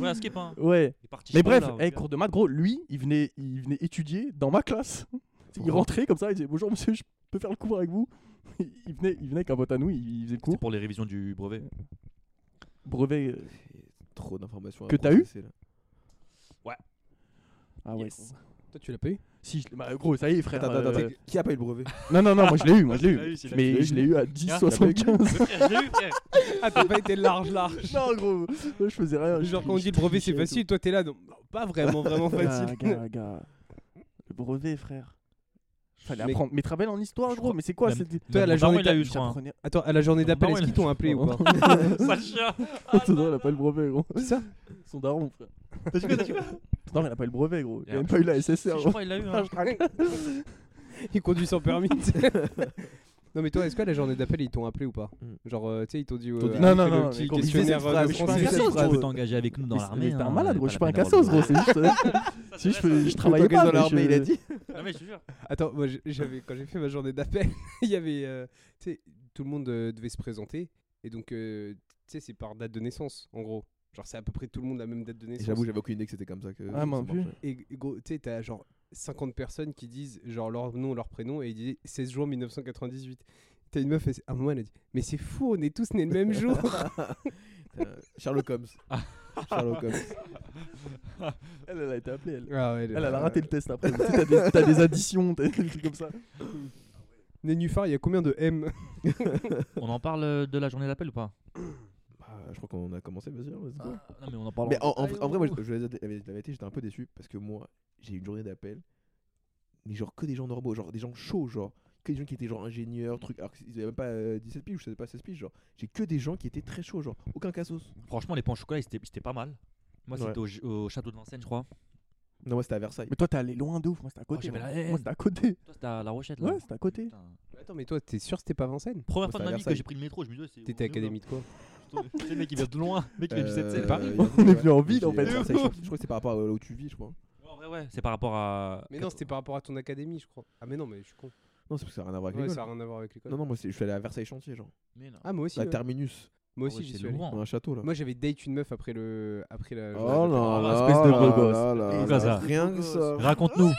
S7: Ouais, skip, hein.
S6: ouais.
S7: Il est parti
S6: Mais
S7: chez
S6: bref,
S7: lui, là,
S6: eh,
S7: regarde.
S6: cours de maths, gros, lui, il venait, il venait étudier dans ma classe. Il rentrait comme ça, il disait Bonjour monsieur, je peux faire le cours avec vous il venait, il venait avec un pote à nous, il il faisait le
S7: C'est
S6: cours.
S7: pour les révisions du brevet.
S6: Brevet. euh,
S4: Trop d'informations. à
S6: Que t'as
S4: processer, là.
S6: Ah ouais.
S7: Yes.
S6: gros.
S5: Toi, tu l'as pas eu
S6: Si, Si, je l'ai- bah, gros, ça y est, frère.
S4: Attends, attends,
S6: euh,
S4: attends, Qui a pas eu le brevet
S6: Non, non, non, moi je l'ai eu, moi je
S7: Tu l'as
S6: l'ai eu.
S7: eu, c'est la- tu l'as
S6: Mais
S7: eu.
S6: je l'ai eu à
S7: Ah,
S6: 10,75.
S7: frère, je l'ai eu, frère.
S5: Ah, t'as pas été large, large.
S6: Non, gros, moi, je faisais rien.
S5: Genre, quand on dit le brevet, c'est facile, toi, t'es là. non, Pas vraiment, vraiment
S6: Ah,
S5: facile.
S6: Gars, gars, le brevet, frère. Fallait
S5: Mais-
S6: apprendre. Mais te rappelles en histoire,
S7: Je
S6: gros,
S7: crois-
S6: mais c'est quoi
S7: Même-
S6: cette.
S5: Toi, la
S7: Mon daron,
S5: journée,
S7: il a
S5: t'as-
S7: eu, je crois. hein.
S6: J'apprenais-
S5: Attends, à la journée
S7: Bah,
S5: d'appel,
S7: ouais,
S5: est-ce qu'ils t'ont appelé ou pas
S7: Sale chien.
S6: Son daron, il a pas eu le brevet, gros.
S5: Ça
S6: Son daron, frère.
S7: T'as vu quoi, t'as vu quoi
S6: Son daron, il a pas eu le brevet, gros. Il
S7: Et
S6: a même pas eu la SSR,
S7: Je
S6: gros.
S7: crois qu'il l'a eu. hein.
S5: Il conduit sans permis. tu sais. non mais toi, est-ce que à la journée d'appel ils t'ont appelé ou pas
S4: Mm.
S5: Genre, euh, tu sais, ils t'ont dit, euh,
S6: T'ont dit-
S5: avec
S6: Non, non,
S5: le
S6: non,
S5: petit
S6: mais
S4: quand ils
S5: questionnaire euh,
S4: faisaient
S5: de
S6: cette
S5: français.
S6: phrase, mais je suis
S5: ça,
S6: un cassos,
S7: Cassos, gros,
S6: gros.
S7: t'es engagé avec nous dans
S6: Mais c'est-
S7: l'armée.
S6: mais t'es
S7: hein,
S6: un malade,
S7: pas
S6: gros.
S7: la
S6: Je suis pas un
S7: peine
S6: cassos, gros.
S7: d'avoir
S6: C'est juste. euh,
S7: le- Ça,
S6: Si je
S7: c'est
S6: fais-
S7: vrai,
S6: je
S7: ça.
S6: travaille pas.
S4: dans
S6: mais
S4: l'armée,
S6: je-
S4: il a dit.
S7: Non, Ah, mais je te jure.
S5: Attends, moi j'- j'avais quand j'ai fait ma journée d'appel, il y avait euh, tu sais tout le monde euh, devait se présenter et donc euh, tu sais c'est par date de naissance en gros. Genre c'est à peu près tout le monde la même date de
S4: Et
S5: naissance.
S4: J'avoue, j'avais aucune idée que c'était comme ça que.
S6: Ah, moi
S4: ça
S6: non plus.
S4: marchait.
S5: Et g- gros, tu sais t'as genre 50 personnes qui disent genre leur nom, leur prénom et ils disaient 16 juin 1998. T'as une meuf, elle, s- à un moment elle a dit Mais c'est fou, on est tous nés le même jour
S4: Putain, Sherlock Holmes. Sherlock Holmes.
S6: Elle, elle a été appelée, elle.
S5: Ah ouais,
S6: Elle,
S7: Euh,
S6: elle a raté le test après. Tu sais, T'as des, t'as des additions, t'as des trucs comme ça.
S5: Nénuphar, il y a combien de M
S7: On en parle euh, de la journée d'appel ou pas
S4: Bah, je crois qu'on a commencé, vas-y. hein, let's go.
S7: Non, mais on en parle.
S4: Mais en, en- en vrai, moi, je, je vais dire la vérité, la vérité, j'étais un peu déçu parce que moi, j'ai eu une journée d'appel, mais genre que des gens normaux, genre des gens chauds, genre que des gens qui étaient genre ingénieurs, trucs, alors qu'ils avaient même pas euh, 17 piges ou je savais pas 16 piges, genre j'ai que des gens qui étaient très chauds, genre aucun cassos.
S7: Franchement, les pains au chocolat, c'était c'était pas mal. Moi,
S4: Ouais.
S7: c'était au, j- au château de Vincennes, je crois.
S4: Non, moi c'était à Versailles.
S6: Mais toi, t'es allé loin de ouf. Moi, c'était à côté.
S7: Oh, j'avais
S6: moi.
S7: la haine.
S6: Moi, c'était à côté.
S7: Toi, c'était à La Rochette, là.
S6: Ouais, c'était à côté.
S7: Putain.
S5: Attends, mais toi, t'es sûr que c'était pas Vincennes
S7: Première
S4: Moi,
S7: fois
S4: c'était
S7: de
S4: à
S7: ma vie que
S4: Versailles.
S7: j'ai pris le métro, je me dis, ouais, c'est.
S5: T'étais académie de quoi
S7: Le mec, il vient de loin. Le mec, il vient du 7
S4: Euh,
S5: Paris.
S4: il y a-
S6: On est
S4: ouais,
S6: venu en ville,
S4: j'ai-
S6: en fait.
S4: Versailles, Je crois- je crois que c'est par rapport à là où tu vis, je crois.
S7: Ouais, ouais, c'est par rapport à.
S5: Mais non, c'était par rapport à ton académie, je crois. Ah, mais non, mais je suis con.
S4: Non, c'est parce que ça n'a rien à voir avec
S5: Ouais,
S4: l'école.
S5: ça a rien à voir avec l'école.
S4: Bah, Non, non, moi c'est- je suis allé à Versailles Chantier, genre.
S7: Mais non.
S5: Ah, moi aussi.
S4: à
S5: ouais.
S4: Terminus,
S5: Moi
S7: Ah
S5: aussi,
S7: ouais,
S5: j'y
S7: c'est
S5: suis allé.
S7: lourd.
S4: dans un château là.
S5: Moi, j'avais date une meuf après, le... après la.
S4: Oh là là,
S6: espèce de beau
S4: là
S6: gosse.
S4: là là là,
S7: Beau gosse.
S4: Rien que ça.
S7: Raconte-nous.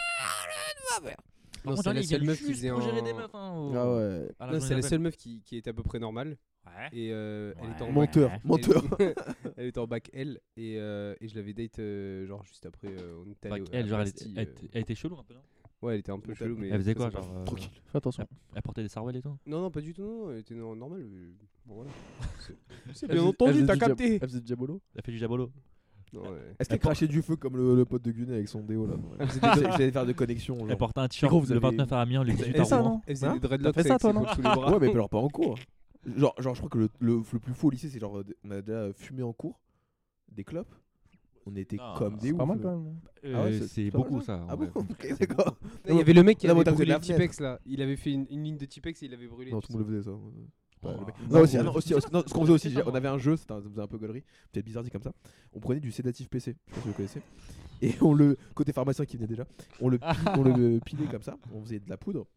S5: Non, c'est la seule meuf qui faisait un.
S7: gérer des meufs. hein, au-
S4: Ah ouais.
S7: à la
S5: Non, c'est la
S7: journée
S5: seule meuf qui, qui était à peu près normale.
S7: d'appel. Ouais.
S5: Et euh, elle était en
S7: Ouais.
S5: bac.
S4: Menteur, menteur.
S5: Elle, elle était en bac L. Et, euh, et je l'avais date, euh, genre, juste après. euh, on était allé
S7: Bac
S5: au- à
S7: L, genre, elle
S5: Bastille,
S7: était- elle
S5: euh.
S7: était- elle était chelou un peu, non
S5: Ouais, elle était un peu chelou, mais.
S7: Elle faisait quoi,
S5: ça, c'est
S7: genre
S5: pas-
S7: euh,
S4: Tranquille.
S6: Fais attention.
S7: Elle portait des sarouels et tout
S5: Non, non, pas du tout, non, elle était no- normale. euh, Bon, voilà. C'est
S6: Elle
S5: bien
S6: faisait- elle
S5: entendu,
S6: faisait
S5: t'as
S6: du diab-
S5: capté.
S6: Elle faisait du diabolo.
S7: Elle fait du jabolo.
S5: Non, ouais.
S4: Est-ce qu'elle crachait du feu comme le, le pote de Guinée avec son déo là J'allais faire des connexions. Genre.
S7: Elle portait un
S6: Mais gros,
S7: t-shirt
S6: vous
S7: le
S6: avez-
S7: 29 à Amiens, le 18
S6: Et
S7: à
S6: ça,
S7: Rouen.
S6: non
S5: Elle faisait
S4: Hein
S5: des dreadlocks
S6: T'as fait ça,
S5: avec ses
S6: toi, non
S5: coups sous les bras.
S4: Ouais, mais genre pas en cours. Genre, genre je crois que le, le, le plus fou au lycée, c'est genre euh, on a déjà fumé en cours des clopes. On était
S7: Non,
S4: comme des
S6: C'est
S4: ouf.
S6: Pas mal, quand même.
S7: Euh,
S4: Ah ouais, c'est-
S7: c'est
S4: pas mal,
S7: beaucoup
S4: ça.
S7: ça. en
S4: Ah bon
S7: vrai.
S4: Ok, d'accord.
S5: Il y avait le mec qui
S4: Non,
S5: avait
S4: mais t'as fait
S5: brûlé
S4: la
S5: le
S4: fenêtre.
S5: Tipex là. Il avait fait une, une ligne de Tipex et il l'avait brûlé.
S4: Non,
S5: tu
S4: tout le monde le faisait ça. Ouais, le mec-
S7: Bah,
S4: Non, aussi,
S7: bah,
S4: ah non, aussi, aussi- non, ce qu'on faisait aussi, j'ai- on avait un jeu, c'était un- ça faisait un peu gaulerie, peut-être bizarre dit comme ça. On prenait du sédatif PC, je sais pas si vous connaissez. Et on le, côté pharmacien qui venait déjà, on le, pi- on le pilait comme ça, on faisait de la poudre.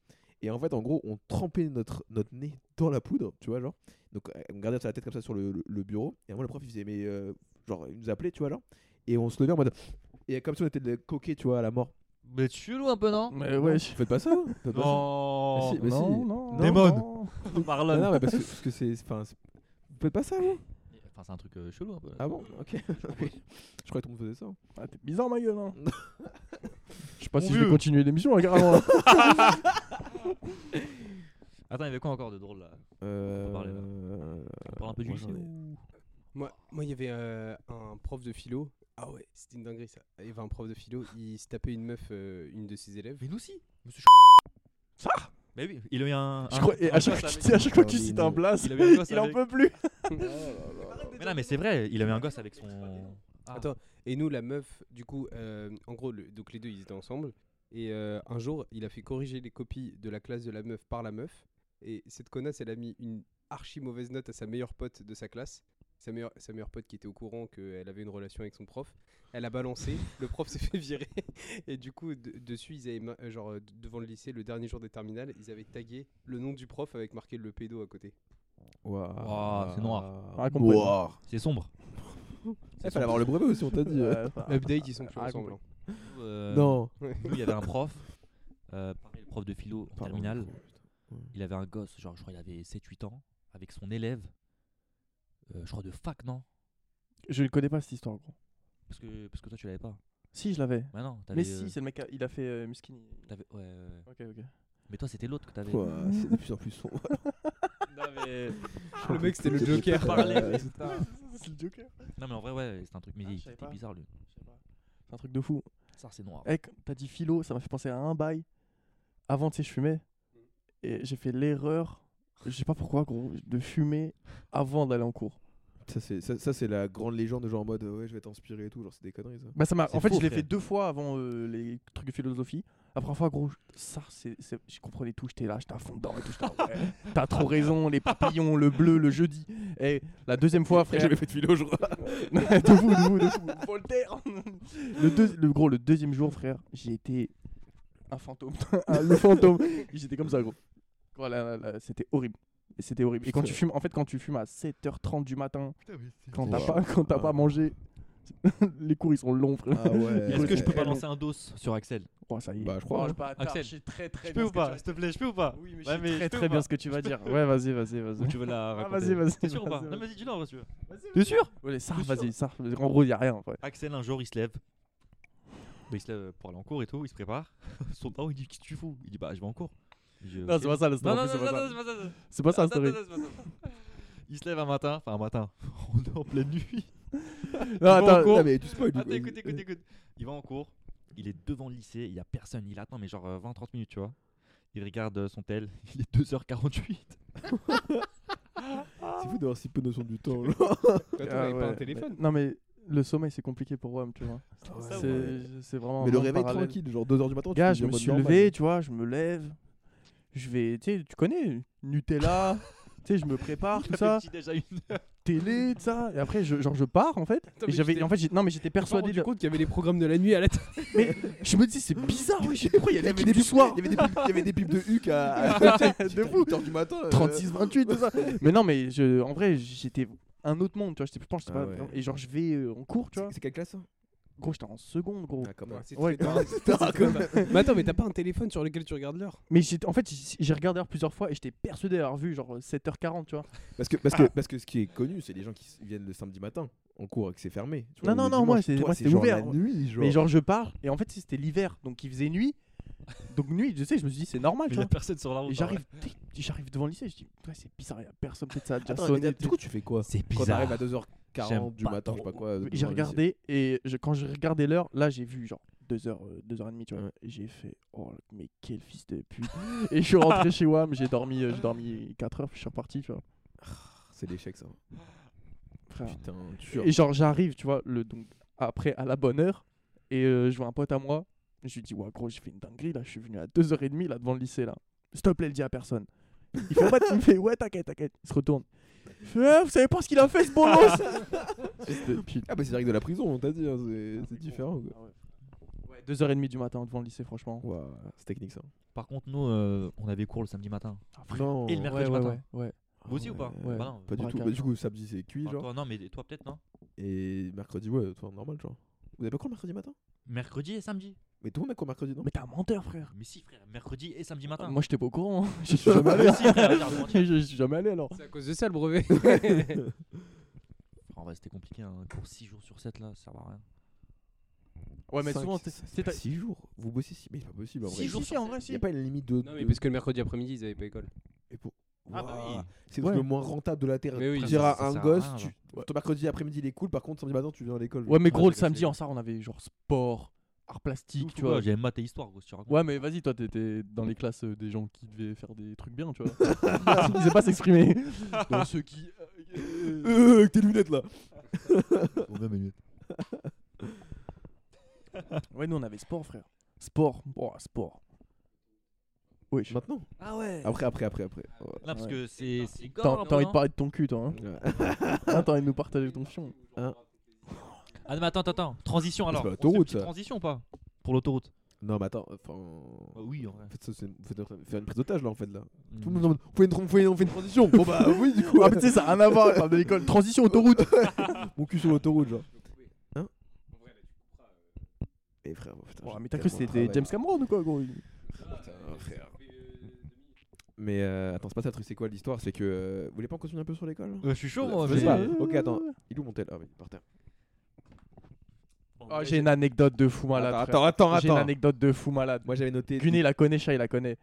S4: Et en fait, en gros, on trempait notre, notre nez dans la poudre, tu vois, genre. Donc, euh, on gardait la tête comme ça sur le, le- le bureau. Et moi, le prof, il faisait, mais euh, genre, il nous appelait, tu vois, genre. Et on se levait en mode. Et comme si on était des coquets, tu vois, à la mort.
S7: Mais tu chelou un peu, non
S6: Mais ouais. je-
S4: Faites pas ça, hein, faites pas ça.
S7: Non
S4: Ah si, bah
S6: Non, non.
S7: Démon.
S6: non. Oh.
S4: Ah
S7: Marlon.
S4: non, mais parce que parce que c'est. Enfin, c'est- faites pas ça, vous.
S7: Enfin, c'est un truc euh, chelou un peu.
S4: Ah bon Ok. Oui. je croyais que tout le monde faisait ça. hein.
S6: Ah, t'es bizarre, ma gueule. hein. Je sais pas
S7: Mon
S6: si je vais
S7: vieux.
S6: continuer l'émission, là, carrément.
S7: Attends, il y avait quoi encore de drôle là
S4: Euh...
S7: parler, là. On parle un peu du
S4: moi,
S7: lycée
S4: j'en ai-
S7: ou-
S5: vois. Moi, moi, il y avait euh, un prof de philo. Ah ouais, c'était une dinguerie ça. Il y avait un prof de philo, il se tapait une meuf, euh, une de ses élèves.
S7: Mais nous aussi Monsieur Ça Mais oui, il a eu un.
S6: Je
S7: un-
S6: crois- et
S7: un
S6: à chaque,
S7: gosse
S6: tu
S7: avec-
S6: sais, à chaque fois que tu cites un blast,
S7: Il
S6: il,
S7: avait un gosse
S6: en
S7: avec-
S6: peut plus.
S7: Mais non, mais c'est vrai, il avait un gosse avec son. Ah.
S5: Attends, et nous, la meuf, du coup, euh, en gros, le- donc les deux, ils étaient ensemble. Et euh, un jour, il a fait corriger les copies de la classe de la meuf par la meuf. Et cette connasse, elle a mis une archi mauvaise note à sa meilleure pote de sa classe. Sa meilleure, sa meilleure pote qui était au courant qu'elle avait une relation avec son prof. Elle a balancé, le prof s'est fait virer. Et du coup, de- dessus, ils avaient, ma- euh, genre, euh, de- devant le lycée, le dernier jour des terminales, ils avaient tagué le nom du prof avec marqué le pédo à côté.
S7: Ouah, c'est noir.
S6: Ah, complètement.
S4: Noir.
S7: C'est sombre.
S4: Il fallait avoir le brevet aussi, on t'a dit.
S6: Euh, enfin,
S5: Update, ils sont plus
S6: ah,
S5: ensemble.
S6: compl-
S5: hein.
S7: Euh,
S4: non.
S7: Nous, il y avait un prof, euh, pareil, le prof de philo en
S4: Pardon.
S7: terminale.
S6: Oh,
S7: Il avait un gosse, genre, je crois, il avait 7-8 ans, avec son élève, euh, je crois, de fac, non
S6: Je ne connais pas cette histoire, gros.
S7: parce que, parce que toi, tu l'avais pas.
S6: Si, je l'avais.
S7: Bah non, t'avais.
S6: Mais
S7: euh,
S6: si, c'est le mec, qui a- il a fait euh, Muskini.
S7: t'avais- ouais, ouais, ouais.
S6: Ok, ok.
S7: Mais toi, c'était l'autre que t'avais.
S4: Ouah, C'est de plus en plus sombre.
S7: Non, mais...
S6: ah,
S5: Le mec, c'était le
S4: C'était
S5: Joker.
S4: pas-
S5: Parlez.
S6: c'est le Joker.
S7: non, mais en vrai, ouais, c'est un truc. Mais
S6: Ah,
S7: il
S6: je savais
S7: était
S6: pas.
S7: bizarre, lui.
S6: C'est un truc de fou.
S7: Ça, c'est noir.
S6: Hey, quand t'as dit philo, ça m'a fait penser à un bail. Avant, tu sais, je fumais. Et j'ai fait l'erreur, je sais pas pourquoi, gros, de fumer avant d'aller en cours.
S4: Ça, c'est ça, ça, c'est la grande légende, genre en mode euh, ouais, je vais t'inspirer et tout. Genre, c'est des conneries ça.
S6: Bah, ça m'a.
S7: C'est
S6: En fait,
S7: faux,
S6: je l'ai
S7: frère.
S6: fait deux fois avant euh, les trucs de philosophie. La première fois, gros, je- ça, c'est, c'est- je comprenais tout, j'étais là, j'étais à fond dedans et tout. j'étais là, ouais, T'as trop raison, les papillons, le bleu, le jeudi. Et la deuxième fois, frère.
S4: J'avais fait de philo, je crois.
S6: de vous, de vous, de vous. Voltaire. Le, deux- le gros, le deuxième jour, frère, j'ai été un fantôme. Un- le fantôme. J'étais comme ça, gros. Voilà, là, là, c'était horrible. Et C'était horrible. Et quand tu fumes, en fait, quand tu fumes à 7h30 du matin, quand t'as
S4: Wow.
S6: pas, quand t'as pas
S4: Ah.
S6: mangé, les cours ils sont longs, frère.
S4: Ah ouais.
S7: Est-ce que je peux
S6: pas
S7: balancer un dos sur Axel
S6: Oh, ça y est.
S4: Bah, je crois.
S6: Oh,
S4: hein.
S6: pas
S7: Axel,
S6: tard, je sais très très
S7: Je peux
S6: bien
S7: ou
S6: ce que
S7: pas
S6: tu
S7: S'il te plaît, je peux ou pas
S6: vas- Oui, mais je
S7: Ouais,
S6: sais
S7: mais
S6: très
S7: je peux
S6: très bien
S7: ou pas
S6: ce que tu vas dire. Ouais, vas-y, vas-y,
S7: Ou
S6: vas-y.
S7: tu veux la
S6: Ah,
S7: raconter
S6: vas-y, vas-y.
S7: T'es sûr ou
S6: vas-y,
S7: pas Non,
S6: vas-y.
S7: vas-y, dis-le en vrai, si tu veux.
S6: Vas-y,
S7: T'es sûr
S6: Ouais, ça,
S7: T'es
S6: vas-y, ça. En gros, y a rien. Ouais.
S7: Axel, un jour, il se lève. Bah, il se lève pour aller en cours et tout, il se prépare. Son parent, il dit Qu'est-ce que tu fous Il dit Bah, je vais en cours. Il dit,
S6: Non,
S7: Ok.
S6: c'est pas ça la story.
S7: non, non,
S6: en plus,
S7: non,
S6: c'est Ah,
S7: non,
S6: pas ça.
S7: non, c'est pas ça.
S6: C'est pas ça la
S7: Attends,
S6: story.
S7: attends, attends, attends. Il se lève un matin, enfin un matin, on est en pleine nuit.
S6: Non,
S7: Il va en
S6: attends,
S7: cours.
S4: Ah, mais tu spoil du
S7: Attends,
S4: coup.
S7: écoute, écoute, écoute. Il va en cours, il est devant le lycée, il y a personne, il attend, mais genre euh, 20-30 minutes, tu vois. Il regarde euh, son tel, il est 2h48.
S4: C'est fou d'avoir si peu de notion du temps. genre.
S5: Quand on
S6: Ah
S5: avait pas un
S6: ouais.
S5: téléphone.
S6: Non mais le sommeil c'est compliqué pour WAM, tu vois.
S4: Ah
S6: c'est
S4: ouais.
S6: c'est vraiment. un
S4: Mais le
S6: monde
S4: réveil
S6: parallèle.
S4: tranquille, genre 2h du matin. tu
S6: Gars,
S4: te
S6: je
S4: dis en
S6: me
S4: mode
S6: suis
S4: normal.
S6: levé, tu vois, je me lève, je vais, tu sais, tu connais, Nutella, tu sais, je me prépare, tout ça,
S7: déjà une heure.
S6: télé, tout ça, et après, je, genre, je pars en fait.
S5: Attends, mais
S6: et
S5: tu
S6: j'avais,
S5: t'es-
S6: en fait, j'ai- non mais j'étais persuadé.
S5: rendu
S6: de-
S5: compte qu'il y avait les programmes de la nuit à la tête.
S6: Je me dis, c'est bizarre, oui, je sais pas, pourquoi il y a
S4: Il y
S6: des
S4: avait
S6: mecs
S4: des
S6: du
S4: pipes-
S6: soir.
S4: il y avait des pipes- il y avait des pipes de Huck à 8h du matin. euh,
S6: 36, 28, tout ça. Mais non, mais je, en vrai, j'étais un autre monde, tu vois, j'étais plus pense, j'étais
S4: Ah
S6: pas.
S4: ouais.
S6: Et genre, je vais euh, en cours, tu vois.
S4: C'est quelle classe ça
S6: Gros, j'étais en seconde, gros.
S4: Ah, quand même.
S5: C'est
S6: Ouais,
S5: très tard. Mais attends, mais t'as pas un téléphone sur lequel tu regardes l'heure
S6: Mais j'ai- en fait, j'ai- j'ai regardé alors plusieurs fois et j'étais persuadé d'avoir vu genre 7h40, tu vois.
S4: Parce que,
S6: Ah.
S4: parce, que, parce que ce qui est connu, c'est les gens qui s- viennent le samedi matin en cours et que c'est fermé. tu vois,
S6: Non,
S4: ou
S6: non,
S4: le
S6: non, moi,
S4: dimanche.
S6: c'est-
S4: Toi,
S6: moi,
S4: c'est
S6: c'était
S4: genre
S6: ouvert,
S4: la
S6: moi.
S4: nuit, genre.
S6: Mais genre, je pars et en fait, c'était l'hiver, donc il faisait nuit. Donc nuit, je sais, je me suis dit, c'est normal,
S7: Il
S6: tu
S7: y a
S6: vois.
S7: personne sur la route. hein.
S6: Et
S7: en
S6: j'arrive, dès- j'arrive devant le lycée, je dis, ouais, c'est bizarre, il y a personne, peut-être ça a déjà
S4: Attends, mais
S6: sonné.
S4: du coup, tu fais quoi
S7: vrai. C'est
S4: Quand
S7: bizarre.
S4: t'arrives à 2h40 du
S7: pas
S4: matin, je sais pas quoi.
S6: Mais
S4: devant
S6: J'ai
S4: Euh, le
S6: regardé et je- quand j'ai regardé l'heure, là, j'ai vu genre 2h, 2h30, tu vois. Et J'ai fait, oh, mais quel fils de pute. et je suis rentré chez WAM, j'ai dormi, euh, j'ai dormi 4h, je suis reparti, tu vois.
S4: lycée. C'est l'échec, ça.
S6: Frère.
S4: Putain, tu
S6: Ah. Et genre j'arrive, tu vois, le donc après à la bonne heure et euh, je vois un pote à moi, je lui dis "Ouais gros, j'ai fait une dinguerie là, je suis venu à 2h30 là devant le lycée là. S'il te plaît, le dis à personne." Il fait ouais, il me fait "Ouais, t'inquiète, t'inquiète." Il se retourne. Il fait, "Ah, vous savez pas ce qu'il a fait ce bolos Fils de pute.
S4: Ah, bah, c'est direct de la prison, on t'a dit. hein, c'est- C'est différent. quoi.
S6: Ah Ouais, 2h30 du matin devant le lycée franchement.
S4: Ouah, c'est technique, ça.
S7: Par contre, nous, euh, on avait cours le samedi matin.
S4: Non.
S7: Et le mercredi
S6: ouais, ouais,
S7: matin.
S6: ouais, ouais.
S7: Vous aussi ou pas
S4: Ouais,
S7: Bah non.
S4: Pas du tout.
S6: braquage,
S4: Bah, du
S6: hein.
S4: coup, samedi, c'est cuit,
S7: Enfin,
S4: genre.
S7: toi, non, mais toi peut-être, non
S4: Et mercredi, ouais, toi, normal, genre. Vous avez pas cours le mercredi matin
S7: Mercredi et samedi.
S4: Mais tout le monde a cours mercredi, non
S6: Mais t'es un menteur, frère.
S7: Mais si, frère, mercredi et samedi
S4: Ah.
S7: matin.
S6: Moi j'étais pas au courant. hein. Je suis jamais allé.
S7: Mais si, frère, arrête de
S6: Je
S7: mentir.
S6: je suis jamais allé alors.
S5: C'est à cause de ça le brevet.
S7: En vrai, c'était compliqué, un cours 6 jours sur 7 là, ça sert à rien.
S6: Ouais, mais
S4: Cinq,
S6: souvent
S4: c'est-
S6: t'es-
S4: c'est
S6: t'es-
S4: pas six jours. Vous bossez six, mais c'est pas possible en
S7: Six
S4: vrai.
S7: jours
S6: si, en vrai,
S4: Il y
S6: euh, si.
S4: a pas une limite de.
S5: Non, mais
S4: de-
S5: parce que le mercredi après-midi, ils avaient pas école.
S4: et pour-
S7: Ah bah
S4: Ouah,
S7: oui.
S4: C'est le truc
S6: Ouais.
S4: le moins rentable de la terre.
S5: Mais oui,
S4: tu
S5: ça-
S4: diras
S7: ça
S4: à un
S7: sert à
S4: gosse,
S7: rien,
S4: tu-
S7: genre.
S4: ton mercredi après-midi il est cool, par contre samedi matin tu viens à l'école.
S6: Ouais, mais
S7: Ouais,
S6: gros, le
S7: j'ai cassé.
S6: samedi en SAR, on avait genre sport, art plastique, tu vois.
S7: J'avais maths et histoire, gros, si tu racontes.
S6: Ouais, mais vas-y, toi, t'étais dans les classes euh, des gens qui devaient faire des trucs bien, tu vois. Ils savaient pas s'exprimer. dans ceux qui. euh, euh,
S4: Euh, avec tes lunettes là
S6: Ouais, nous, on avait sport, frère. Sport, bon, sport. Oui, je-
S4: Maintenant
S7: Ah ouais
S4: Après, après, après, après.
S7: Là, parce
S6: Ouais.
S7: que c'est. c'est
S6: T'as
S7: gore,
S6: t'as envie de
S7: non
S6: parler de ton cul, toi. Hein.
S4: Ouais.
S6: Hein, T'as envie de nous partager ton fion.
S7: Ah non, mais attends, attends, attends. Transition alors.
S4: pas
S7: On se fait
S4: l'autoroute,
S7: une petite
S4: ça.
S7: Transition ou pas euh. Pour l'autoroute
S4: Non, mais attends, enfin. En
S7: Bah Oui, hein. en vrai.
S4: fait, ça, c'est vous êtes en train de faire une prise d'otage là en fait là. Tout le monde est en mode, on fait une, on fait une- on fait une transition. bon bah oui du coup.
S6: Mm. Ah, mais tu sais, ça a rien à voir, on parle de l'école. Transition autoroute.
S4: Mon cul sur l'autoroute genre. Hein Eh frère, oh, putain.
S6: Ouais,
S4: j'ai
S6: mais t'as cru que
S4: tellement
S6: c'était
S4: travaillé.
S6: James Cameron ou quoi, gros
S4: Putain, frère. Mais euh, attends, c'est pas ça le truc, c'est quoi l'histoire C'est que. euh, vous voulez pas en continuer un peu sur l'école
S7: Euh, Mm. je suis chaud,
S4: Ouais,
S7: moi.
S4: vas-y.
S7: mais-
S4: Ok, attends. Il est où mon tel Ah oui, par terre.
S7: Bon,
S6: Oh, j'ai une anecdote de fou malade. frère.
S4: Attends, attends,
S6: J'ai une
S4: attends.
S6: anecdote de fou malade.
S4: Moi j'avais noté.
S6: Guné la connaît, Chat il la connaît.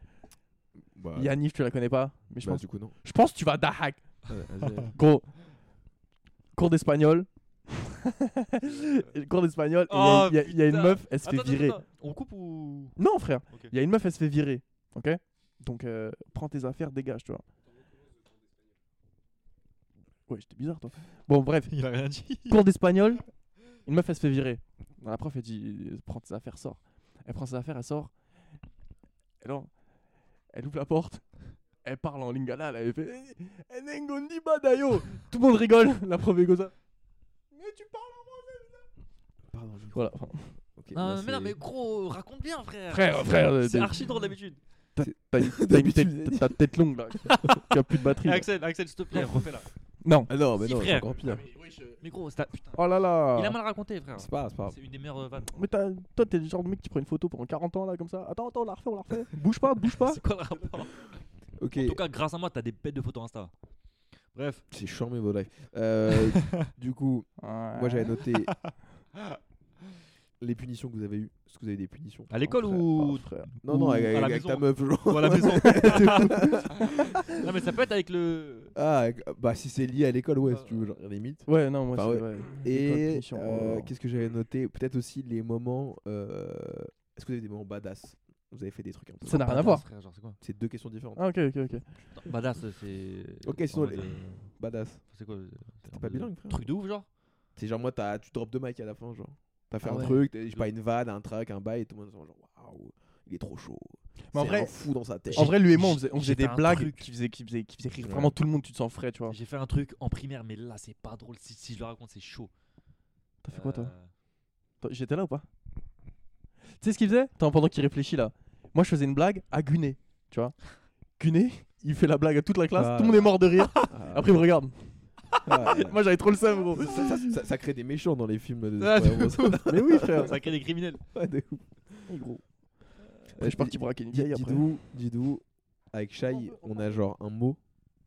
S4: Bah,
S6: Yanniv, tu la connais pas Mais je
S4: bah,
S6: pense,
S4: du coup, non.
S6: je pense que tu vas dahak.
S4: Ouais, vas-y.
S6: Gros. Cours d'espagnol. Cours d'espagnol. et
S7: Oh,
S6: Il y, a- il y a une
S7: putain.
S6: meuf, elle se
S7: Attends,
S6: fait
S7: attends,
S6: virer.
S7: attends. On coupe ou.
S6: Non, frère.
S7: Ok.
S6: Il y a une meuf, elle se fait virer. Ok Donc, euh, prends tes affaires, dégage, tu vois. Ouais, j'étais bizarre, toi. Bon, bref.
S7: Il a rien dit.
S6: Cours d'espagnol. Une meuf, elle se fait virer. La prof, elle dit Prends tes affaires, sors. Elle prend ses affaires, elle sort. Et là, elle ouvre la porte. Elle parle en lingala. Elle fait Eh, Nengondi Badayo. Tout le monde rigole. La prof est comme ça. Mais tu parles en français, putain.
S4: Pardon, je-
S6: Voilà.
S4: ok,
S7: Ah,
S4: moi,
S7: mais non,
S4: c'est-
S7: mais gros, raconte bien, frère.
S6: Frère, frère, euh,
S7: C'est
S6: t'es-
S7: archi drôle d'habitude.
S6: t'as une- t'as une tête- t'as une tête longue là. tu as plus de batterie.
S7: Eh,
S6: là.
S7: Axel, Axel, s'il te plaît, refais-la.
S6: Non.
S4: Ah non, mais
S7: Si,
S4: non, c'est
S7: frère.
S4: encore pire.
S7: Mais gros, c'est- putain.
S6: Oh là là.
S7: Il a mal raconté, frère.
S4: Ah. C'est pas grave, c'est pas grave.
S7: C'est une des meilleures euh, vannes.
S6: Mais t'as- toi, t'es le genre de mec qui prend une photo pendant 40 ans là, comme ça. Attends, attends, on la refait, on la refait. bouge pas, bouge pas.
S7: C'est quoi le rapport
S4: Ok,
S7: En tout cas, grâce à moi, t'as des bêtes de photos Insta. Bref,
S4: c'est chiant, mais vos lives. Euh, du coup, moi j'avais noté les punitions que vous avez eues. Est-ce que vous avez des punitions
S7: à l'école
S6: Frère,
S7: ou...
S6: oh, frère.
S4: Non, non,
S7: Ah, Ou
S4: avec,
S7: à la
S4: avec
S7: maison.
S4: ta meuf, genre.
S7: ou à la maison
S4: C'est
S7: Non, mais ça peut être avec le.
S4: ah, avec- bah si c'est lié à l'école, ouais, si tu veux, genre,
S7: Ah.
S4: limite.
S6: Ouais, non, moi
S4: Enfin,
S6: c'est.
S4: ouais.
S6: ouais, l'école,
S4: Et
S6: punition,
S4: euh,
S6: oh là là.
S4: qu'est-ce que j'avais noté Peut-être aussi les moments. euh, Est-ce que vous avez des moments badass Vous avez fait des trucs un peu.
S6: Ça n'a rien à
S7: Badass,
S6: voir.
S7: frère, genre, c'est quoi
S4: C'est deux questions différentes.
S6: Ah, ok, ok, ok.
S7: Putain, Badass, c'est.
S4: Ok,
S7: en
S4: sinon,
S7: mode,
S4: les-
S7: euh,
S4: Badass.
S7: C'est quoi euh,
S4: T'es
S7: en
S4: pas
S7: mode,
S4: bilingue,
S7: euh,
S4: frère
S7: Truc de ouf, genre
S4: C'est genre, moi, t'as- tu drop de mic à la fin, genre. T'as fait
S7: Ah
S4: un
S7: ouais.
S4: truc, t'as- je sais pas, une vanne, un track, un bail, et tout le monde est genre, waouh, il est trop chaud.
S6: Mais en
S4: C'est
S6: vrai-
S4: un fou dans sa tête.
S6: En vrai, lui et moi, on faisait, on
S7: j'ai
S6: faisait
S7: fait
S6: des
S7: un
S6: blagues
S7: truc.
S6: qui faisaient, qui, faisaient, qui faisaient rire
S4: Ouais.
S6: vraiment tout le monde, tu te sens frais, tu vois.
S7: J'ai fait un truc en primaire, mais là, c'est pas drôle. Si, si je le raconte, c'est chaud.
S6: T'as fait quoi, toi
S7: Euh,
S6: Toi, J'étais là ou pas Tu sais ce qu'il faisait Attends, pendant qu'il réfléchit là. Moi, je faisais une blague à Guné, tu vois. Guné, il fait la blague à toute la classe,
S4: Ah.
S6: tout le monde est mort de rire.
S4: Ah,
S6: Après, il me regarde.
S4: ah, ouais.
S6: Moi, j'avais trop le seum, gros.
S4: ça, ça- ça- ça crée des méchants dans les films de
S7: Ah, de
S4: super-héros, ça.
S6: Mais oui, frère.
S7: Ça crée des criminels.
S4: Ouais, de ouf.
S6: gros.
S4: Euh,
S6: je suis parti braquer une
S4: Di-
S6: vieille après.
S4: Didou, Didou, avec Shai, on a genre un mot.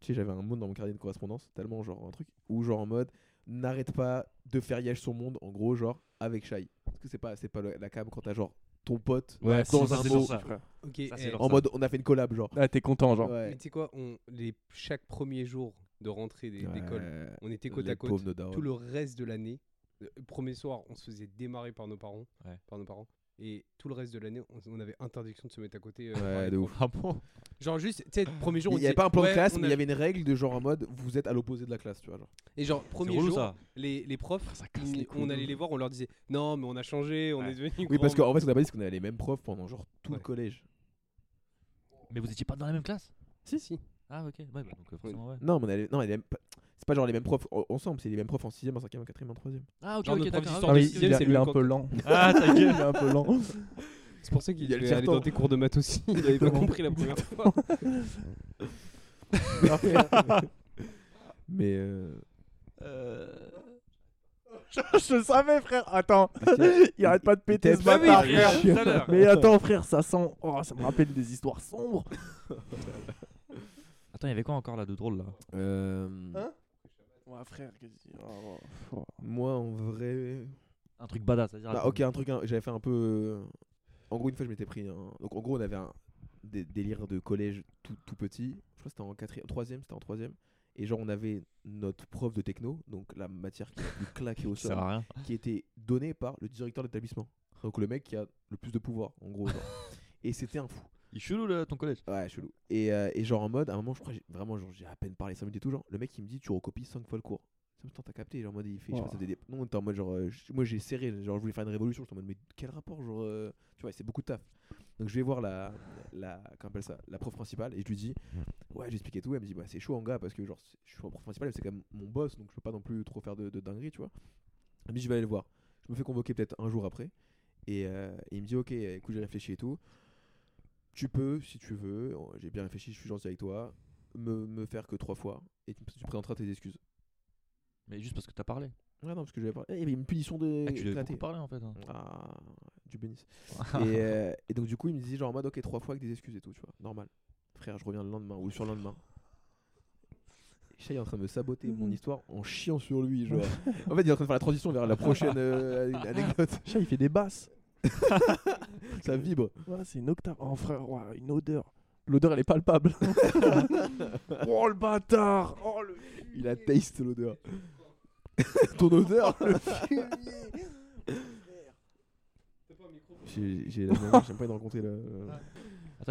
S4: Tu sais, j'avais un mot dans mon carnet de correspondance, tellement genre un truc, ou genre en mode, n'arrête pas de faire yage son monde, en gros, genre, avec Shai. Parce que c'est pas, c'est pas le- la cam quand t'as genre ton pote
S7: Ouais,
S4: dans
S7: ça,
S4: un
S7: c'est
S4: mot,
S7: pour ça.
S6: frère.
S5: Ok,
S7: Ça, c'est
S5: eh,
S7: leur-
S4: en mode, on a fait une collab, genre.
S6: Ah, t'es content, genre.
S4: Ouais.
S5: mais tu sais quoi, on, les, chaque premier jour de rentrée des- d'école,
S4: Ouais.
S5: on était côte
S4: Les
S5: à côte.
S4: pauvres nos darons.
S5: Tout le reste de l'année, le premier soir, on se faisait démarrer par nos parents.
S7: Ouais.
S5: Par nos parents. Et tout le reste de l'année, on, on avait interdiction de se mettre à côté. euh, par
S4: Ouais,
S5: les
S4: de
S5: profs.
S4: ouf.
S5: Genre juste, tu sais, premier jour,
S4: Il
S5: on
S4: n'y
S5: disait,
S4: avait pas un plan
S5: ouais,
S4: de classe,
S5: on
S4: mais
S5: a-
S4: il y avait une règle de genre en mode, vous êtes à l'opposé de la classe, tu vois. Genre.
S5: Et genre,
S7: C'est
S5: premier
S7: relou,
S5: jour,
S7: ça.
S5: Les, les profs,
S6: Ça casse
S5: ils-
S6: les
S5: on
S6: couilles.
S5: allait les voir, on leur disait non, mais on a changé, on
S7: Ouais.
S5: est devenu.
S4: Oui, parce qu'en fait, on a pas dit qu'on avait les mêmes profs pendant genre tout le
S5: Ouais.
S4: collège.
S7: Mais vous étiez pas dans la même classe
S5: Si, si.
S7: Ah, ok. Ouais, bah, donc, euh, forcément, ouais.
S4: Non, mais on a les- non, on a les mêmes- c'est pas genre les mêmes profs en- ensemble, c'est les mêmes profs en 6ème, en 5ème, en 4ème, en 3ème.
S7: Ah, ok,
S5: Genre,
S7: ok,
S5: notre prof
S7: d'accord.
S5: d'histoire
S6: Ah,
S7: ok.
S6: mais
S5: le sixième,
S6: il, a-
S5: c'est
S6: il est
S5: le
S6: un
S5: même
S6: peu
S5: quand-
S6: lent.
S7: Ah, ta
S6: Il est
S7: gueule.
S6: un peu lent.
S5: C'est pour ça
S4: Il
S5: qu'il
S4: y a le
S5: est allé
S4: tiers-temps.
S5: dans tes cours de maths aussi. Il avait pas
S6: Exactement.
S5: compris la première fois.
S4: mais euh,
S7: Euh,
S6: Je le savais, frère. Attends, il arrête pas de péter
S4: t'es-
S6: ce
S4: Bah oui,
S5: Ah,
S4: frère.
S6: bâtard. frère.
S7: tout à l'heure.
S6: Mais attends, frère, ça sent. Oh, ça me rappelle des histoires sombres.
S7: Attends, il y avait quoi encore là de drôle là
S4: euh,
S6: Hein Ouais, frère, qu'est-ce que- oh, oh.
S4: moi en vrai,
S7: Un truc badass, c'est-à-dire.
S4: Bah, ok, un truc, hein, j'avais fait un peu. En gros, une fois, je m'étais pris. un- Donc, en gros, on avait un dé- délire de collège tout, tout petit. Je crois que c'était en quatrième, troisième, c'était en troisième. Et genre, on avait notre prof de techno, donc la matière qui a plus claqué au
S7: Ça
S4: sol,
S7: sert à rien.
S4: qui était donnée par le directeur d'établissement. Donc, le mec qui a le plus de pouvoir, en gros. genre. Et c'était un fou.
S7: Il est chelou là, ton collège.
S4: Ouais, chelou. Et, euh, et genre, en mode, à un moment, je crois, j'ai- vraiment, genre, j'ai à peine parlé 5 minutes et tout. Genre, le mec, il me dit, tu recopies 5 fois le cours. C'est putain, t'as capté. Genre, en mode, il fait, je sais pas,
S6: Oh.
S4: ça faisait des- Non, on était en mode, genre, euh, je- moi, j'ai serré. Genre, je voulais faire une révolution. J'étais en mode, mais quel rapport, genre, euh, tu vois, c'est beaucoup de taf. Donc, je vais voir la, la, comment on appelle ça, la prof principale et je lui dis, ouais, j'expliquais tout. Elle me dit, bah, c'est chaud, en gars, parce que, genre, c'est- je suis en prof principale, c'est quand même mon boss, donc je peux pas non plus trop faire de, de dinguerie, tu vois. Elle me dit, je vais aller le voir. Je me fais convoquer peut-être un jour après. Et euh, il me dit, ok, écoute, j'ai réfléchi et tout. Tu peux, si tu veux, oh, j'ai bien réfléchi, je suis gentil avec toi, me, me faire que trois fois et tu, tu présenteras tes excuses.
S7: Mais juste parce que t'as parlé.
S4: Ouais, non, parce que j'avais parlé. Eh, Il y avait une punition de.
S7: Eh, tu devais
S4: éclatée.
S7: beaucoup parler en fait. hein.
S4: Ah, du bénisse. et, euh, et donc, du coup, il me disait genre en mode, ok, trois fois avec des excuses et tout, tu vois, normal. Frère, je reviens le lendemain ou sur le lendemain. Chat est en train de me saboter mon histoire en chiant sur lui. Genre. en fait, il est en train de faire la transition vers la prochaine euh, anecdote.
S6: Chat, il fait des basses.
S4: Ça vibre.
S6: Ouais, c'est une octave. Oh, frère, ouais, une odeur. L'odeur, elle est palpable. oh, le bâtard Oh, le...
S4: Il a taste l'odeur. Ton odeur
S6: Oh,
S4: le J'ai j'ai la même- j'ai pas envie de rencontrer le. le-
S7: Attends,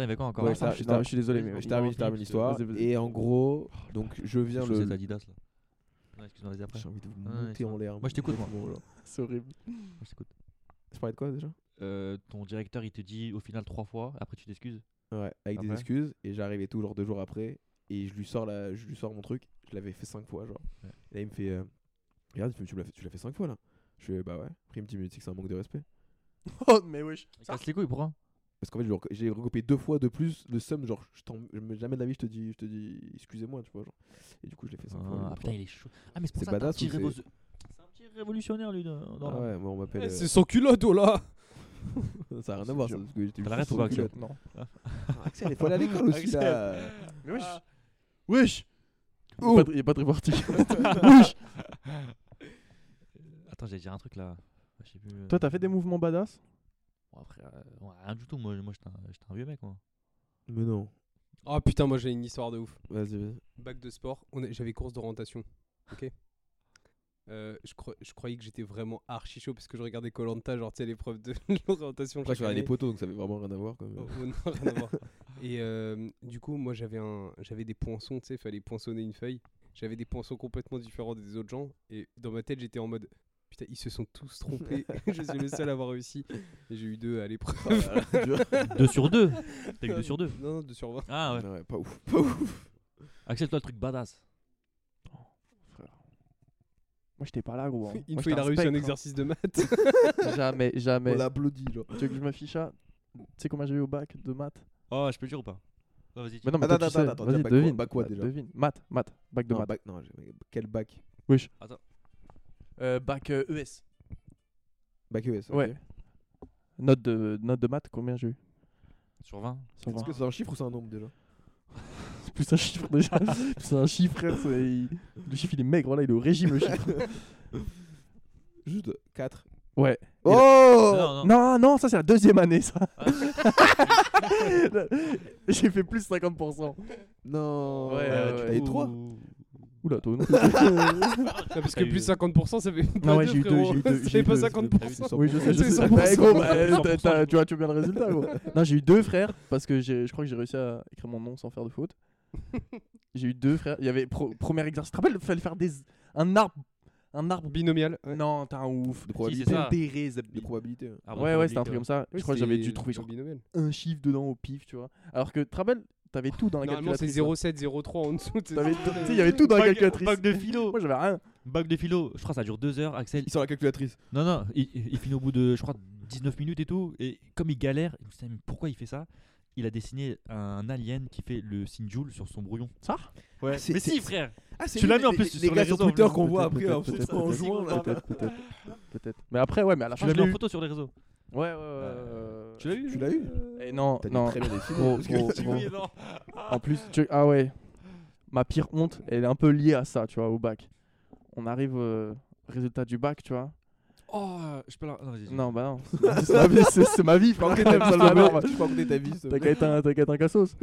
S7: il y avait quoi encore
S4: Ouais,
S6: Ah,
S4: ça-
S6: je, suis
S4: Ah, je
S6: tar-
S4: tar-
S6: je suis désolé, mais
S4: Je termine, je termine l'histoire. Et en gros, donc je viens
S7: Chaussette
S4: le.
S7: Adidas là. Ouais, excuse-moi, vas-y après.
S4: J'ai envie de vous
S7: Ouais, ouais,
S4: monter
S7: ça
S4: en
S7: va.
S4: l'air.
S7: Moi, je t'écoute, moi.
S4: complètement, genre.
S6: C'est horrible.
S7: Moi, je t'écoute.
S4: Je parlais de quoi déjà
S7: Euh, ton directeur, il te dit au final trois fois, après tu t'excuses.
S4: Ouais, avec des
S7: Après
S4: excuses. Et j'arrive et tout, genre deux jours après. Et je lui sors, la... je lui sors mon truc. Je l'avais fait cinq fois, genre.
S7: Ouais.
S4: Et là, il me fait. euh, Regarde, il fait, tu l'as fait, tu l'as fait cinq fois là. Je fais, bah ouais. Après, il me dit, mais tu sais que c'est un manque de respect.
S6: Oh, mais wesh.
S7: Il casse les couilles, pourquoi
S4: Parce qu'en fait, je lui rec- j'ai recoupé deux fois de plus le somme. Genre, je t'en- je me- jamais de la vie, je te dis, je te dis excusez-moi, tu vois. Genre. Et du coup, je l'ai fait cinq fois.
S7: Ah
S4: ou
S7: putain,
S4: trois.
S7: il est chaud. Ah, mais c'est pour
S4: C'est
S7: ça que t'as un
S4: badass
S7: petit
S4: ou c'est-
S7: révo- C'est un petit révolutionnaire, lui. dans- dans
S4: Ah
S7: la-
S4: ouais, moi, on m'appelle.
S5: C'est son culotte, oh là
S4: euh, Ça a rien à voir,
S6: dur.
S4: ça, parce que j'étais
S7: T'as
S4: juste
S7: l'arrêt
S4: sous
S7: ou pas,
S4: le
S7: Axel
S4: culotte.
S6: Non.
S4: Ah, Axel, il faut aller à l'école aussi
S7: Axel.
S4: là.
S6: Mais wesh.
S7: Ah.
S6: Wesh
S4: Oh.
S6: Il n'y a pas de reporting. wesh
S7: Attends, j'allais dire un truc là. Je sais plus. euh,
S6: Toi, t'as fait des mouvements badass
S7: bon, après, euh, ouais, rien du tout. Moi, moi j'étais un, j'étais un vieux mec, moi.
S4: Mais non.
S5: Oh putain, moi j'ai une histoire de ouf.
S4: Vas-y, vas-y.
S5: Bac de sport, on est- j'avais course d'orientation. Ok Euh, je, cro- je croyais que j'étais vraiment archi chaud parce que je regardais Colanta, genre tu sais l'épreuve de l'orientation.
S4: Après, je
S5: chaque
S4: regardais les
S5: année.
S4: poteaux, donc ça avait vraiment rien à voir. Quand même.
S5: Oh, oh, non, rien à voir. Et euh, du coup, moi j'avais un, j'avais des poinçons, tu sais, fallait poinçonner une feuille. J'avais des poinçons complètement différents des autres gens. Et dans ma tête, j'étais en mode putain, ils se sont tous trompés. je suis le seul à avoir réussi. Et j'ai eu deux à l'épreuve.
S7: Oh.
S4: Ah, là, là, dur.
S7: 2 sur 2 T'as eu 2 sur 2
S5: Non, non, deux sur 20.
S7: Ah ouais.
S4: Ah ouais, pas ouf, pas ouf.
S7: Axel, toi, le truc badass.
S6: Moi, j'étais pas là, gros. hein.
S5: Une
S6: Moi,
S5: fois, il
S6: j'étais
S5: a réussi un
S6: spectre, hein.
S5: exercice de maths.
S6: Jamais, jamais.
S4: On l'applaudit, genre.
S6: Tu veux que je m'affiche à Tu sais combien j'ai eu au bac de maths
S7: Oh, je peux le dire ou pas Ouais, Vas-y, dis.
S6: Bah non, mais
S4: Attends,
S6: toi, tu
S4: attends,
S6: sais.
S4: attends,
S6: Vas-y,
S4: déjà, bac quoi-
S6: devine.
S4: bac quoi,
S6: Bah,
S4: déjà
S6: Devine. Maths, maths, bac de
S4: Non,
S6: maths.
S4: bac, non, j'ai- quel bac
S6: Euh, bac euh,
S4: E
S6: ES.
S4: Bac ES. ok.
S6: Ouais. Note de, note de maths, combien j'ai eu
S7: Sur 20
S6: Sur
S4: Est-ce
S6: 20.
S4: que c'est un chiffre ou c'est un nombre déjà
S6: C'est plus un chiffre déjà. c'est un chiffre, frère. c'est- il- Le chiffre, il est maigre, là, il est au régime, le chiffre.
S4: Juste 4.
S6: Ouais.
S4: Oh
S7: Non, non.
S6: Non, non, ça, c'est la deuxième année, ça.
S7: Ah,
S6: j'ai fait plus 50%.
S4: Non
S6: Ouais,
S4: euh,
S6: ouais,
S4: Tu
S6: ouais.
S4: l'as eu 3
S6: Oula, toi, non.
S5: Ah, parce
S7: t'as
S5: que
S7: eu-
S5: plus 50%, ça fait pas
S6: Ah ouais,
S5: deux,
S6: j'ai eu deux,
S5: frérot.
S6: j'ai eu deux,
S5: Ça
S6: j'ai
S5: fait
S6: eu
S5: pas
S6: deux,
S5: 50%.
S6: Oui, je sais, je
S5: C'est
S6: sais.
S5: 100%.
S6: Bah, gros, bah,
S7: 100%,
S6: t'as- t'as- tu vois, tu vois bien le résultat. Gros. Non, j'ai eu deux frères parce que j'ai- je crois que j'ai réussi à écrire mon nom sans faire de faute. J'ai eu deux frères. Il y avait pro- premier exercice. Tu te rappelles, il fallait faire des un arbre, un arbre.
S5: Binomial. ouais.
S6: Non, t'as un ouf.
S4: De probabilité.
S7: Si, c'est ça.
S6: Pondéré, zeb-
S4: De probabilité. hein. ouais.
S7: Ah, bon,
S6: Ouais, ouais, c'était un
S7: probabilité,
S6: truc comme ça.
S5: Oui,
S6: je crois que j'avais dû
S5: c'était
S6: trouver genre,
S5: un binomial.
S6: un chiffre dedans au pif, tu vois. Alors que, tu te rappelles, t'avais tout dans la
S5: Normalement, c'est
S6: calculatrice. hein.
S5: 0,7, 0,3 en dessous. t'sais.
S6: T'avais- Tu sais, il y avait tout dans la
S7: Bac-
S6: calculatrice.
S7: bac de philo.
S6: Moi, j'avais rien.
S7: Bac de philo, je crois que ça dure 2 heures. Axel,
S4: Il sort la calculatrice.
S7: non, non, il, il finit au bout de, je crois, 19 minutes et tout. Et comme il galère, je me suis dit, mais pourquoi il fait ça Il a dessiné un alien qui fait le signe Joule sur son brouillon.
S6: Ça
S7: Ouais,
S4: C'est-
S7: mais
S4: c'est-
S7: si, frère
S4: Ah, c'est
S7: Tu
S4: lui,
S7: l'as
S4: les-
S7: mis en plus
S4: les-
S7: sur
S4: les
S7: les
S4: gars sur
S7: réseaux, en
S4: Twitter
S7: plus.
S4: qu'on voit
S6: Peut-être,
S4: après en
S6: peut-être,
S4: en
S6: peut-être,
S4: juin là.
S6: Peut-être, peut-être. Peut-être. Mais après, ouais, mais à la
S7: Tu
S6: fin,
S7: l'as
S6: je
S7: mis
S6: l'ai
S7: en
S6: eu.
S7: photo sur les réseaux.
S6: Ouais, ouais, ouais.
S7: Euh,
S6: ouais.
S7: Tu l'as eu
S4: Tu l'as eu
S6: Eh non,
S4: T'as dit
S6: non.
S4: très bien décidé.
S6: Gros,
S4: parce
S6: gros,
S4: que-
S6: gros.
S7: Oui, non.
S6: En plus, tu- ah ouais, ma pire honte, elle est un peu liée à ça, tu vois, au bac. On arrive euh, résultat du bac, tu vois.
S7: Oh, euh, je peux la. Non, vas-y. vas-y.
S6: Non, bah non, c'est- c'est ma vie, c'est c'est ma vie,
S4: Je peux
S6: frère.
S4: raconter ta vie,
S6: Ça,
S4: s'il
S6: le
S4: te
S6: merde.
S4: plaît. Je peux raconter ta vie. s'il te
S6: T'as
S4: plaît.
S6: qu'à être un, t'as qu'à être un cassos.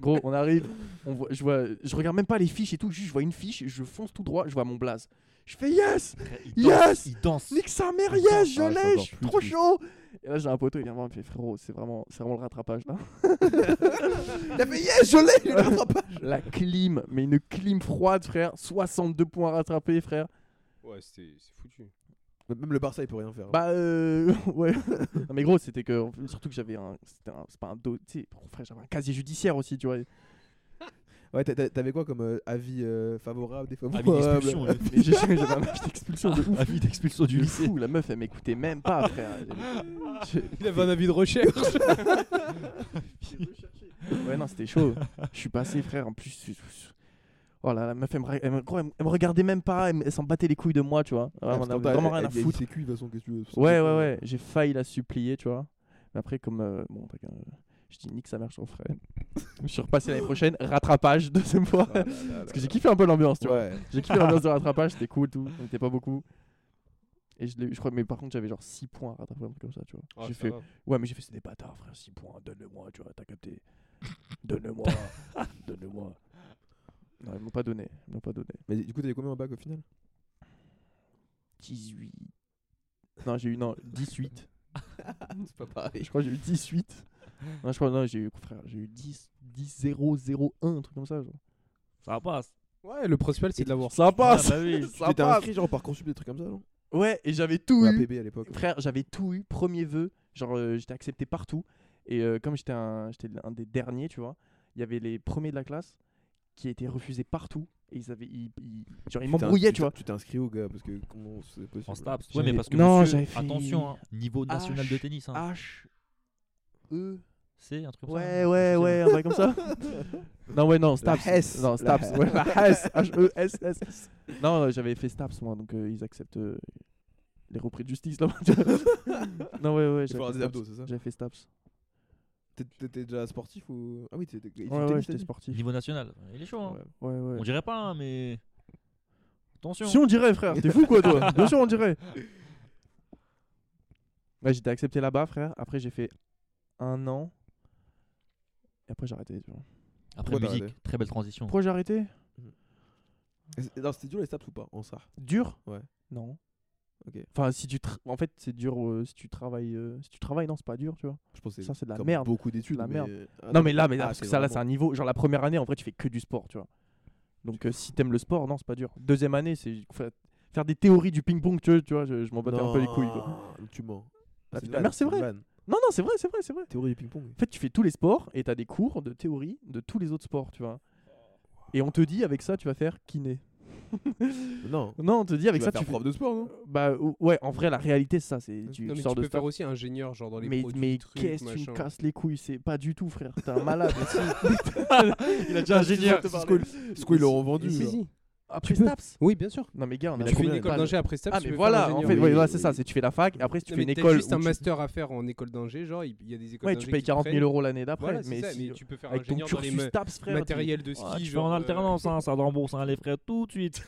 S6: Gros, on arrive, on voit, je vois, je regarde même pas les fiches et tout, juste je vois une fiche, je fonce tout droit, je vois mon blaze. Je fais yes,
S7: Il danse,
S6: Yes
S7: Il danse
S6: nique sa mère,
S4: Ah,
S6: yes, je
S4: c'est
S6: l'ai,
S4: encore
S6: je suis
S4: plus
S6: trop
S4: triste.
S6: chaud. Et là j'ai un poteau, il vient voir, il me fait frérot, c'est vraiment, c'est vraiment le rattrapage là.
S4: T'as fait yes, je l'ai, je l'attrape pas.
S6: La clim, mais une clim froide, frère, 62 points rattrapés, frère.
S5: Ouais, c'était- c'est foutu.
S4: Même le Barça, il peut rien faire.
S7: Oh.
S4: hein.
S6: Bah euh, ouais. non, mais gros, c'était que surtout que j'avais un, c'était un- c'est pas un dos, tu sais, oh, frère, j'avais un casier judiciaire aussi, tu vois.
S4: Ouais, t'a- t'a- t'avais quoi comme euh, avis euh, favorable, Ah,
S7: Avis
S4: défavorable
S7: d'expulsion. Ah, lui.
S6: Mais j'ai- j'avais un match d'expulsion euh, bah, de ouf.
S7: Avis d'expulsion du
S6: De
S7: lycée.
S6: fou, la meuf, elle m'écoutait même pas, frère. J'ai-
S5: Il avait un avis de recherche.
S6: Ouais, non, c'était chaud. Je suis passé, frère, en plus. je- je- Oh là, la meuf, elle me, re- elle me- gros, elle me- elle me regardait même pas, elle, me- elle s'en battait les couilles de moi, tu vois.
S4: Ouais,
S6: Vraiment,
S4: parce
S6: on
S4: qu'en
S6: avait
S4: vrai,
S6: vraiment
S4: elle-
S6: rien à
S4: elle- elle
S6: foutre.
S4: dit CQ, de toute façon, qu'est-ce que tu veux
S6: Ouais, ouais, ouais. J'ai failli la supplier, tu vois. Mais après, comme. euh, bon, t'as qu'un- Je dis nique sa mère, je ferai. je suis repassé l'année prochaine, rattrapage, deuxième fois.
S4: Ah
S6: Parce que j'ai kiffé un peu l'ambiance, tu vois.
S4: Ouais.
S6: J'ai kiffé l'ambiance de rattrapage, c'était cool, tout. On était pas beaucoup. Et je, l'ai- je crois, mais par contre, j'avais genre 6 points à rattraper, un truc comme ça, tu vois.
S4: Oh,
S5: Ah,
S6: j'ai fait, ouais, mais j'ai fait, c'est des bâtards, frère, 6 points, donne-le-moi, tu vois, t'as capté. Donne-le-moi, donne-le-moi. Non, ils m'ont pas donné, ils m'ont pas donné.
S4: Mais du coup, t'as eu combien en bac au final
S6: 18. Non, j'ai eu, non, 18.
S4: C'est pas pareil.
S6: Je crois que j'ai eu 18. Non, je crois, non, j'ai eu, frère, j'ai eu 10, 10, 0, 0, 1, un truc comme ça, genre.
S7: Ça passe.
S5: Ouais, le principal, c'est de l'avoir.
S6: Ça
S7: Ah,
S6: passe
S7: bah oui.
S4: Tu t'étais inscrit genre par Consup, des trucs comme ça, non
S6: Ouais, et j'avais tout
S4: Ou
S6: eu.
S4: APB à l'époque.
S6: Frère, j'avais tout eu, premier vœu, genre euh, j'étais accepté partout. Et euh, comme j'étais un, j'étais un des derniers, tu vois, il y avait les premiers de la classe qui étaient refusés partout. Et ils avaient, ils, ils- genre ils
S4: Tu t'es-
S6: m'embrouillaient,
S4: tu
S6: tu vois.
S4: t'es- Tu t'es inscrit au gars, parce que comment c'est possible
S7: En Staps. Ouais,
S6: J'avais-
S7: mais parce que
S6: Non,
S7: monsieur,
S6: j'avais fait
S7: attention, hein, niveau national de
S6: H,
S7: tennis, hein.
S6: H, E,
S7: c'est un truc comme ça.
S6: ouais,
S7: hein,
S6: ouais,
S7: je sais
S6: ouais, un truc comme ça. Non, ouais, non, Staps.
S4: Hesse.
S6: Non,
S4: La
S6: Staps. Ouais, la E Hesse, H-E-S-S. Non, euh, j'avais fait Staps, moi, donc euh, ils acceptent euh, les repris de justice, là. non, ouais,
S4: Il faut avoir des
S6: ouais, j'avais fait Staps.
S4: abdos, c'est ça
S6: J'avais fait Staps.
S4: T'es- T'étais déjà sportif ou Ah oui, t'étais. il fait
S6: Ouais, ouais,
S4: tennis,
S6: j'étais
S4: t'as dit
S7: pas.
S6: sportif.
S7: Niveau national. Il est chaud, hein.
S6: Ouais, ouais. ouais.
S7: On dirait pas, hein, mais. Attention.
S6: Si on dirait, frère, t'es fou quoi, toi Bien sûr, on dirait. Ouais, j'étais accepté là-bas, frère. Après, j'ai fait un an. Et après, j'ai arrêté. tu vois.
S7: Après
S4: Pourquoi t'as
S7: musique,
S4: arrêté
S7: très belle transition.
S6: Pourquoi j'ai arrêté
S4: Et c'est- Non, c'était dur les Staps ou pas En ça.
S6: Dur
S4: Ouais.
S6: Non.
S4: Ok.
S6: Enfin, si tu. tra- En fait, c'est dur euh, si tu travailles. euh, Si tu travailles, non, c'est pas dur, tu vois.
S4: Je pensais.
S6: Ça, c'est de la
S4: comme
S6: merde.
S4: Beaucoup d'études.
S6: De la
S4: mais-
S6: merde.
S4: Ah,
S6: Non, mais là, mais là,
S4: Ah,
S6: parce que
S4: c'est
S6: ça, là,
S4: vraiment-
S6: c'est un niveau. Genre, la première année, en vrai, tu fais que du sport, tu vois. Donc, euh, si t'aimes le sport, non, c'est pas dur. Deuxième année, c'est. fa- Faire des théories du ping-pong, tu vois, tu vois, je, je m'en battais un peu les couilles, quoi.
S4: Non, Tu mens.
S6: Ah,
S4: une
S6: putain,
S4: vanne,
S6: merde, c'est
S4: une
S6: vrai.
S4: vanne.
S6: Non, non, c'est vrai, c'est vrai, c'est vrai.
S4: Théorie du ping-pong.
S6: En fait, tu fais tous les sports et t'as des cours de théorie de tous les autres sports, tu vois. Et on te dit avec ça, tu vas faire kiné.
S4: Non.
S6: Non, on te dit avec
S4: tu
S6: ça,
S4: vas
S6: tu
S4: faire
S6: fais...
S4: prof de sport, non
S6: Bah ou- ouais, en vrai, la réalité, c'est ça, c'est tu
S5: Non, mais
S6: sors
S5: tu
S6: de
S5: peux
S6: ça.
S5: faire aussi ingénieur, genre dans les
S6: Mais,
S5: produits,
S6: mais
S5: trucs,
S6: qu'est-ce que tu
S5: machin.
S6: me casses les couilles C'est pas du tout, frère. T'es un malade.
S7: Il a déjà ingénieur.
S4: Squid, ils l'auront vendu.
S5: Si,
S4: genre.
S5: si.
S6: Après
S5: peux.
S6: Staps
S5: Oui, bien sûr.
S6: Non, mais gars, on
S4: Mais
S6: a
S5: hein.
S4: tu
S5: Tu fais
S4: combien,
S5: une
S4: là
S5: école
S6: pas
S5: d'ingé après ça,
S6: Ah,
S5: tu
S6: mais
S5: peux
S6: voilà,
S5: faire
S6: en
S5: ingénieur.
S6: fait,
S4: Oui,
S6: ouais,
S4: oui,
S6: voilà, c'est
S4: oui.
S6: ça. C'est tu fais la fac, et après, si tu
S5: Non,
S6: fais
S5: mais
S6: une
S5: t'as
S6: école.
S5: juste un
S6: où tu-
S5: master à faire en école d'ingé, genre il il y a des écoles
S6: Ouais,
S5: d'ingé
S6: tu payes
S5: qui
S6: 40 000
S5: prennent.
S6: euros l'année d'après,
S5: Voilà, c'est
S6: mais
S5: ça,
S6: si- euh,
S5: mais tu peux faire
S6: avec ton
S5: ingénieur dans les
S6: cursus
S5: ma-
S6: Staps, frère. tu-
S5: matériels de ski,
S7: Ah, tu vas
S5: genre,
S7: en
S5: euh,
S7: alternance, hein, ça te rembourse hein, les frais tout de suite.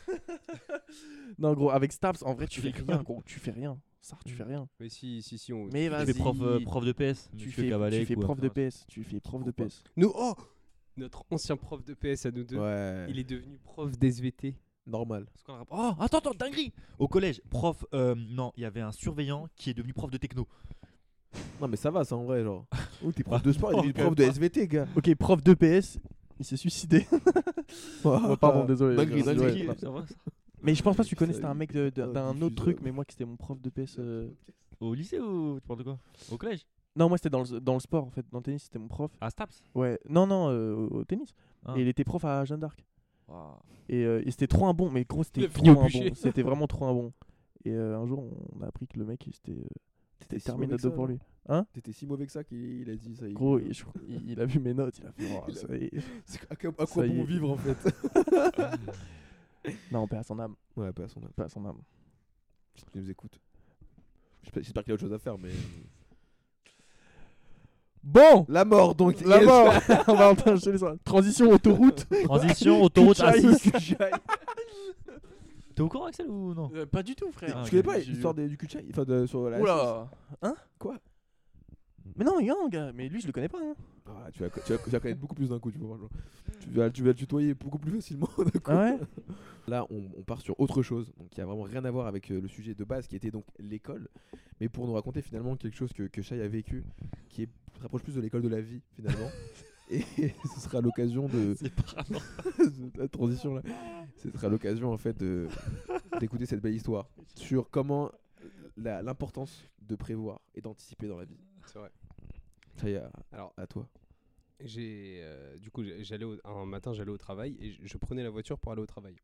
S6: Non, gros, avec Staps, en vrai, tu fais rien, gros. Tu fais rien. Ça, tu fais rien.
S5: Mais si, si, si, on.
S6: Mais
S7: Tu
S6: vas-y.
S7: fais prof, euh, prof de PS.
S6: tu
S7: monsieur
S6: fais,
S7: Cavalec
S6: tu fais
S7: ou hein. un
S6: prof de
S7: truc comme
S6: PS, tu fais prof de
S4: Pourquoi
S6: PS.
S5: Nous, oh Notre ancien prof de PS à nous deux,
S4: Ouais.
S5: il est devenu prof d'SVT.
S4: normal.
S7: ça. C'est quoi le rapport Oh, attends, attends, dinguerie Au collège, prof, euh, non, il y avait un surveillant qui est devenu prof de techno.
S4: Non, mais ça va, ça en vrai, genre. Ou
S6: Ah.
S4: t'es
S7: prof
S4: prof de sport,
S7: il est
S4: il
S6: Oh,
S4: est
S7: devenu prof
S4: prof de SVT, gars.
S6: Ok, prof de PS, il s'est suicidé. Oh, pardon, désolé.
S4: Dinguerie,
S6: Ouais.
S4: dinguerie.
S7: Qui- ça va, ça
S6: Mais je pense pas que tu
S4: Ça,
S6: connais, c'était un
S4: il
S6: mec
S4: est
S6: de- de-
S4: pas
S6: d'un autre
S4: diffuseur.
S6: truc, mais moi qui c'était mon prof de PS. euh,
S7: Au lycée ou tu parles de quoi Au collège
S6: Non, moi c'était dans le, dans le sport en fait, dans le tennis, c'était mon prof.
S7: À Staps
S6: Ouais, non, non, euh, au, au tennis.
S7: Ah.
S6: Et il était prof à Jeanne d'Arc.
S7: Waouh.
S6: Et, euh, et c'était trop un bon, mais gros, c'était
S5: Le
S6: trop
S5: vieux
S6: un
S5: bûcher.
S6: bon. C'était vraiment trop un bon. Et euh, un jour, on a appris que le mec, c'était euh,
S4: T'étais si mauvais que
S6: Terminator
S4: ça,
S6: pour
S4: genre.
S6: lui.
S4: T'étais si mauvais que ça qu'il a dit ça. y est.
S6: Gros, il, je crois- il- il a vu mes notes, il a fait. Oh,
S4: Il a-
S6: ça y est.
S4: C'est- À quoi, à quoi
S6: Ça y
S4: bon
S6: est.
S4: vivre en fait
S6: Non, paix à son âme,
S4: Ouais, pas à son âme.
S6: paix à son âme.
S4: Si tu nous écoutes. J'espère j'espère qu'il a autre chose à faire, mais.
S6: Bon,
S4: La mort donc
S6: la mort. On va enchaîner sur la Transition autoroute.
S7: Transition, autoroute
S6: Kuchai.
S7: A6. T'es au courant, Axel, ou non
S6: Euh, pas du tout, frère.
S7: Ah,
S4: Je
S7: ok.
S4: connais pas l'histoire des- du cul de chat Enfin, de, sur la.
S6: Oula Hein
S4: Quoi
S6: Mais non, il y a un gars, mais lui je le connais pas. Hein.
S4: Ah, tu, vas, co- tu, vas, tu vas connaître beaucoup plus d'un coup, tu vas voir. genre. Tu vas, tu vas le tutoyer beaucoup plus facilement d'un coup.
S6: Ah ouais
S4: Là, on, on part sur autre chose, donc qui a vraiment rien à voir avec euh, le sujet de base qui était donc l'école, mais pour nous raconter finalement quelque chose que, que Shai a vécu, qui est, se rapproche plus de l'école de la vie finalement. Et ce sera l'occasion de
S7: C'est pas grave.
S4: la transition là. Ce sera l'occasion en fait de- d'écouter cette belle histoire sur comment la- l'importance de prévoir et d'anticiper dans la vie.
S5: C'est vrai.
S4: Shai, à,
S5: Alors,
S4: à toi.
S5: j'ai. euh, du coup, j'ai- j'allais au- un matin, j'allais au travail et je- je prenais la voiture pour aller au travail.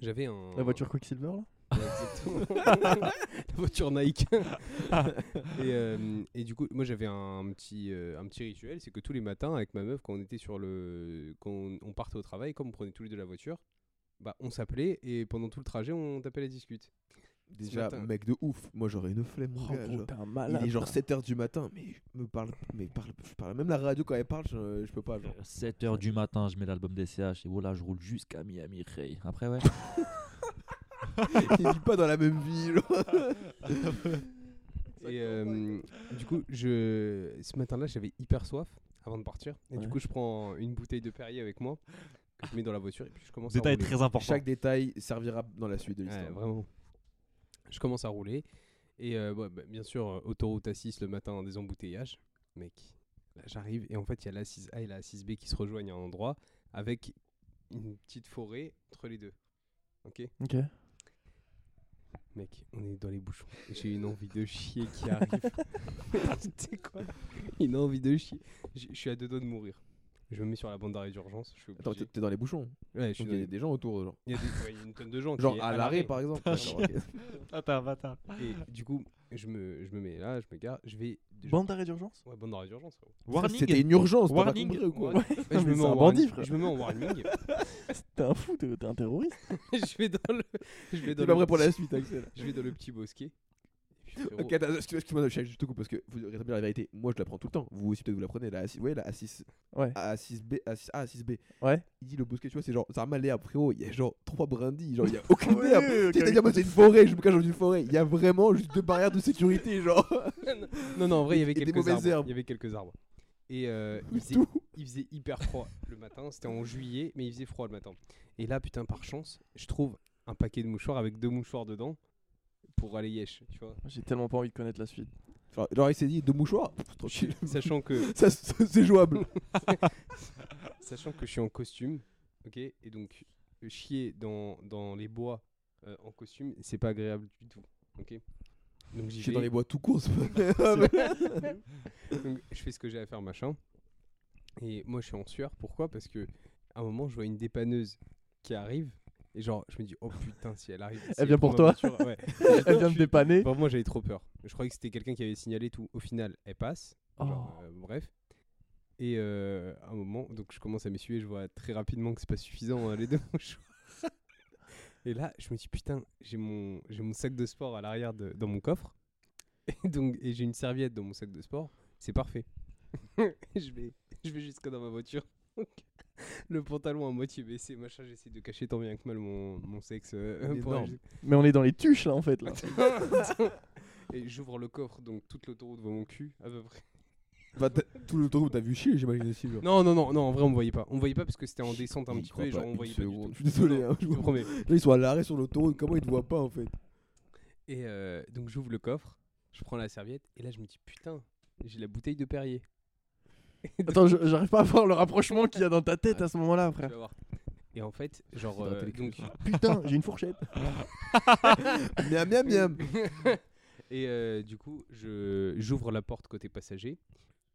S5: J'avais un.
S6: La voiture Quicksilver là
S5: Ouais, exactement. la voiture Nike. et, euh, et du coup, moi j'avais un petit, euh, un petit rituel, c'est que tous les matins avec ma meuf, quand on était sur le, quand on, on partait au travail, comme on prenait tous les deux la voiture, bah on s'appelait et pendant tout le trajet on tapait la discute.
S4: Déjà,
S5: matin.
S4: mec de ouf. Moi, j'aurais une flemme. mon
S6: Oh,
S4: gars,
S6: gros,
S4: genre.
S6: t'es un
S4: Il
S6: malade.
S4: est genre 7h du matin, mais je me parle, mais parle, je parle même la radio quand elle parle, je, je peux pas. Genre.
S7: 7h du matin, je mets l'album des CH et voilà, je roule jusqu'à Miami Ray. Après, ouais.
S4: Il vit pas dans la même ville.
S5: Et euh, du coup, je... ce matin-là, j'avais hyper soif avant de partir. Et
S6: Ouais.
S5: du coup, je prends une bouteille de Perrier avec moi, que je mets dans la voiture, et puis je commence à
S7: Détail
S5: rouler.
S7: très important.
S4: Chaque détail servira dans la suite de
S5: Ouais,
S4: l'histoire.
S5: vraiment. Je commence à rouler. Et euh, ouais, bah, bien sûr, euh, autoroute A6 le matin, des embouteillages. Mec, là, j'arrive. Et en fait, il y a l'A6A et la 6B qui se rejoignent à un endroit avec une petite forêt entre les deux. Ok
S6: Ok.
S5: Mec, on est dans les bouchons. J'ai une envie de chier qui arrive. tu sais quoi Une envie de chier. J- Je suis à deux doigts de mourir. Je me mets sur la bande d'arrêt d'urgence. Je suis
S4: Attends,
S5: obligé.
S4: t'es t'es dans les bouchons.
S5: Ouais, je suis dans
S4: Donc, Il y a
S5: les-
S4: des gens autour, genre,
S5: Il y a des- ouais, il y a une tonne de gens. qui est
S4: genre à l'arrêt par exemple.
S7: Putain,
S4: Genre, ok.
S7: Ah, t'es un bâtard.
S5: Et du coup, je me, je me mets là, je me gare, je vais. je-
S6: Bande d'arrêt d'urgence
S5: Ouais, bande d'arrêt d'urgence. frérot.
S4: C'était
S7: Warning.
S4: une urgence. t'as pas
S7: Warning.
S4: compris ou quoi
S5: Ouais, je,
S6: mais
S5: me mets
S6: c'est
S5: en
S6: un
S5: warning-
S6: bandit, frère.
S5: je me mets en warning.
S6: T'es Ah, un fou, t'es t'es un terroriste.
S5: je vais dans le. Je vais dans
S4: C'est
S5: le
S4: pas vrai pour
S5: petit-
S4: la suite, Axel.
S5: Je vais dans le petit bosquet. Et puis, frérot,
S4: Ok, attends, excuse- excuse-moi, je cherche juste au coup parce que vous rétablir la vérité. Moi, je la prends tout le temps. Vous aussi, peut-être vous la prenez. La, A6 vous voyez, la A6,
S6: Ouais.
S4: A6B, A6A, A6B.
S6: Ouais.
S4: Il dit le bosquet, tu vois, c'est genre, c'est un malléable, frérot. Il y a genre trois brindilles, genre, il y a aucune
S6: Ouais,
S4: merde.
S6: ok,
S4: Tu sais, c'est-à-dire, moi, c'est une forêt, je me cache dans une forêt. Il y a vraiment juste deux barrières de sécurité, genre.
S5: Non, non, en vrai, il y
S4: Et-
S5: avait
S4: et des
S5: quelques
S4: mauvaises
S5: arbres.
S4: herbes.
S5: Il y avait quelques arbres. Et euh, il, faisait,
S4: Tout.
S5: il faisait hyper froid le matin. C'était en juillet, mais il faisait froid le matin. Et là, putain, par chance, je trouve un paquet de mouchoirs avec deux mouchoirs dedans pour aller yesh, tu vois.
S6: J'ai tellement pas envie de connaître la suite.
S4: Genre, genre, il s'est dit deux mouchoirs. Pff, Tranquille.
S5: Sachant que
S4: Ça, ça, c'est jouable.
S5: Sachant que je suis en costume, ok, et donc euh, chier dans, dans les bois euh, en costume, c'est pas agréable du tout, ok. Donc j'y
S4: J'ai dans les
S5: vais,
S4: bois tout court. c'est pas-
S5: donc je fais ce que j'ai à faire, machin. Et moi je suis en sueur, pourquoi Parce que à un moment je vois une dépanneuse qui arrive, et genre je me dis, oh putain, si elle arrive. si
S6: Elle vient
S5: prend
S6: pour
S5: ma
S6: toi.
S5: voiture, ouais.
S6: Elle vient me dépanner.
S5: Enfin, moi j'avais trop peur. Je croyais que c'était quelqu'un qui avait signalé tout. Au final, elle passe.
S6: Oh.
S5: Genre, euh, bref. Et euh, à un moment, donc je commence à m'essuyer, je vois très rapidement que c'est pas suffisant hein, les deux mouchoirs. Et là, je me dis putain, j'ai mon j'ai mon sac de sport à l'arrière de- dans mon coffre. Et donc et j'ai une serviette dans mon sac de sport, c'est parfait. je vais je vais jusque dans ma voiture. Donc, Le pantalon à moitié baissé, machin, j'essaie de cacher tant bien que mal mon, mon sexe. euh,
S4: Il est
S5: pour aller
S4: énorme.
S6: Mais on est dans les tuches là en fait. Là.
S5: et j'ouvre le coffre, donc toute l'autoroute voit mon cul, à peu près.
S4: Bah, t'as- tout le temps où t'as vu chier, j'imagine aussi. genre.
S5: Non, non, non, non, en vrai, on me voyait pas. On me voyait pas parce que c'était en descente un
S4: J'y
S5: petit
S4: crois
S5: peu, et
S4: pas
S5: genre on
S4: une
S5: me voyait pas du
S4: seconde.
S5: tout.
S4: Je suis désolé,
S5: Non,
S4: hein, je
S5: je
S4: vous
S5: te promets.
S4: Là, ils sont à l'arrêt sur l'autoroute. Comment ils te voient pas en fait
S5: Et euh, donc j'ouvre le coffre, je prends la serviette, et là je me dis putain, j'ai la bouteille de Perrier.
S6: Attends, je- j'arrive pas à voir le rapprochement qu'il y a dans ta tête à ce moment-là,
S5: Tu
S4: Ah.
S6: frère.
S5: vas voir. Et en fait, genre.
S4: dans la
S5: euh,
S4: télé que
S5: donc,
S4: je
S6: Putain, j'ai une fourchette.
S4: Miam, miam, miam.
S5: et euh, du coup, je j'ouvre la porte côté passager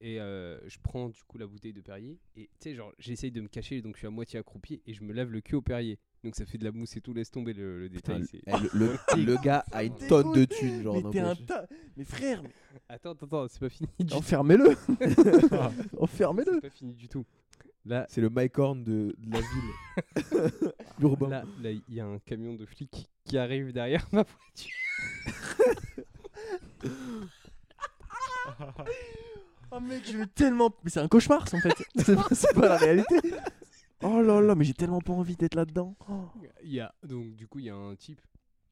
S5: et euh, je prends du coup la bouteille de Perrier et tu sais genre j'essaye de me cacher donc je suis à moitié accroupi et je me lave le cul au Perrier. Donc ça fait de la mousse et tout, laisse tomber le, le
S4: Putain,
S5: détail. c'est-
S4: eh, le, le- le gars a une tonne de thunes, genre.
S6: mais
S4: non,
S6: t'es un
S4: mais-
S6: tas. Mais frère, mais-
S5: Attends, attends, attends, c'est pas fini du tout.
S6: enfermez-le. enfermez-le.
S5: C'est pas fini du tout. Là,
S4: C'est le Mike Horn de, de la ville. Urbain.
S5: là, là, il y a un camion de flic qui arrive derrière ma voiture.
S6: Oh mec, je veux tellement. Mais c'est un cauchemar, ça, en fait. c'est pas, c'est pas la réalité. Oh là là, mais j'ai tellement pas envie d'être là-dedans. Oh.
S5: Il y a donc du coup il y a un type,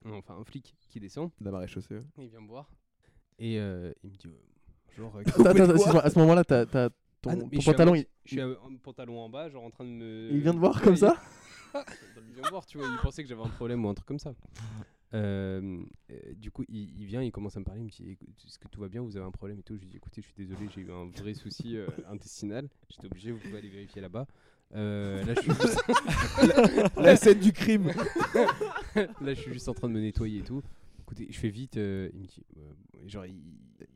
S5: enfin un flic qui descend,
S4: La marée chaussée.
S5: il vient me voir et euh, il me dit euh, bonjour. euh,
S6: Attends, attends, excuse-moi, à ce moment-là, t'as, t'as ton,
S5: Ah non,
S6: ton
S5: mais je suis à
S6: pantalon, il,
S5: moitié- Je suis à- en pantalon en bas, genre en train de me.
S6: il vient de voir
S5: Ouais,
S6: comme
S5: il-
S6: ça.
S5: Il vient me voir, tu vois, il pensait que j'avais un problème ou un truc comme ça. Euh, euh, du coup, il, il vient, il commence à me parler, il me dit Écoute, Est-ce que tout va bien Vous avez un problème et tout. Je lui dis Écoutez, je suis désolé, j'ai eu un vrai souci euh, intestinal. J'étais obligé, vous pouvez aller vérifier là-bas. Euh, là, je suis juste...
S4: La scène du crime.
S5: là, je suis juste en train de me nettoyer et tout. Écoutez, je fais vite. euh, il me dit euh, Genre, il.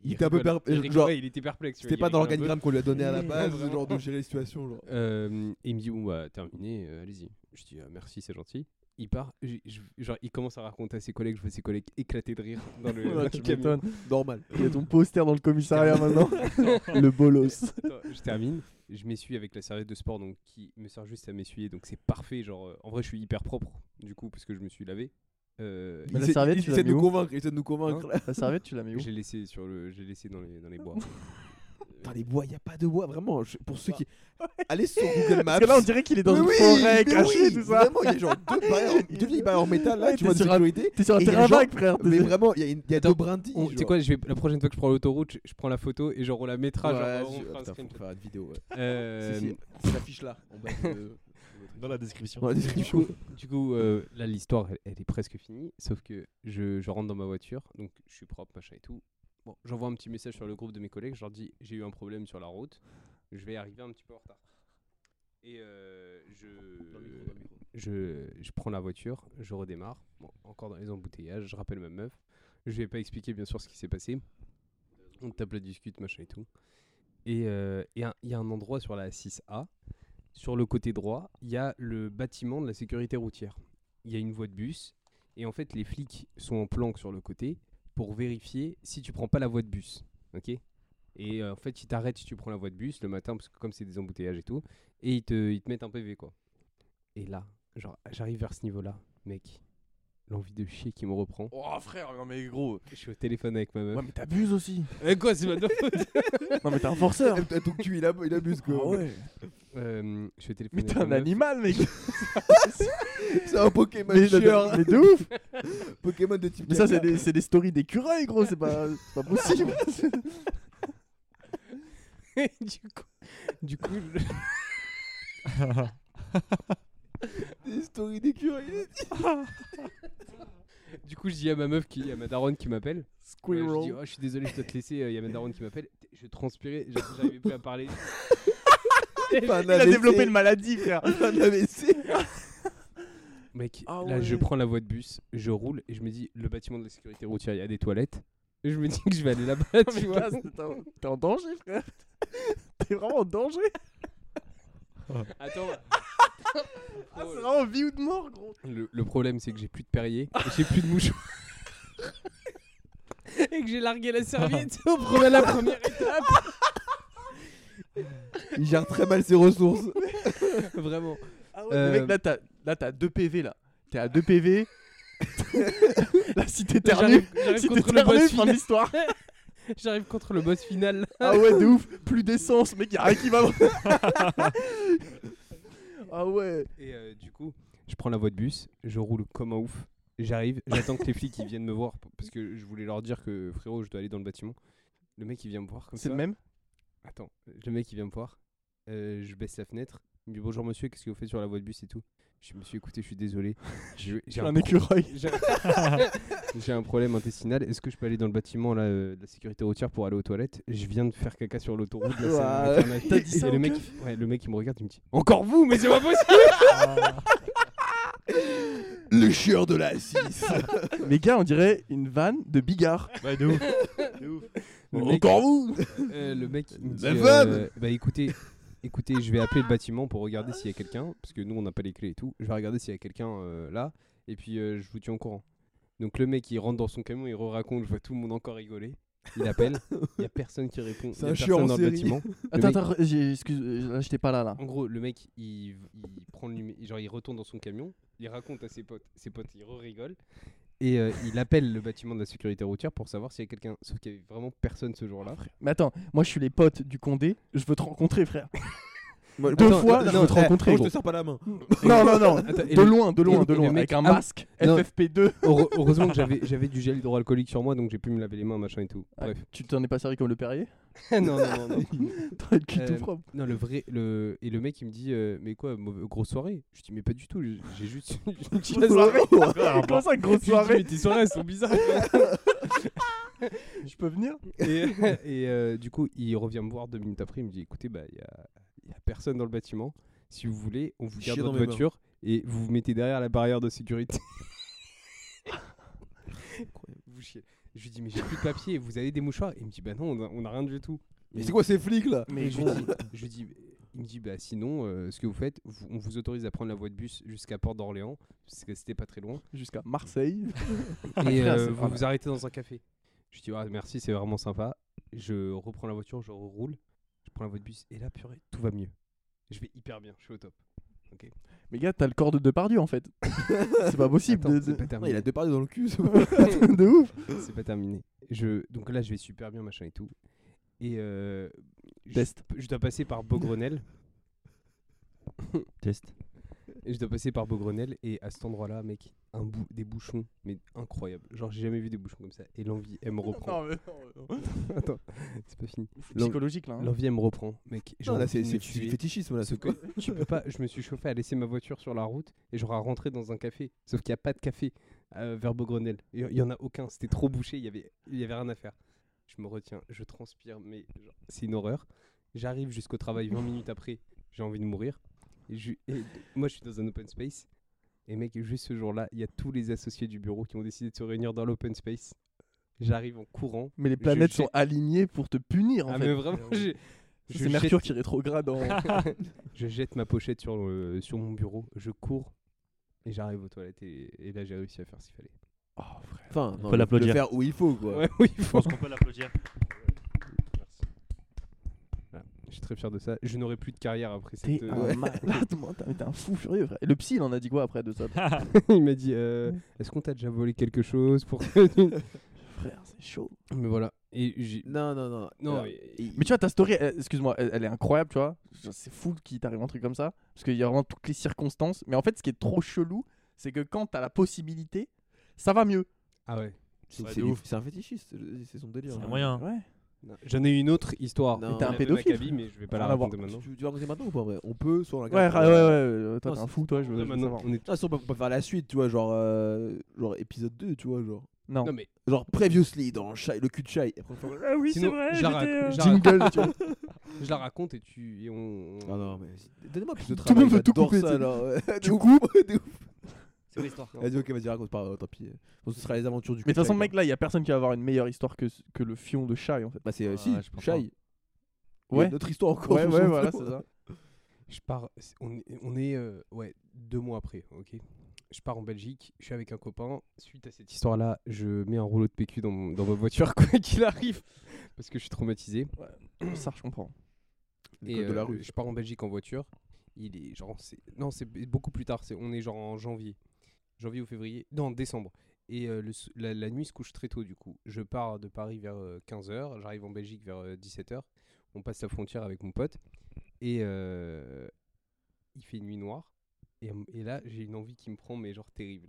S4: Il était un peu
S5: rigole,
S4: perp-
S5: il
S4: genre,
S5: rigolait, il était perplexe. tu vois,
S4: C'était
S5: il
S4: pas dans
S5: rigolait un peu.
S4: l'organigramme qu'on lui a donné à la
S6: Ouais,
S4: base,
S5: vraiment.
S4: genre de gérer la situation. Genre.
S5: Euh, et il me dit bon bah terminé, euh, allez-y. Je dis ah, merci, c'est gentil. Il part, j'ai- je- genre il commence à raconter à ses collègues, je vois ses collègues éclater de rire dans le, dans
S4: Ah,
S5: le
S6: Ouais, Ah, tu
S5: camion.
S6: m'étonnes.
S4: Normal.
S6: Il y a ton poster dans le commissariat maintenant. le bolos.
S5: Attends, je termine, je m'essuie avec la serviette de sport donc qui me sert juste à m'essuyer donc c'est parfait genre euh, en vrai je suis hyper propre du coup parce que je me suis lavé Euh,
S6: Mais
S4: il
S6: la
S4: essaie-
S6: serviette,
S4: il
S6: tu
S4: essaie
S6: l'as
S4: de
S6: mis
S4: nous
S6: où
S4: convaincre, il essaie de nous convaincre. là.
S6: La serviette, tu l'as mis où
S5: j'ai laissé sur le, j'ai laissé dans les dans les bois.
S4: Dans les bois, il n'y a pas de bois, vraiment. je- pour ceux qui. Bah. Allez sur Google Maps.
S6: Parce que là, on dirait qu'il est dans
S4: Mais
S6: une
S4: oui,
S6: forêt
S4: mais
S6: cachée,
S4: oui,
S6: tout ça.
S4: Vraiment, il y a genre deux, barrières- deux vieilles barrières en métal là,
S6: Ouais,
S4: tu vois, de
S6: t'es sur un-
S4: sécurité.
S6: T'es sur un
S4: Et il y a
S6: terrain
S4: genre-
S6: vague, frère.
S4: Mais vraiment, il y a, une, il y a
S5: Attends,
S4: deux brindilles.
S5: On- Tu sais
S4: genre.
S5: quoi, je vais, la prochaine fois que je prends l'autoroute, je, je prends la photo et genre on la mettra. genre, on
S4: Ouais, je-
S5: fera un
S4: putain, faut
S5: screenshot.
S4: faire une vidéo. ouais.
S5: Euh,
S4: Si, si, C'est l'affiche là, en bas de-
S7: Dans la description.
S4: dans la
S5: Du
S4: description.
S5: coup, du coup, euh, là, l'histoire, elle, elle est presque finie. Sauf que je, je rentre dans ma voiture, donc je suis propre, machin et tout. Bon, j'envoie un petit message sur le groupe de mes collègues. Je leur dis j'ai eu un problème sur la route. Je vais arriver un petit peu en retard. Et euh, je, je, je prends la voiture, je redémarre. Bon, encore dans les embouteillages, je rappelle ma meuf. Je vais pas expliquer bien sûr ce qui s'est passé. On tape la discute, machin et tout. Et euh, et un- il y a un endroit sur la 6A sur le côté droit, il y a le bâtiment de la sécurité routière. Il y a une voie de bus. Et en fait, les flics sont en planque sur le côté pour vérifier si tu prends pas la voie de bus. Ok Et euh, en fait, ils t'arrêtent si tu prends la voie de bus le matin, parce que comme c'est des embouteillages et tout, et ils te, ils te mettent un PV, quoi. Et là, genre, j'arrive vers ce niveau-là, mec. L'envie de chier qui me reprend.
S6: Oh, frère, non, mais gros.
S5: Je suis au téléphone avec ma meuf.
S6: Ouais, mais t'abuses aussi.
S5: Eh, quoi, c'est ma faute
S6: Non, mais t'es un forceur.
S4: Ah, Ton cul, il ab- il abuse quoi.
S6: Ah ouais.
S5: Euh, Je suis au téléphone
S6: Mais
S5: avec
S6: t'es un
S5: ma meuf.
S6: animal, mec.
S4: C'est un Pokémon
S6: Mais
S4: chieur,
S6: mais de ouf.
S4: Pokémon de type.
S6: Mais ça, c'est
S4: caca.
S6: des, c'est des stories d'écureuils, gros, c'est pas, c'est pas possible.
S5: du coup, du coup je-
S4: des stories des cures.
S5: Du coup, je dis à ma meuf, qui, à ma daronne qui m'appelle. euh, je dis,
S6: Squirrel.
S5: oh, je suis désolé, je dois te laisser. euh, Il y a ma daronne qui m'appelle. Je transpirais, j'a- j'arrivais plus à parler.
S6: Il a développé une maladie, frère.
S4: un AVC.
S5: Mec,
S6: Ah
S5: là, je
S6: ouais.
S5: prends la voie de bus, je roule et je me dis, le bâtiment de la sécurité routière, il y a des toilettes. Et je me dis que je vais aller là-bas,
S6: Mais
S5: tu vois.
S6: là, c'est- T'es en- t'es en danger, frère. T'es vraiment en danger.
S5: Attends.
S6: Ah, c'est vraiment vie ou de mort, gros.
S5: Le, le problème, c'est que j'ai plus de Perrier, et j'ai plus de mouchoir. et que j'ai largué la serviette au premier, la première étape.
S4: Il gère très mal ses ressources.
S5: Vraiment.
S6: Ah
S5: Euh,
S6: mais Mec, là, t'as- là, t'as 2 PV, là. T'es à 2 PV. là, si t'éternues,
S5: J'arrive j'arrive
S6: si
S5: contre le boss
S6: t'éternues, fin de
S5: final.
S6: l'histoire.
S5: J'arrive contre le boss final.
S6: Ah ouais, de ouf. Plus d'essence, mec, y'a rien qui va. ah ouais.
S5: Et euh, du coup, je prends la voie de bus, je roule comme un ouf. J'arrive, j'attends que les flics ils viennent me voir p- parce que je voulais leur dire que frérot, je dois aller dans le bâtiment. Le mec il vient me voir comme ça.
S6: C'est le même
S5: Attends, le mec il vient me voir. Euh, je baisse la fenêtre. Il me dit bonjour monsieur, qu'est-ce que vous faites sur la voie de bus et tout Je me suis écouté, je suis désolé. Je- J'ai
S6: Un
S5: pro-
S6: écureuil.
S5: j'ai- J'ai un problème intestinal. Est-ce que je peux aller dans le bâtiment là, euh, de la sécurité routière pour aller aux toilettes Je viens de faire caca sur l'autoroute. là, c'est un
S4: Ouah.
S5: carnage.
S6: T'as dit
S5: Et
S6: ça
S5: le
S6: au
S5: mec, il- ouais, le mec il me regarde, il me dit Encore vous, mais c'est pas possible
S4: Le chieur de la 6.
S6: Les gars, on dirait une vanne de Bigard.
S7: Ouais, de ouf. De ouf.
S5: Le mec-
S4: vous
S5: Euh, le mec il me dit,
S4: La vanne
S5: euh, bah écoutez écoutez je vais appeler le bâtiment pour regarder s'il y a quelqu'un parce que nous on n'a pas les clés et tout je vais regarder s'il y a quelqu'un euh, là et puis euh, je vous tiens au courant donc le mec il rentre dans son camion il raconte je vois tout le monde encore rigoler il appelle il y a personne qui répond
S4: C'est
S5: il y a
S4: un chieur en
S5: personne dans le
S4: série.
S5: bâtiment Le
S6: Attends,
S5: mec-
S6: attends, j'ai- excuse, euh, là, j'étais pas là, là.
S5: en gros le mec il, v- il prend le numé- genre il retourne dans son camion il raconte à ses potes ses potes ils rigolent et euh, il appelle le bâtiment de la sécurité routière pour savoir s'il y a quelqu'un sauf qu'il y avait vraiment personne ce jour-là
S6: Mais attends, moi, je suis les potes du Condé. Je veux te rencontrer, frère.
S4: Moi,
S6: Deux
S5: Attends,
S6: fois,
S5: non,
S6: je veux te
S5: eh,
S6: rencontrer,
S4: je
S6: gros.
S4: te sers pas la main.
S6: Non, non, non.
S5: Attends, et
S6: De
S5: le-
S6: loin, de
S5: et
S6: loin,
S5: le-
S6: de
S5: et le
S6: loin.
S5: mec-
S6: Avec un
S5: ah,
S6: masque
S5: non.
S6: FFP2.
S5: Heure- Heureusement que j'avais, j'avais du gel hydroalcoolique sur moi, donc j'ai pu me laver les mains, machin et tout. Bref.
S6: Tu t'en es pas servi comme le Perrier
S5: non, non, non, non.
S6: T'aurais le cul
S5: Euh,
S6: tout propre.
S5: Non, le vrai. Le... Et le mec, il me dit, euh, mais quoi, mauvaise- grosse soirée Je dis, mais pas du tout, j'ai j'ai juste. j'ai
S6: Grosse soirée. Comment ça, grosse
S5: Je lui dis, mais tes
S6: soirée
S5: soirées, elles sont bizarres.
S6: Je peux venir
S5: et et, euh, du coup, il revient me voir deux minutes après. Il me dit écoutez, bah, il y a, il y a personne dans le bâtiment. Si vous voulez, on vous
S4: Chier
S5: garde
S4: dans
S5: votre
S4: mes mains.
S5: voiture et vous vous mettez derrière la barrière de sécurité. vous chiez. Je lui dis mais j'ai plus de papier. Vous avez des mouchoirs Il me dit bah non, on a, on a rien du tout.
S4: Mais c'est quoi ces flics là
S5: Mais je lui dis, je lui dis- il me dit bah sinon, euh, ce que vous faites, vous- on vous autorise à prendre la voie de bus jusqu'à Port d'Orléans parce que c'était pas très loin
S6: Jusqu'à Marseille.
S5: et
S6: frère,
S5: euh,
S6: c'est-
S5: vous vous arrêtez dans un café. Je dis ah, merci, c'est vraiment sympa. Je reprends la voiture, je roule, je prends la voie de bus et là purée, tout va mieux. Je vais hyper bien, je suis au top.
S6: Mais gars, t'as le corps de Depardieu en fait. c'est pas possible.
S5: Attends,
S6: de-
S5: c'est
S6: de-
S5: pas
S4: Non, il
S5: terminé.
S4: a deux parties dans le cul.
S6: de ouf.
S5: C'est pas terminé. Je... Donc là, je vais super bien, machin et tout. Et euh, je-
S6: Test.
S5: Je, dois passer par Beaugrenelle.
S7: Test.
S5: Et je dois passer par Beaugrenelle. Et à cet endroit-là, mec, un bou- des bouchons, mais incroyable. Genre, j'ai jamais vu des bouchons comme ça. Et l'envie, elle me reprend.
S6: Non, mais non, non.
S5: Attends, c'est pas fini.
S6: C'est
S5: L'en-
S6: Psychologique là. hein.
S5: L'envie, elle me reprend, mec. J'ai
S4: là,
S5: envie
S4: c'est
S5: de me
S4: c'est
S5: tuer.
S4: du fétichisme là.
S5: Sauf
S4: C'est
S5: que tu peux pas. Je me suis chauffé à laisser ma voiture sur la route et j'aurais rentré dans un café. Sauf qu'il n'y a pas de café euh, vers Beaugrenelle. Il n'y en a aucun. C'était trop bouché. Il y avait, il y avait rien à faire. Je me retiens. Je transpire. Mais genre, c'est une horreur. J'arrive jusqu'au travail 20 minutes après. J'ai envie de mourir. Et je- et moi, je suis dans un open space. Et mec, juste ce jour-là, il y a tous les associés du bureau qui ont décidé de se réunir dans l'open space. J'arrive en courant.
S6: Mais les
S5: Je
S6: planètes
S5: jette-
S6: sont alignées pour te punir en
S5: Ah,
S6: fait. Euh,
S5: mais vraiment,
S4: euh,
S5: j'ai- je Ah,
S6: C'est Mercure qui rétrograde en.
S5: je jette ma pochette sur, le- sur mon bureau, je cours et j'arrive aux toilettes et, et là j'ai réussi à faire ce qu'il fallait.
S4: Enfin, non,
S7: Faut l'applaudir.
S4: Le faire où il faut quoi.
S5: Ouais, oui, il
S7: Je
S5: faut.
S7: pense qu'on peut l'applaudir.
S5: Voilà, Je suis très fier de ça. Je n'aurai plus de carrière après
S6: T'es
S5: cette.
S6: un
S5: euh,
S6: malade, moi, t'es- mais t'es un fou furieux. frère. Et le psy, il en a dit quoi après de ça
S5: il m'a dit euh, Est-ce qu'on t'a déjà volé quelque chose pour que tu-
S6: Frère, c'est chaud.
S5: Mais voilà. Et j'ai.
S4: Non, non, non. Euh,
S5: Non,
S4: Alors,
S5: mais-
S4: il-
S6: Mais tu vois, ta story, elle- excuse-moi, elle, elle est incroyable, tu vois. Genre, C'est fou qu'il t'arrive un truc comme ça. Parce qu'il y a vraiment toutes les circonstances. Mais en fait, ce qui est trop chelou, c'est que quand t'as la possibilité, ça va mieux.
S5: Ah ouais.
S4: c'est-
S7: Ouais,
S4: c'est
S7: de
S4: du-
S7: ouf.
S4: c'est un fétichiste. je- C'est son délire.
S7: C'est
S4: hein.
S7: un moyen.
S6: Ouais.
S5: Non, J'en ai une autre histoire.
S4: Mais t'es un
S5: de
S6: pédophile,
S5: Maccabi, mais je vais pas
S6: Rien
S5: la
S6: à voir.
S5: raconter maintenant.
S4: Tu, tu vas raconter maintenant ou pas en vrai On peut soit on la
S6: Ouais, ouais, ouais.
S4: garde,
S6: ouais,
S4: euh,
S6: euh, Toi,
S4: Non,
S6: t'es
S4: c'est-
S6: un fou, toi. Je veux, je
S5: Non,
S6: veux
S5: maintenant,
S6: savoir.
S5: on est...
S4: Ah, si on peut, on peut faire la suite, tu vois, genre, euh, genre épisode 2, tu vois, genre.
S6: Non.
S5: non mais
S4: Genre previously dans Shy, le cul de Shy. Et après, on fait-
S6: Ah oui,
S5: sinon je la, rac-
S7: euh,
S6: euh,
S5: je la rac-
S6: Jingle, tu vois.
S5: je la raconte et tu et on.
S4: Ah non, mais donnez-moi plus de
S6: Tout le
S4: travail.
S6: monde veut tout
S4: j'adore
S6: couper,
S4: ça,
S6: tu sais.
S4: alors.
S6: Tu
S4: Tu coupes
S7: C'est quoi l'histoire
S4: Vas-y, ok, vas-y, raconte pas, euh, tant pis. Bon, ce sera les aventures du
S6: Mais de toute
S4: cul
S6: façon,
S4: Shy,
S6: mec, là, il y a personne qui va avoir une meilleure histoire que, ce- que le fion de Shai, en fait.
S4: quoi. Bah, c'est euh,
S7: Ah,
S4: si,
S7: ouais, je comprends.
S4: Shy. Il y a
S6: Ouais.
S4: Notre histoire encore.
S6: Ouais,
S4: sur
S6: ouais,
S4: son
S6: voilà,
S4: flot.
S6: c'est ça.
S5: Je pars, c'est- on est, on est, euh, ouais, deux mois après, ok Je pars en Belgique, je suis avec un copain. Suite à cette histoire-là, je mets un rouleau de PQ dans, mon- dans ma voiture, quoi qu'il arrive, parce que je suis traumatisé.
S6: Ça, je comprends.
S4: Le
S5: Et
S4: code de la
S5: euh,
S4: rue.
S5: je pars en Belgique en voiture. Il est genre, c'est- non, c'est b- beaucoup plus tard, c'est- on est genre en janvier. Janvier ou février Non, décembre. Et euh, le s- la, la nuit se couche très tôt, du coup. Je pars de Paris vers 15h, j'arrive en Belgique vers 17h. On passe la frontière avec mon pote. Et euh, il fait nuit noire. Et, euh, et là, j'ai une envie qui me prend, mais genre terrible.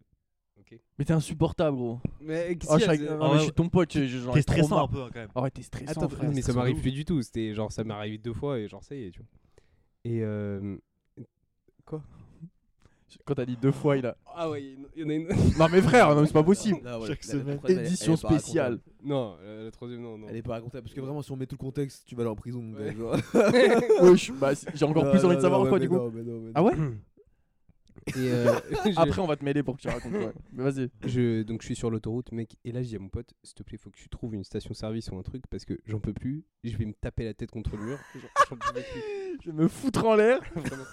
S5: Ok
S6: Mais t'es insupportable, gros.
S5: Mais,
S6: Oh, Shai, non, mais
S7: Ah ouais,
S6: je suis ton pote. je- je- j'en ai
S7: T'es
S6: trop
S7: stressant un
S6: marre.
S7: peu hein, quand même.
S6: Ah ouais, t'es stressant.
S5: Attends,
S6: frère,
S5: mais
S6: c'est
S5: ça
S6: trop
S5: m'arrive
S6: ouf.
S5: plus du tout. C'était genre, ça m'est arrivé deux fois et genre, ça y est, tu vois. Et euh,
S6: Quand t'as dit deux fois, il a.
S5: Ah ouais, il y en a une.
S6: Non, mais frère, non, mais c'est pas possible.
S4: Là, ouais,
S7: Chaque
S4: la- la troisième,
S7: semaine.
S4: elle- elle est
S6: Édition
S4: pas racontable.
S6: spéciale.
S5: Non, la, la troisième, non, non.
S4: Elle est pas racontable parce que vraiment, si on met tout le contexte, tu vas aller en prison. mon gars,
S5: Ouais.
S4: genre.
S6: Ouais, je- bah, c'est- J'ai encore plus
S4: Non,
S6: envie de
S4: non,
S6: savoir
S4: ouais,
S6: quoi,
S4: mais
S6: du coup.
S4: non, mais non, mais non.
S6: Ah ouais
S5: Et euh, je-
S6: Après, on va te mêler pour que tu racontes. ouais. Mais vas-y.
S5: je, donc je suis sur l'autoroute, mec, et là je dis à mon pote, s'il te plaît, faut que tu trouves une station-service ou un truc parce que j'en peux plus, je vais me taper la tête contre le mur. Genre, j'en pouvais plus,
S6: Je vais me foutre en l'air.
S5: vraiment.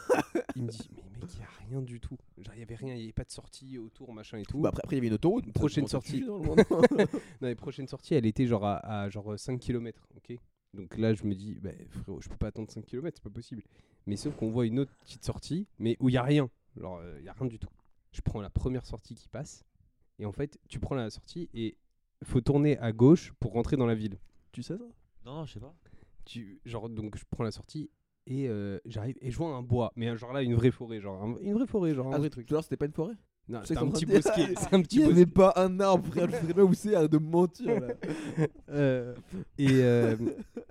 S5: Il me dit, mais mec, il y a rien du tout. Genre, il y avait rien, il y avait pas de sortie autour, machin et tout.
S4: Bah, après, après, il y avait une autoroute.
S5: Prochaine
S4: Ça, ça
S5: sortie.
S4: suffit, non, le moment.
S5: Non, les prochaines sorties, elle était genre à, à genre 5 km, ok Donc là, je me dis, bah, frérot, je peux pas attendre 5 km, c'est pas possible. Mais sauf qu'on voit une autre petite sortie, mais où il y a rien. Genre, euh, il y a rien du tout. Je prends la première sortie qui passe, et en fait, tu prends la sortie et faut tourner à gauche pour rentrer dans la ville.
S6: Tu sais ça
S7: Non, non, je sais pas.
S5: Tu, genre, donc je prends la sortie et euh, j'arrive et je vois un bois, mais euh, genre là, une vraie forêt, genre un- une vraie forêt, genre un
S4: Ah,
S5: vrai
S4: tout
S5: truc.
S4: à l'heure, c'était pas une forêt
S5: Non,
S4: c'est
S5: c'est un
S4: qu'on
S5: petit
S4: dit-
S5: bosquet, c'est un
S4: Il
S5: petit
S4: n'y
S5: bosquet.
S4: avait pas un arbre, frère. Je sais pas où c'est, arrête de me mentir. là.
S5: Euh, et euh,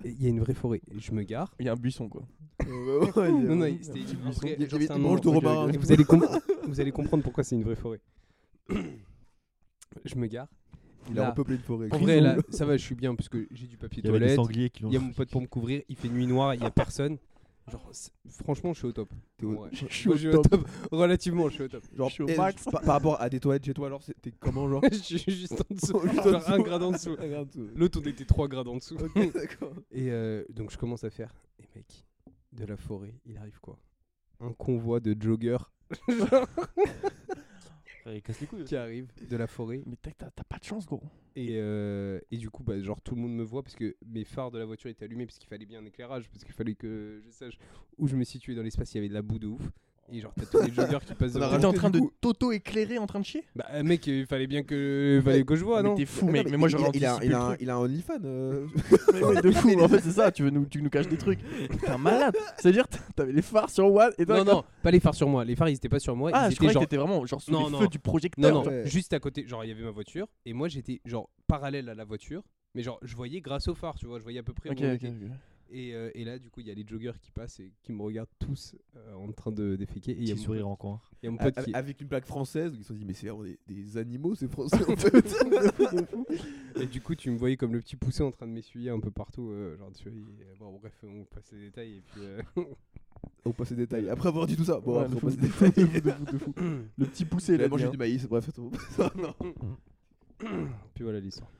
S5: il y a une vraie forêt. Je me gare.
S6: Il y a un buisson, quoi.
S4: Ouais, ouais, il y a-
S5: Non, non, il- c'était une
S6: buisson.
S5: vraie-
S4: Il y
S5: genre,
S4: avait
S5: c'est
S4: des
S5: un
S4: branches de
S5: endroit-
S4: romarin.
S5: Vous allez, compre- vous allez comprendre pourquoi c'est une vraie forêt. Je me gare.
S4: Il a
S5: Là.
S4: repeuplé une forêt.
S5: En vrai, là, ça va, je suis bien parce que j'ai du papier
S7: Il y avait des
S5: toilette.
S7: sangliers qui l'ont.
S5: Il y a mon pote pour me couvrir. Il fait nuit noire, il y a personne. Genre, c'est- franchement, je suis au top.
S4: T'es au-
S5: Ouais.
S4: je
S5: Moi, Je suis au top. Relativement, je suis au top.
S4: Genre,
S6: suis au
S4: eh,
S6: max.
S4: par, par rapport à des toilettes chez toi, alors c'était comment, genre
S5: Je suis juste en dessous.
S4: Juste en
S5: Genre, un
S4: dessous.
S5: grade en dessous.
S4: Un grade en dessous.
S5: L'autre, on était trois grades en dessous.
S4: Ok, d'accord.
S5: Et euh, donc je commence à faire. Et mec, de la forêt, il arrive quoi Un convoi de joggers
S7: Casse les couilles.
S5: qui arrive de la forêt.
S6: Mais t'as t'as- t'as pas de chance, gros.
S5: Et, euh, et du coup, bah, genre tout le monde me voit parce que mes phares de la voiture étaient allumés parce qu'il fallait bien un éclairage, parce qu'il fallait que je sache où je me situais dans l'espace. Il y avait de la boue de ouf. Et genre, t'as tous les joggers qui passent
S4: On a
S5: devant.
S6: T'étais en train
S4: du
S6: de
S4: coup-
S6: t'auto-éclairer en train de chier
S5: Bah, mec, il fallait bien que, fallait que je vois, Ah non
S6: Mais t'es fou,
S4: non,
S6: mec. Mais moi,
S4: il,
S6: j'aurais
S4: il a,
S6: anticipé
S4: il
S6: le
S4: a un,
S6: truc.
S4: il a un OnlyFan. euh,
S6: Mais ouais, de fou, mais en fait, c'est ça. Tu, veux nous, tu nous caches des trucs. T'es un malade. C'est-à-dire, t'- t'avais les phares sur One et
S5: Non,
S6: toi,
S5: non, pas les phares sur moi. Les phares, ils étaient pas sur moi.
S6: Ah,
S5: ils
S6: je
S5: étaient
S6: croyais
S5: genre.
S6: que t'étais vraiment genre sous
S5: Non,
S6: les
S5: non.
S6: feux du projecteur.
S5: Non, non,
S6: genre.
S4: Ouais.
S5: juste à côté. Genre, il y avait ma voiture. Et moi, j'étais genre parallèle à la voiture. Mais genre, je voyais grâce aux phares, tu vois. Je voyais à peu près où
S6: Ok,
S5: on
S6: ok,
S5: était.
S6: ok.
S5: Et, euh, et là, du coup, il y a les joggers qui passent et qui me regardent tous euh, en train de déféquer. Et il y a
S7: Petit
S5: mon
S7: sourire
S5: pote-
S7: en coin.
S5: il y a mon
S4: a-
S5: pote qui.
S4: Avec une plaque française, donc ils se sont dit, mais c'est vraiment des, des animaux, ces Français. en fait.
S5: Et du coup, tu me voyais comme le petit poussé en train de m'essuyer un peu partout. euh, genre, tu vois, et, euh, bon, bref, on passe les détails. Et puis, euh,
S4: on passe aux détails. Après avoir dit tout ça, bon,
S6: Ouais,
S4: après,
S6: de
S4: on
S6: fou,
S4: passe aux
S6: de fou, de fou,
S4: détails.
S6: de fou, de fou. Le petit poussé,
S4: Il
S6: là.
S4: a mangé du maïs, bref, attends. Non.
S5: puis voilà l'histoire.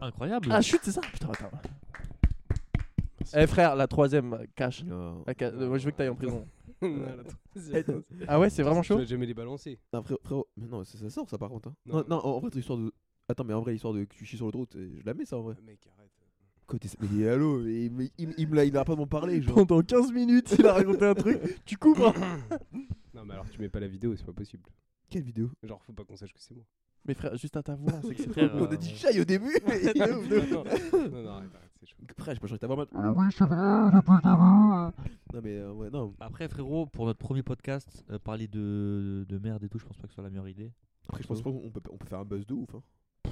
S7: Incroyable.
S6: Ah, chute, c'est ça Putain, attends. Eh frère, la troisième, cache.
S4: Non.
S6: La ca- euh, Moi, je veux que t'ailles en prison.
S5: Voilà, la troisième.
S6: Ah ouais, c'est vraiment
S5: Tu
S6: chaud
S5: vas jamais les balancer.
S4: Après, mais non, ça, ça sort ça par contre. hein.
S5: Non.
S4: Non, non, en en vrai, ton histoire de. Attends, mais en vrai, l'histoire de que tu chies sur l'autoroute, euh, je la mets ça en vrai.
S5: Mec, arrête.
S4: Quoi, t'es- mais dis, allô, mais- mais il, il, me l'a- il a pas de m'en parler, genre.
S6: Pendant 15 minutes, il a raconté un truc, tu coupes hein
S5: Non, mais alors, tu mets pas la vidéo, c'est pas possible.
S4: Quelle vidéo
S5: Genre, faut pas qu'on sache que c'est moi.
S6: Mais frère, juste à ta voix, c'est que c'est
S7: frère,
S4: On a dit chai au début, mais il est ouf, euh, de ouf.
S5: non, non, non, arrête, arrête, c'est chaud.
S4: Après, j'ai pas changé ta voix maintenant.
S1: Oui, c'est vrai, je peux t'avoir.
S4: Non, mais euh, ouais, non.
S7: Bah, Après, frérot, pour notre premier podcast, euh, parler de, de merde et tout, je pense pas que ce soit la meilleure idée.
S4: Après, je pense pas qu'on peut, on peut faire un buzz de ouf. Hein.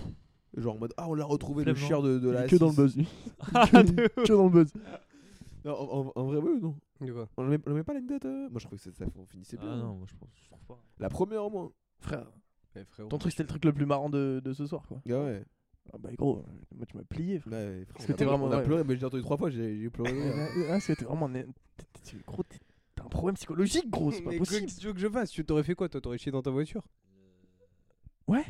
S4: Genre en mode, ah, on l'a retrouvé le
S7: Flemme,
S4: chien de, de la.
S6: Bah, que dans le
S4: six.
S6: buzz. Ah, lui. que, que dans le buzz.
S4: Non, en, en- en vrai, oui, non.
S5: De quoi
S4: On met, on met pas l'anecdote. euh Moi, je crois que ça, ça on finissait
S7: Ah
S4: bien. hein.
S7: non, moi je pense je trouve pas.
S4: La première, au moins.
S6: Frère,
S5: Eh, frérot.
S6: ton truc, c'était le truc le plus marrant de, de ce soir, quoi.
S4: Ah ouais.
S6: Ah bah gros, moi, tu m'as plié, frère.
S4: ouais
S6: Parce
S4: on
S6: que
S4: a
S6: t'es
S4: pleuré-
S6: vraiment-
S4: On a
S6: ouais.
S4: pleuré, mais j'ai entendu trois fois, j'ai j'ai pleuré. hein.
S6: Ah, c'était vraiment. un- t'es- t'es- t'es- Gros, t'es- t'as un problème psychologique, gros, c'est pas
S5: Mais
S6: possible.
S5: Qu'est-ce que tu veux que je fasse Tu t'aurais fait quoi Toi, t'aurais chié dans ta voiture
S6: Ouais.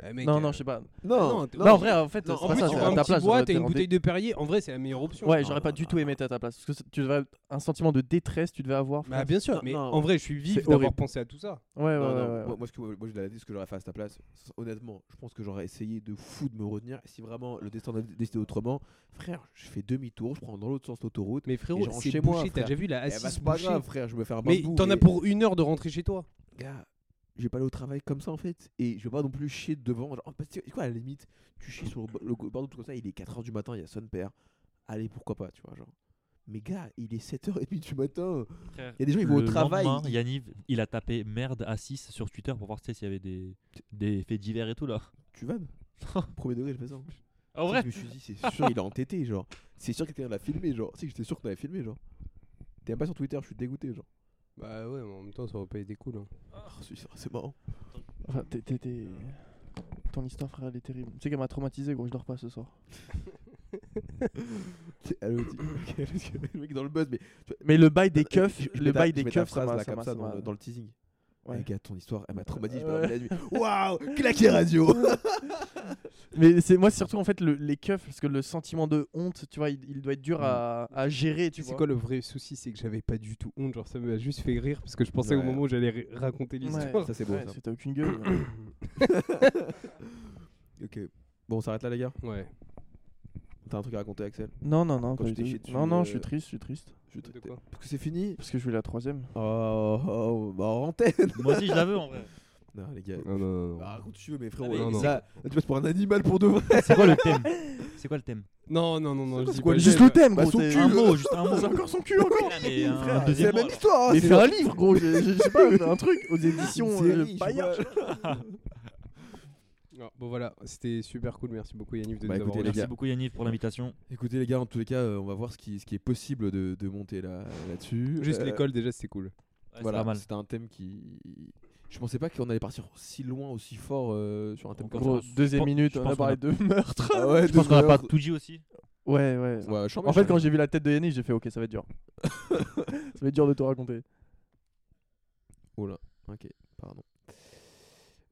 S5: Bah, mec,
S6: Non,
S5: euh,
S6: non, je sais pas.
S4: Non,
S5: non,
S4: non,
S5: t'es-
S6: Non, en vrai, en fait,
S4: Non,
S6: c'est
S4: en
S6: pas
S4: vrai,
S6: ça.
S5: tu
S6: c'est
S5: prends
S6: à
S5: un
S6: ta
S5: petit
S6: place, euh,
S5: bois,
S6: j'aurais
S5: t'as
S6: été
S5: une
S6: rendu-
S5: bouteille de Ah. Perrier. En vrai, c'est la meilleure option.
S6: Ouais,
S4: Non,
S6: j'aurais pas
S4: non,
S6: du
S4: non,
S6: tout aimé être à ta place. Parce que ça- tu devais un sentiment de détresse, tu devais avoir.
S5: Bah,
S6: frère.
S5: bien sûr,
S4: Non,
S5: mais
S4: non.
S5: en vrai, je suis
S6: C'est
S5: vif d'avoir
S6: horrible.
S5: pensé à tout ça.
S6: Ouais, ouais,
S4: Non,
S6: ouais,
S4: non,
S6: ouais,
S4: Moi, moi, ce que moi, je l'ai dit, ce que j'aurais fait à ta place, s- honnêtement, je pense que j'aurais essayé de fou de me retenir. Si vraiment le destin avait décidé autrement, frère, je fais demi-tour, je prends dans l'autre sens l'autoroute.
S5: Mais
S4: Et
S5: frérot,
S4: je rentre
S5: c'est
S4: chez moi,
S5: bouché. T'as
S4: frère.
S5: déjà vu la
S4: Eh bah,
S5: assise
S4: c'est pas
S5: bouchée
S4: grave, Bah, frère, je me fais un
S5: Mais
S4: bambou,
S5: t'en as
S4: et-
S5: pour une heure de rentrer chez toi.
S4: Gars, je vais pas aller au travail comme ça en fait. Et je vais pas non plus chier devant. Genre, oh, parce que, quoi, à la limite, tu chies sur le, bo- le go- bord de tout comme ça, il est 4h du matin, il y a son père. Allez, pourquoi pas, tu vois, genre. Mais gars, il est 7h30 du matin. Il y a des gens, ils vont au
S7: Le
S4: travail.
S7: lendemain,
S4: ils-
S7: Yanniv, il a tapé merde à 6 sur Twitter pour voir tu sais, s'il y avait des, des faits divers et tout là.
S4: Tu vannes Premier degré, je fais ça.
S7: En
S4: Tu sais, Je me suis dit, c'est sûr, il a entêté, genre. C'est sûr que quelqu'un l'a filmé, genre. Tu sais que j'étais sûr qu'on avait filmé, genre. T'es même pas sur Twitter, je suis dégoûté, genre.
S5: Bah ouais, mais en même temps, ça aurait pas été cool.
S4: Oh, c'est- c'est marrant.
S6: Enfin, t'es- t'es- t'es- Ton histoire, frère, elle est terrible. Tu sais qu'elle m'a traumatisé, gros, je dors pas ce soir.
S4: C'est- Allô, tu- le mec dans le buzz, mais.
S6: Mais le bail des
S4: Je-
S6: keufs,
S4: je- je
S6: le
S4: mets ta-
S6: bail
S4: je
S6: des
S4: mets ta
S6: keufs, ça
S4: phrase,
S6: m'a
S4: là,
S6: ça
S4: comme
S6: m'a-
S4: ça
S6: ça
S4: dans,
S6: m'a-
S4: le- dans le teasing.
S6: Ouais.
S4: Les gars, euh, ton histoire, elle m'a traumatisé. j'ai pas
S6: Ouais.
S4: dormi la nuit. Waouh, claqué radio.
S6: Mais c'est moi, c'est surtout en fait le- les keufs, parce que le sentiment de honte, tu vois, il, il doit être dur à, à gérer, tu
S5: Tu sais
S6: vois.
S5: quoi, le vrai souci, c'est que j'avais pas du tout honte. Genre, ça m'a juste fait rire parce que je pensais au
S4: Ouais.
S5: moment où j'allais ri- raconter l'histoire.
S6: Ouais.
S4: Ça, c'est beau,
S6: Ouais,
S4: ça.
S6: c'est- T'as aucune gueule.
S4: ok. Bon, on s'arrête là, les gars.
S5: Ouais.
S4: T'as un truc à raconter, Axel
S6: non, non, non,
S4: Quand
S6: pas
S4: tu
S6: du
S4: t'es
S6: tout.
S4: chié dessus,
S6: Non, non, je
S4: euh,
S6: suis triste, je suis triste.
S4: Je te-
S5: De quoi
S4: Parce que c'est fini.
S6: Parce que je voulais la troisième.
S4: Oh, oh, bah, en antenne.
S7: Moi aussi je la veux en vrai.
S4: Non, les gars.
S5: Non, non, non.
S4: Ah, raconte tu veux, mais frérot.
S7: Ah, mais
S4: là,
S5: non,
S4: là, tu passes pour un animal pour de vrai.
S7: C'est quoi le thème C'est quoi le thème
S5: Non, non, non, non. je dis
S4: quoi
S5: pas
S4: le
S5: ça.
S6: Juste le thème,
S4: Bah,
S6: gros.
S4: son
S6: c'est-
S4: cul,
S7: Un
S4: euh.
S7: mot, juste un mot.
S6: C'est encore son cul, encore.
S7: Ah, mais un
S4: Frère,
S7: deuxième
S4: C'est la
S7: mot,
S4: même
S7: alors.
S4: histoire. hein,
S6: Mais
S4: c'est
S6: fais
S4: genre-
S6: un livre, gros. Je je- je sais pas, un truc aux
S4: Une
S6: éditions
S4: série, je
S6: euh,
S4: sais
S6: Payard.
S4: pas.
S5: Ah, Bon, voilà, c'était super cool. Merci beaucoup, Yanniv, de
S4: Bah,
S5: nous avoir
S4: écoutez, les
S5: reçus.
S4: gars.
S7: Merci beaucoup Yanniv pour l'invitation.
S4: Écoutez les gars, en tous les cas, euh, on va voir ce qui, ce qui est possible de, de monter là- là-dessus.
S5: Juste
S4: Euh,
S5: l'école, déjà, c'était cool.
S7: Ouais,
S4: Voilà,
S7: c'est pas mal.
S4: c'était un thème qui. Je pensais pas qu'on allait partir si loin, aussi fort euh, sur un thème comme
S6: Gros,
S4: ça.
S6: deuxième
S7: pense-
S6: minute,
S7: je
S6: on
S7: pense
S6: a
S7: qu'on
S6: parlé
S7: a-
S6: de meurtre.
S4: Ah ouais,
S7: Je pense qu'on a
S4: deux
S7: pas
S4: heures.
S7: tout dit aussi.
S6: Ouais, ouais.
S4: Ouais, je
S6: En fait, quand j'ai vu la tête de Yannick, j'ai fait ok, ça va être dur. ça va être dur de tout raconter.
S4: Oh là, ok, pardon.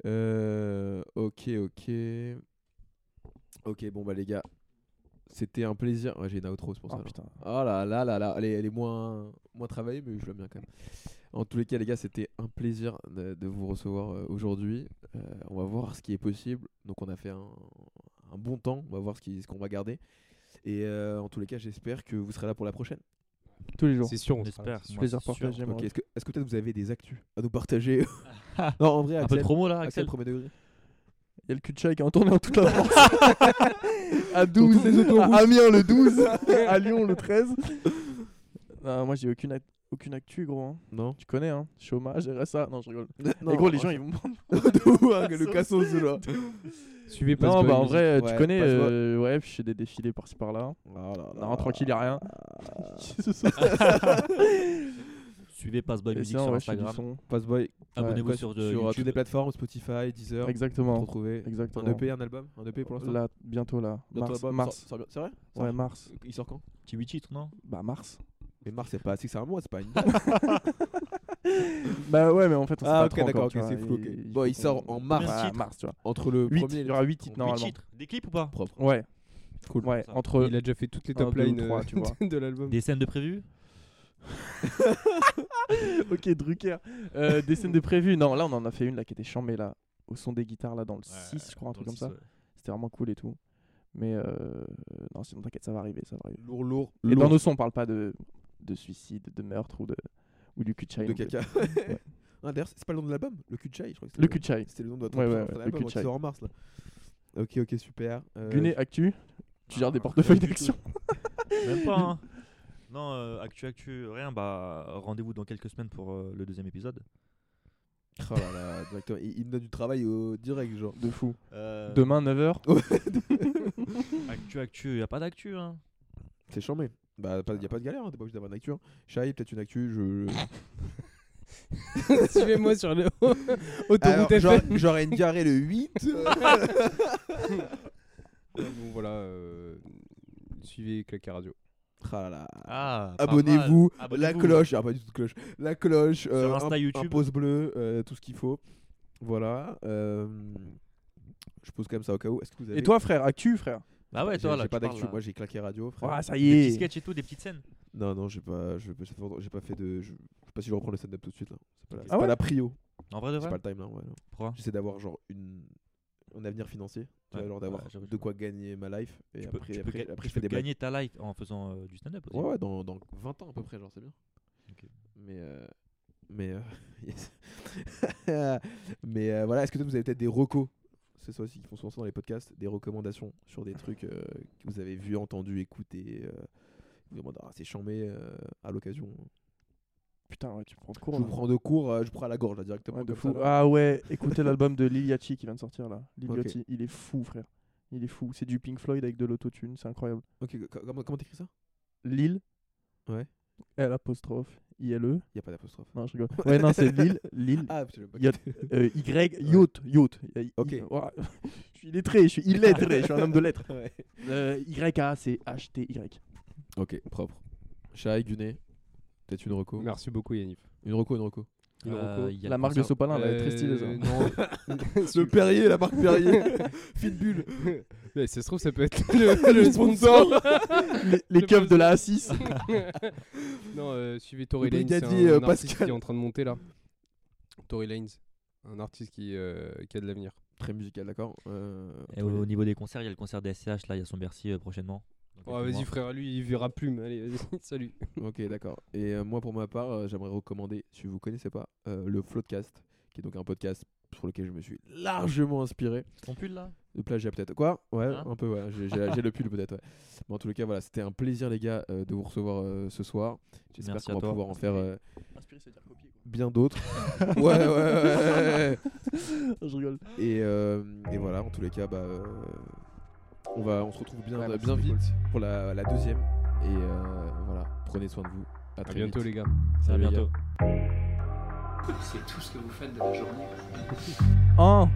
S4: Euh, ok, ok. Ok, bon bah les gars, c'était un plaisir. Ouais, j'ai une outro, c'est pour ça.
S6: Oh
S4: là.
S6: putain.
S4: Oh là là là là, elle est, elle est moins, moins travaillée, mais je l'aime bien quand même. En tous les cas, les gars, c'était un plaisir de, de vous recevoir euh, aujourd'hui. Euh, on va voir ce qui est possible. Donc, on a fait un, un bon temps. On va voir ce qui- ce qu'on va garder. Et euh, en tous les cas, j'espère que vous serez là pour la prochaine.
S6: Tous les jours.
S5: C'est sûr, on sera là.
S7: J'espère.
S6: Je
S7: moi,
S6: plaisir
S7: c'est sûr.
S6: partagé, moi.
S4: Ok, Est-ce que, est-ce que peut-être vous avez des actus à nous partager Non, en vrai,
S7: Un peu
S4: Axel,
S7: de promo là,
S4: Axel,
S7: Axel
S4: premier degré.
S6: Il y a le cul de chat qui est en tournée en toute la France. à 12,
S4: toutes les autoroutes.
S6: à Amiens le 12, à Lyon le 13. Non, moi j'ai aucune, act- aucune actu, gros. hein.
S4: Non.
S6: Tu connais, hein. Chômage, RSA. Non, je rigole.
S4: non
S6: Et gros, les gens ils vont me prendre.
S4: le cassos de là.
S5: Suivez pas
S6: Non, bah en vrai,
S4: Ouais,
S6: tu connais,
S4: passe-moi.
S6: euh, ouais, je fais des défilés par-ci par-là.
S4: Ah,
S6: Non, tranquille, hein. y a rien.
S7: Suivez Passeboy
S6: Et
S7: Music
S6: sinon,
S7: sur
S6: ouais, je fais du
S7: Instagram.
S6: son.
S4: Passboy.
S7: Abonnez-vous
S4: Ouais,
S7: sur,
S4: quoi,
S7: euh,
S4: sur euh, toutes
S7: YouTube.
S4: les plateformes, Spotify, Deezer. Pour
S6: Exactement.
S4: trouver un
S6: Exactement.
S4: EP, un album, un EP pour l'instant.
S6: Là, bientôt là.
S4: Dans ton
S6: Mars.
S4: album,
S6: mars.
S4: sort- sort- C'est vrai sort-
S6: Ouais, mars.
S4: Il sort quand
S7: Petit 8 titres, non
S6: Bah, mars.
S4: Mais Mars, c'est pas c'est que c'est un mois, c'est pas une date.
S6: Bah, ouais, mais en fait, on sait
S4: ah
S6: pas
S4: ok,
S6: trop
S4: d'accord,
S6: encore,
S4: ok,
S6: tu vois,
S4: c'est flou. ok.
S6: et- il
S4: Bon,
S6: faut
S4: il
S6: qu'on-
S4: sort en mars.
S7: Combien de
S6: Ouais,
S7: titres
S6: mars, tu vois.
S4: Entre le
S6: Huit,
S4: premier et
S6: il y
S4: le
S6: aura 8 titres
S7: Huit
S6: normalement.
S7: titres. Des clips ou pas
S4: propre.
S6: Ouais,
S4: Cool.
S6: ouais,
S7: ça.
S6: entre.
S5: Il a déjà fait toutes les
S6: bah, Un,
S5: top
S6: deux ou
S5: lines
S6: trois,
S5: euh,
S6: tu vois.
S5: de l'album.
S7: Des scènes de prévu
S6: ok, Drucker. Euh, des scènes de prévues. Non, là, on en a fait une là qui était chambée là, au son des guitares là, dans le 6, je crois, un truc comme ça. C'était vraiment cool et tout. Mais euh, non, sinon, t'inquiète, ça va arriver, ça va arriver.
S4: Lourd, lourd,
S6: Et dans
S4: lourd.
S6: nos sons, on parle pas de, de suicide, de meurtre ou de ou du cul de chai.
S4: de
S6: non plus.
S4: caca. Ah, D'ailleurs, c'est pas le nom de l'album, le cul de chai, je crois. que c'était
S6: Le cul de chai.
S4: C'était le nom de votre
S6: Ouais,
S4: album,
S6: ouais,
S4: votre
S6: ouais, le
S4: album
S6: cul de
S4: qui
S6: chai.
S4: sort en mars là. Ok, ok, super. Euh,
S6: Guné, Actu, tu
S7: Ah,
S6: gères des portefeuilles d'action.
S7: Même pas, hein. Non, euh, actu, actu, rien. Bah, rendez-vous dans quelques semaines pour euh, le deuxième épisode.
S4: Oh là là, directeur, il, il me donne du travail au direct, genre.
S6: De fou.
S7: Euh,
S6: Demain, 9h.
S7: Actu, actu, y a pas d'actu, hein.
S4: C'est chambé. Bah, pas- y a pas de galère, hein, t'es pas obligé d'avoir une actu. Hein. Chai, peut-être une actu, je.
S5: Suivez-moi sur le
S4: Ah, Alors,
S5: autoroute
S4: j'aurais-
S5: FM.
S4: J'aurais une diarrhée le 8.
S5: Bon voilà, euh, suivez Claquer Radio.
S4: Ah là là.
S7: Ah, pas
S4: Abonnez-vous,
S7: mal. Abonnez-vous.
S4: la cloche, ah pas du tout de cloche, la cloche, euh,
S7: Insta,
S4: un- un,
S7: YouTube.
S4: pause bleu, euh, tout ce qu'il faut. Voilà. euh, je pose quand même ça au cas où. Est-ce que vous avez
S6: Et toi, frère, Actu, frère
S7: Bah ouais,
S4: J'ai-
S7: toi là.
S4: j'ai
S7: tu
S4: pas
S7: parles,
S4: d'actu,
S7: là.
S4: moi j'ai claqué radio, frère.
S6: Ah, ça
S7: Des
S6: y
S7: petits
S6: est.
S7: sketchs et tout, des petites scènes.
S4: Non non, j'ai pas, je j'ai pas- j'ai pas fait de, je, je sais pas si je reprends le stand-up tout de suite là. C'est pas, la-
S7: Ah
S4: c'est pas
S6: ouais
S4: la prio,
S7: En vrai de
S4: c'est
S7: vrai
S4: pas le time là. ouais, non.
S7: Pourquoi
S4: J'essaie d'avoir genre une, un avenir financier, tu
S7: Ouais,
S4: vois, genre d'avoir
S7: ouais, j'avoue,
S4: de quoi gagner ma life. Et
S7: Tu peux,
S4: après,
S7: tu peux
S4: après,
S7: ga-
S4: après,
S7: tu
S4: je fais
S7: peux
S4: des blagues.
S7: gagner ta life en faisant euh, du stand-up aussi.
S4: Ouais, ouais, dans, dans 20 ans à peu près, genre, c'est bien.
S7: Ok.
S4: Mais. euh, mais. euh, yes. mais euh, voilà, est-ce que vous avez peut-être des recos C'est ça aussi qui font souvent ça dans les podcasts, des recommandations sur des trucs euh, que vous avez vu, entendu, écouté. euh, vous demandez, ah, c'est chambé euh, à l'occasion.
S6: Putain, ouais, tu prends le
S4: Je
S6: cours.
S4: vous
S6: là.
S4: prends de cours, euh, je prends à la gorge là directement.
S6: Ouais, de
S4: comme ça,
S6: fou.
S4: là.
S6: Ah ouais, écoutez l'album de Lil Yachty qui vient de sortir là. Lil
S4: Ok.
S6: Yachty, il est fou, frère. Il est fou. C'est du Pink Floyd avec de l'autotune, c'est incroyable.
S4: Ok, co- comment comment t'écris ça
S6: Lil.
S4: Ouais.
S6: L apostrophe. ILE.
S4: Il a pas d'apostrophe.
S6: Non, je rigole. Ouais, non, c'est Lil. Lil.
S4: Ah, parce que je pas
S6: Yacht. euh, y. Yacht. Yacht. Il y a I-
S4: Ok.
S6: Ouah. Je suis lettré, je suis illettré, je suis un homme de lettres.
S4: Ouais.
S6: Euh, Y-A-C-H-T-Y.
S4: Ok, propre. Chai, Guné, peut-être une reco.
S5: Merci beaucoup Yannick.
S4: Une reco, une reco.
S5: Une
S7: Euh,
S5: reco.
S7: il y a
S6: La
S7: le
S6: marque de
S7: concert-
S6: Sopalin, là, elle est très stylée. ça.
S5: Euh, non.
S4: Le Perrier, la marque Perrier. Fitbull.
S5: Mais ça se trouve ça peut être le, le sponsor.
S6: Les, les keufs de la A6.
S5: non, euh, suivez Tory
S4: Le
S5: Lanez, c'est
S4: brigadier,
S5: un
S4: euh,
S5: artiste
S4: Pascal.
S5: qui est en train de monter là. Tory Lanez, un artiste qui, euh, qui a de l'avenir.
S4: Très musical, d'accord. Euh,
S7: Et au, au niveau des concerts, il y a le concert des SCH, là, il y a son Bercy euh, prochainement. dans quelques
S5: Oh, vas-y
S7: mois.
S5: frère, lui il verra plume. Allez, vas-y, salut.
S4: Ok, d'accord. Et euh, moi, pour ma part, euh, j'aimerais recommander, si vous connaissez pas, euh, le Floodcast, qui est donc un podcast sur lequel je me suis largement inspiré.
S7: Ton pull là
S4: Le plagiat, peut-être. Quoi Ouais,
S7: Hein
S4: un peu, ouais. J'ai- J'ai j'ai le pull, peut-être, ouais. Mais en tout cas, voilà, c'était un plaisir, les gars, euh, de vous recevoir euh, ce soir. J'espère
S7: Merci
S4: qu'on
S7: à
S4: va
S7: toi.
S4: pouvoir en faire euh,
S6: Inspiré, c'est dire copier.
S4: bien d'autres. ouais, ouais, ouais, ouais.
S6: Je rigole.
S4: Et, euh, et voilà, en tous les cas, bah, euh, on, va, on se retrouve bien,
S6: Ouais, merci
S4: bah, bien
S6: beaucoup.
S4: vite pour la, la deuxième. Et euh, voilà, prenez soin de vous. À
S5: À
S4: très
S5: bientôt
S4: vite.
S5: les gars.
S7: À
S4: Salut, les gars.
S7: bientôt.
S2: C'est tout ce que vous faites de la journée.
S6: Un.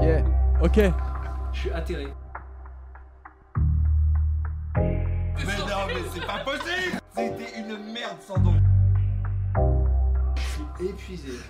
S4: Yeah.
S6: Ok.
S2: Je suis atterré.
S8: Mais non, mais c'est pas possible C'était une merde sans nom.
S2: Je suis épuisé.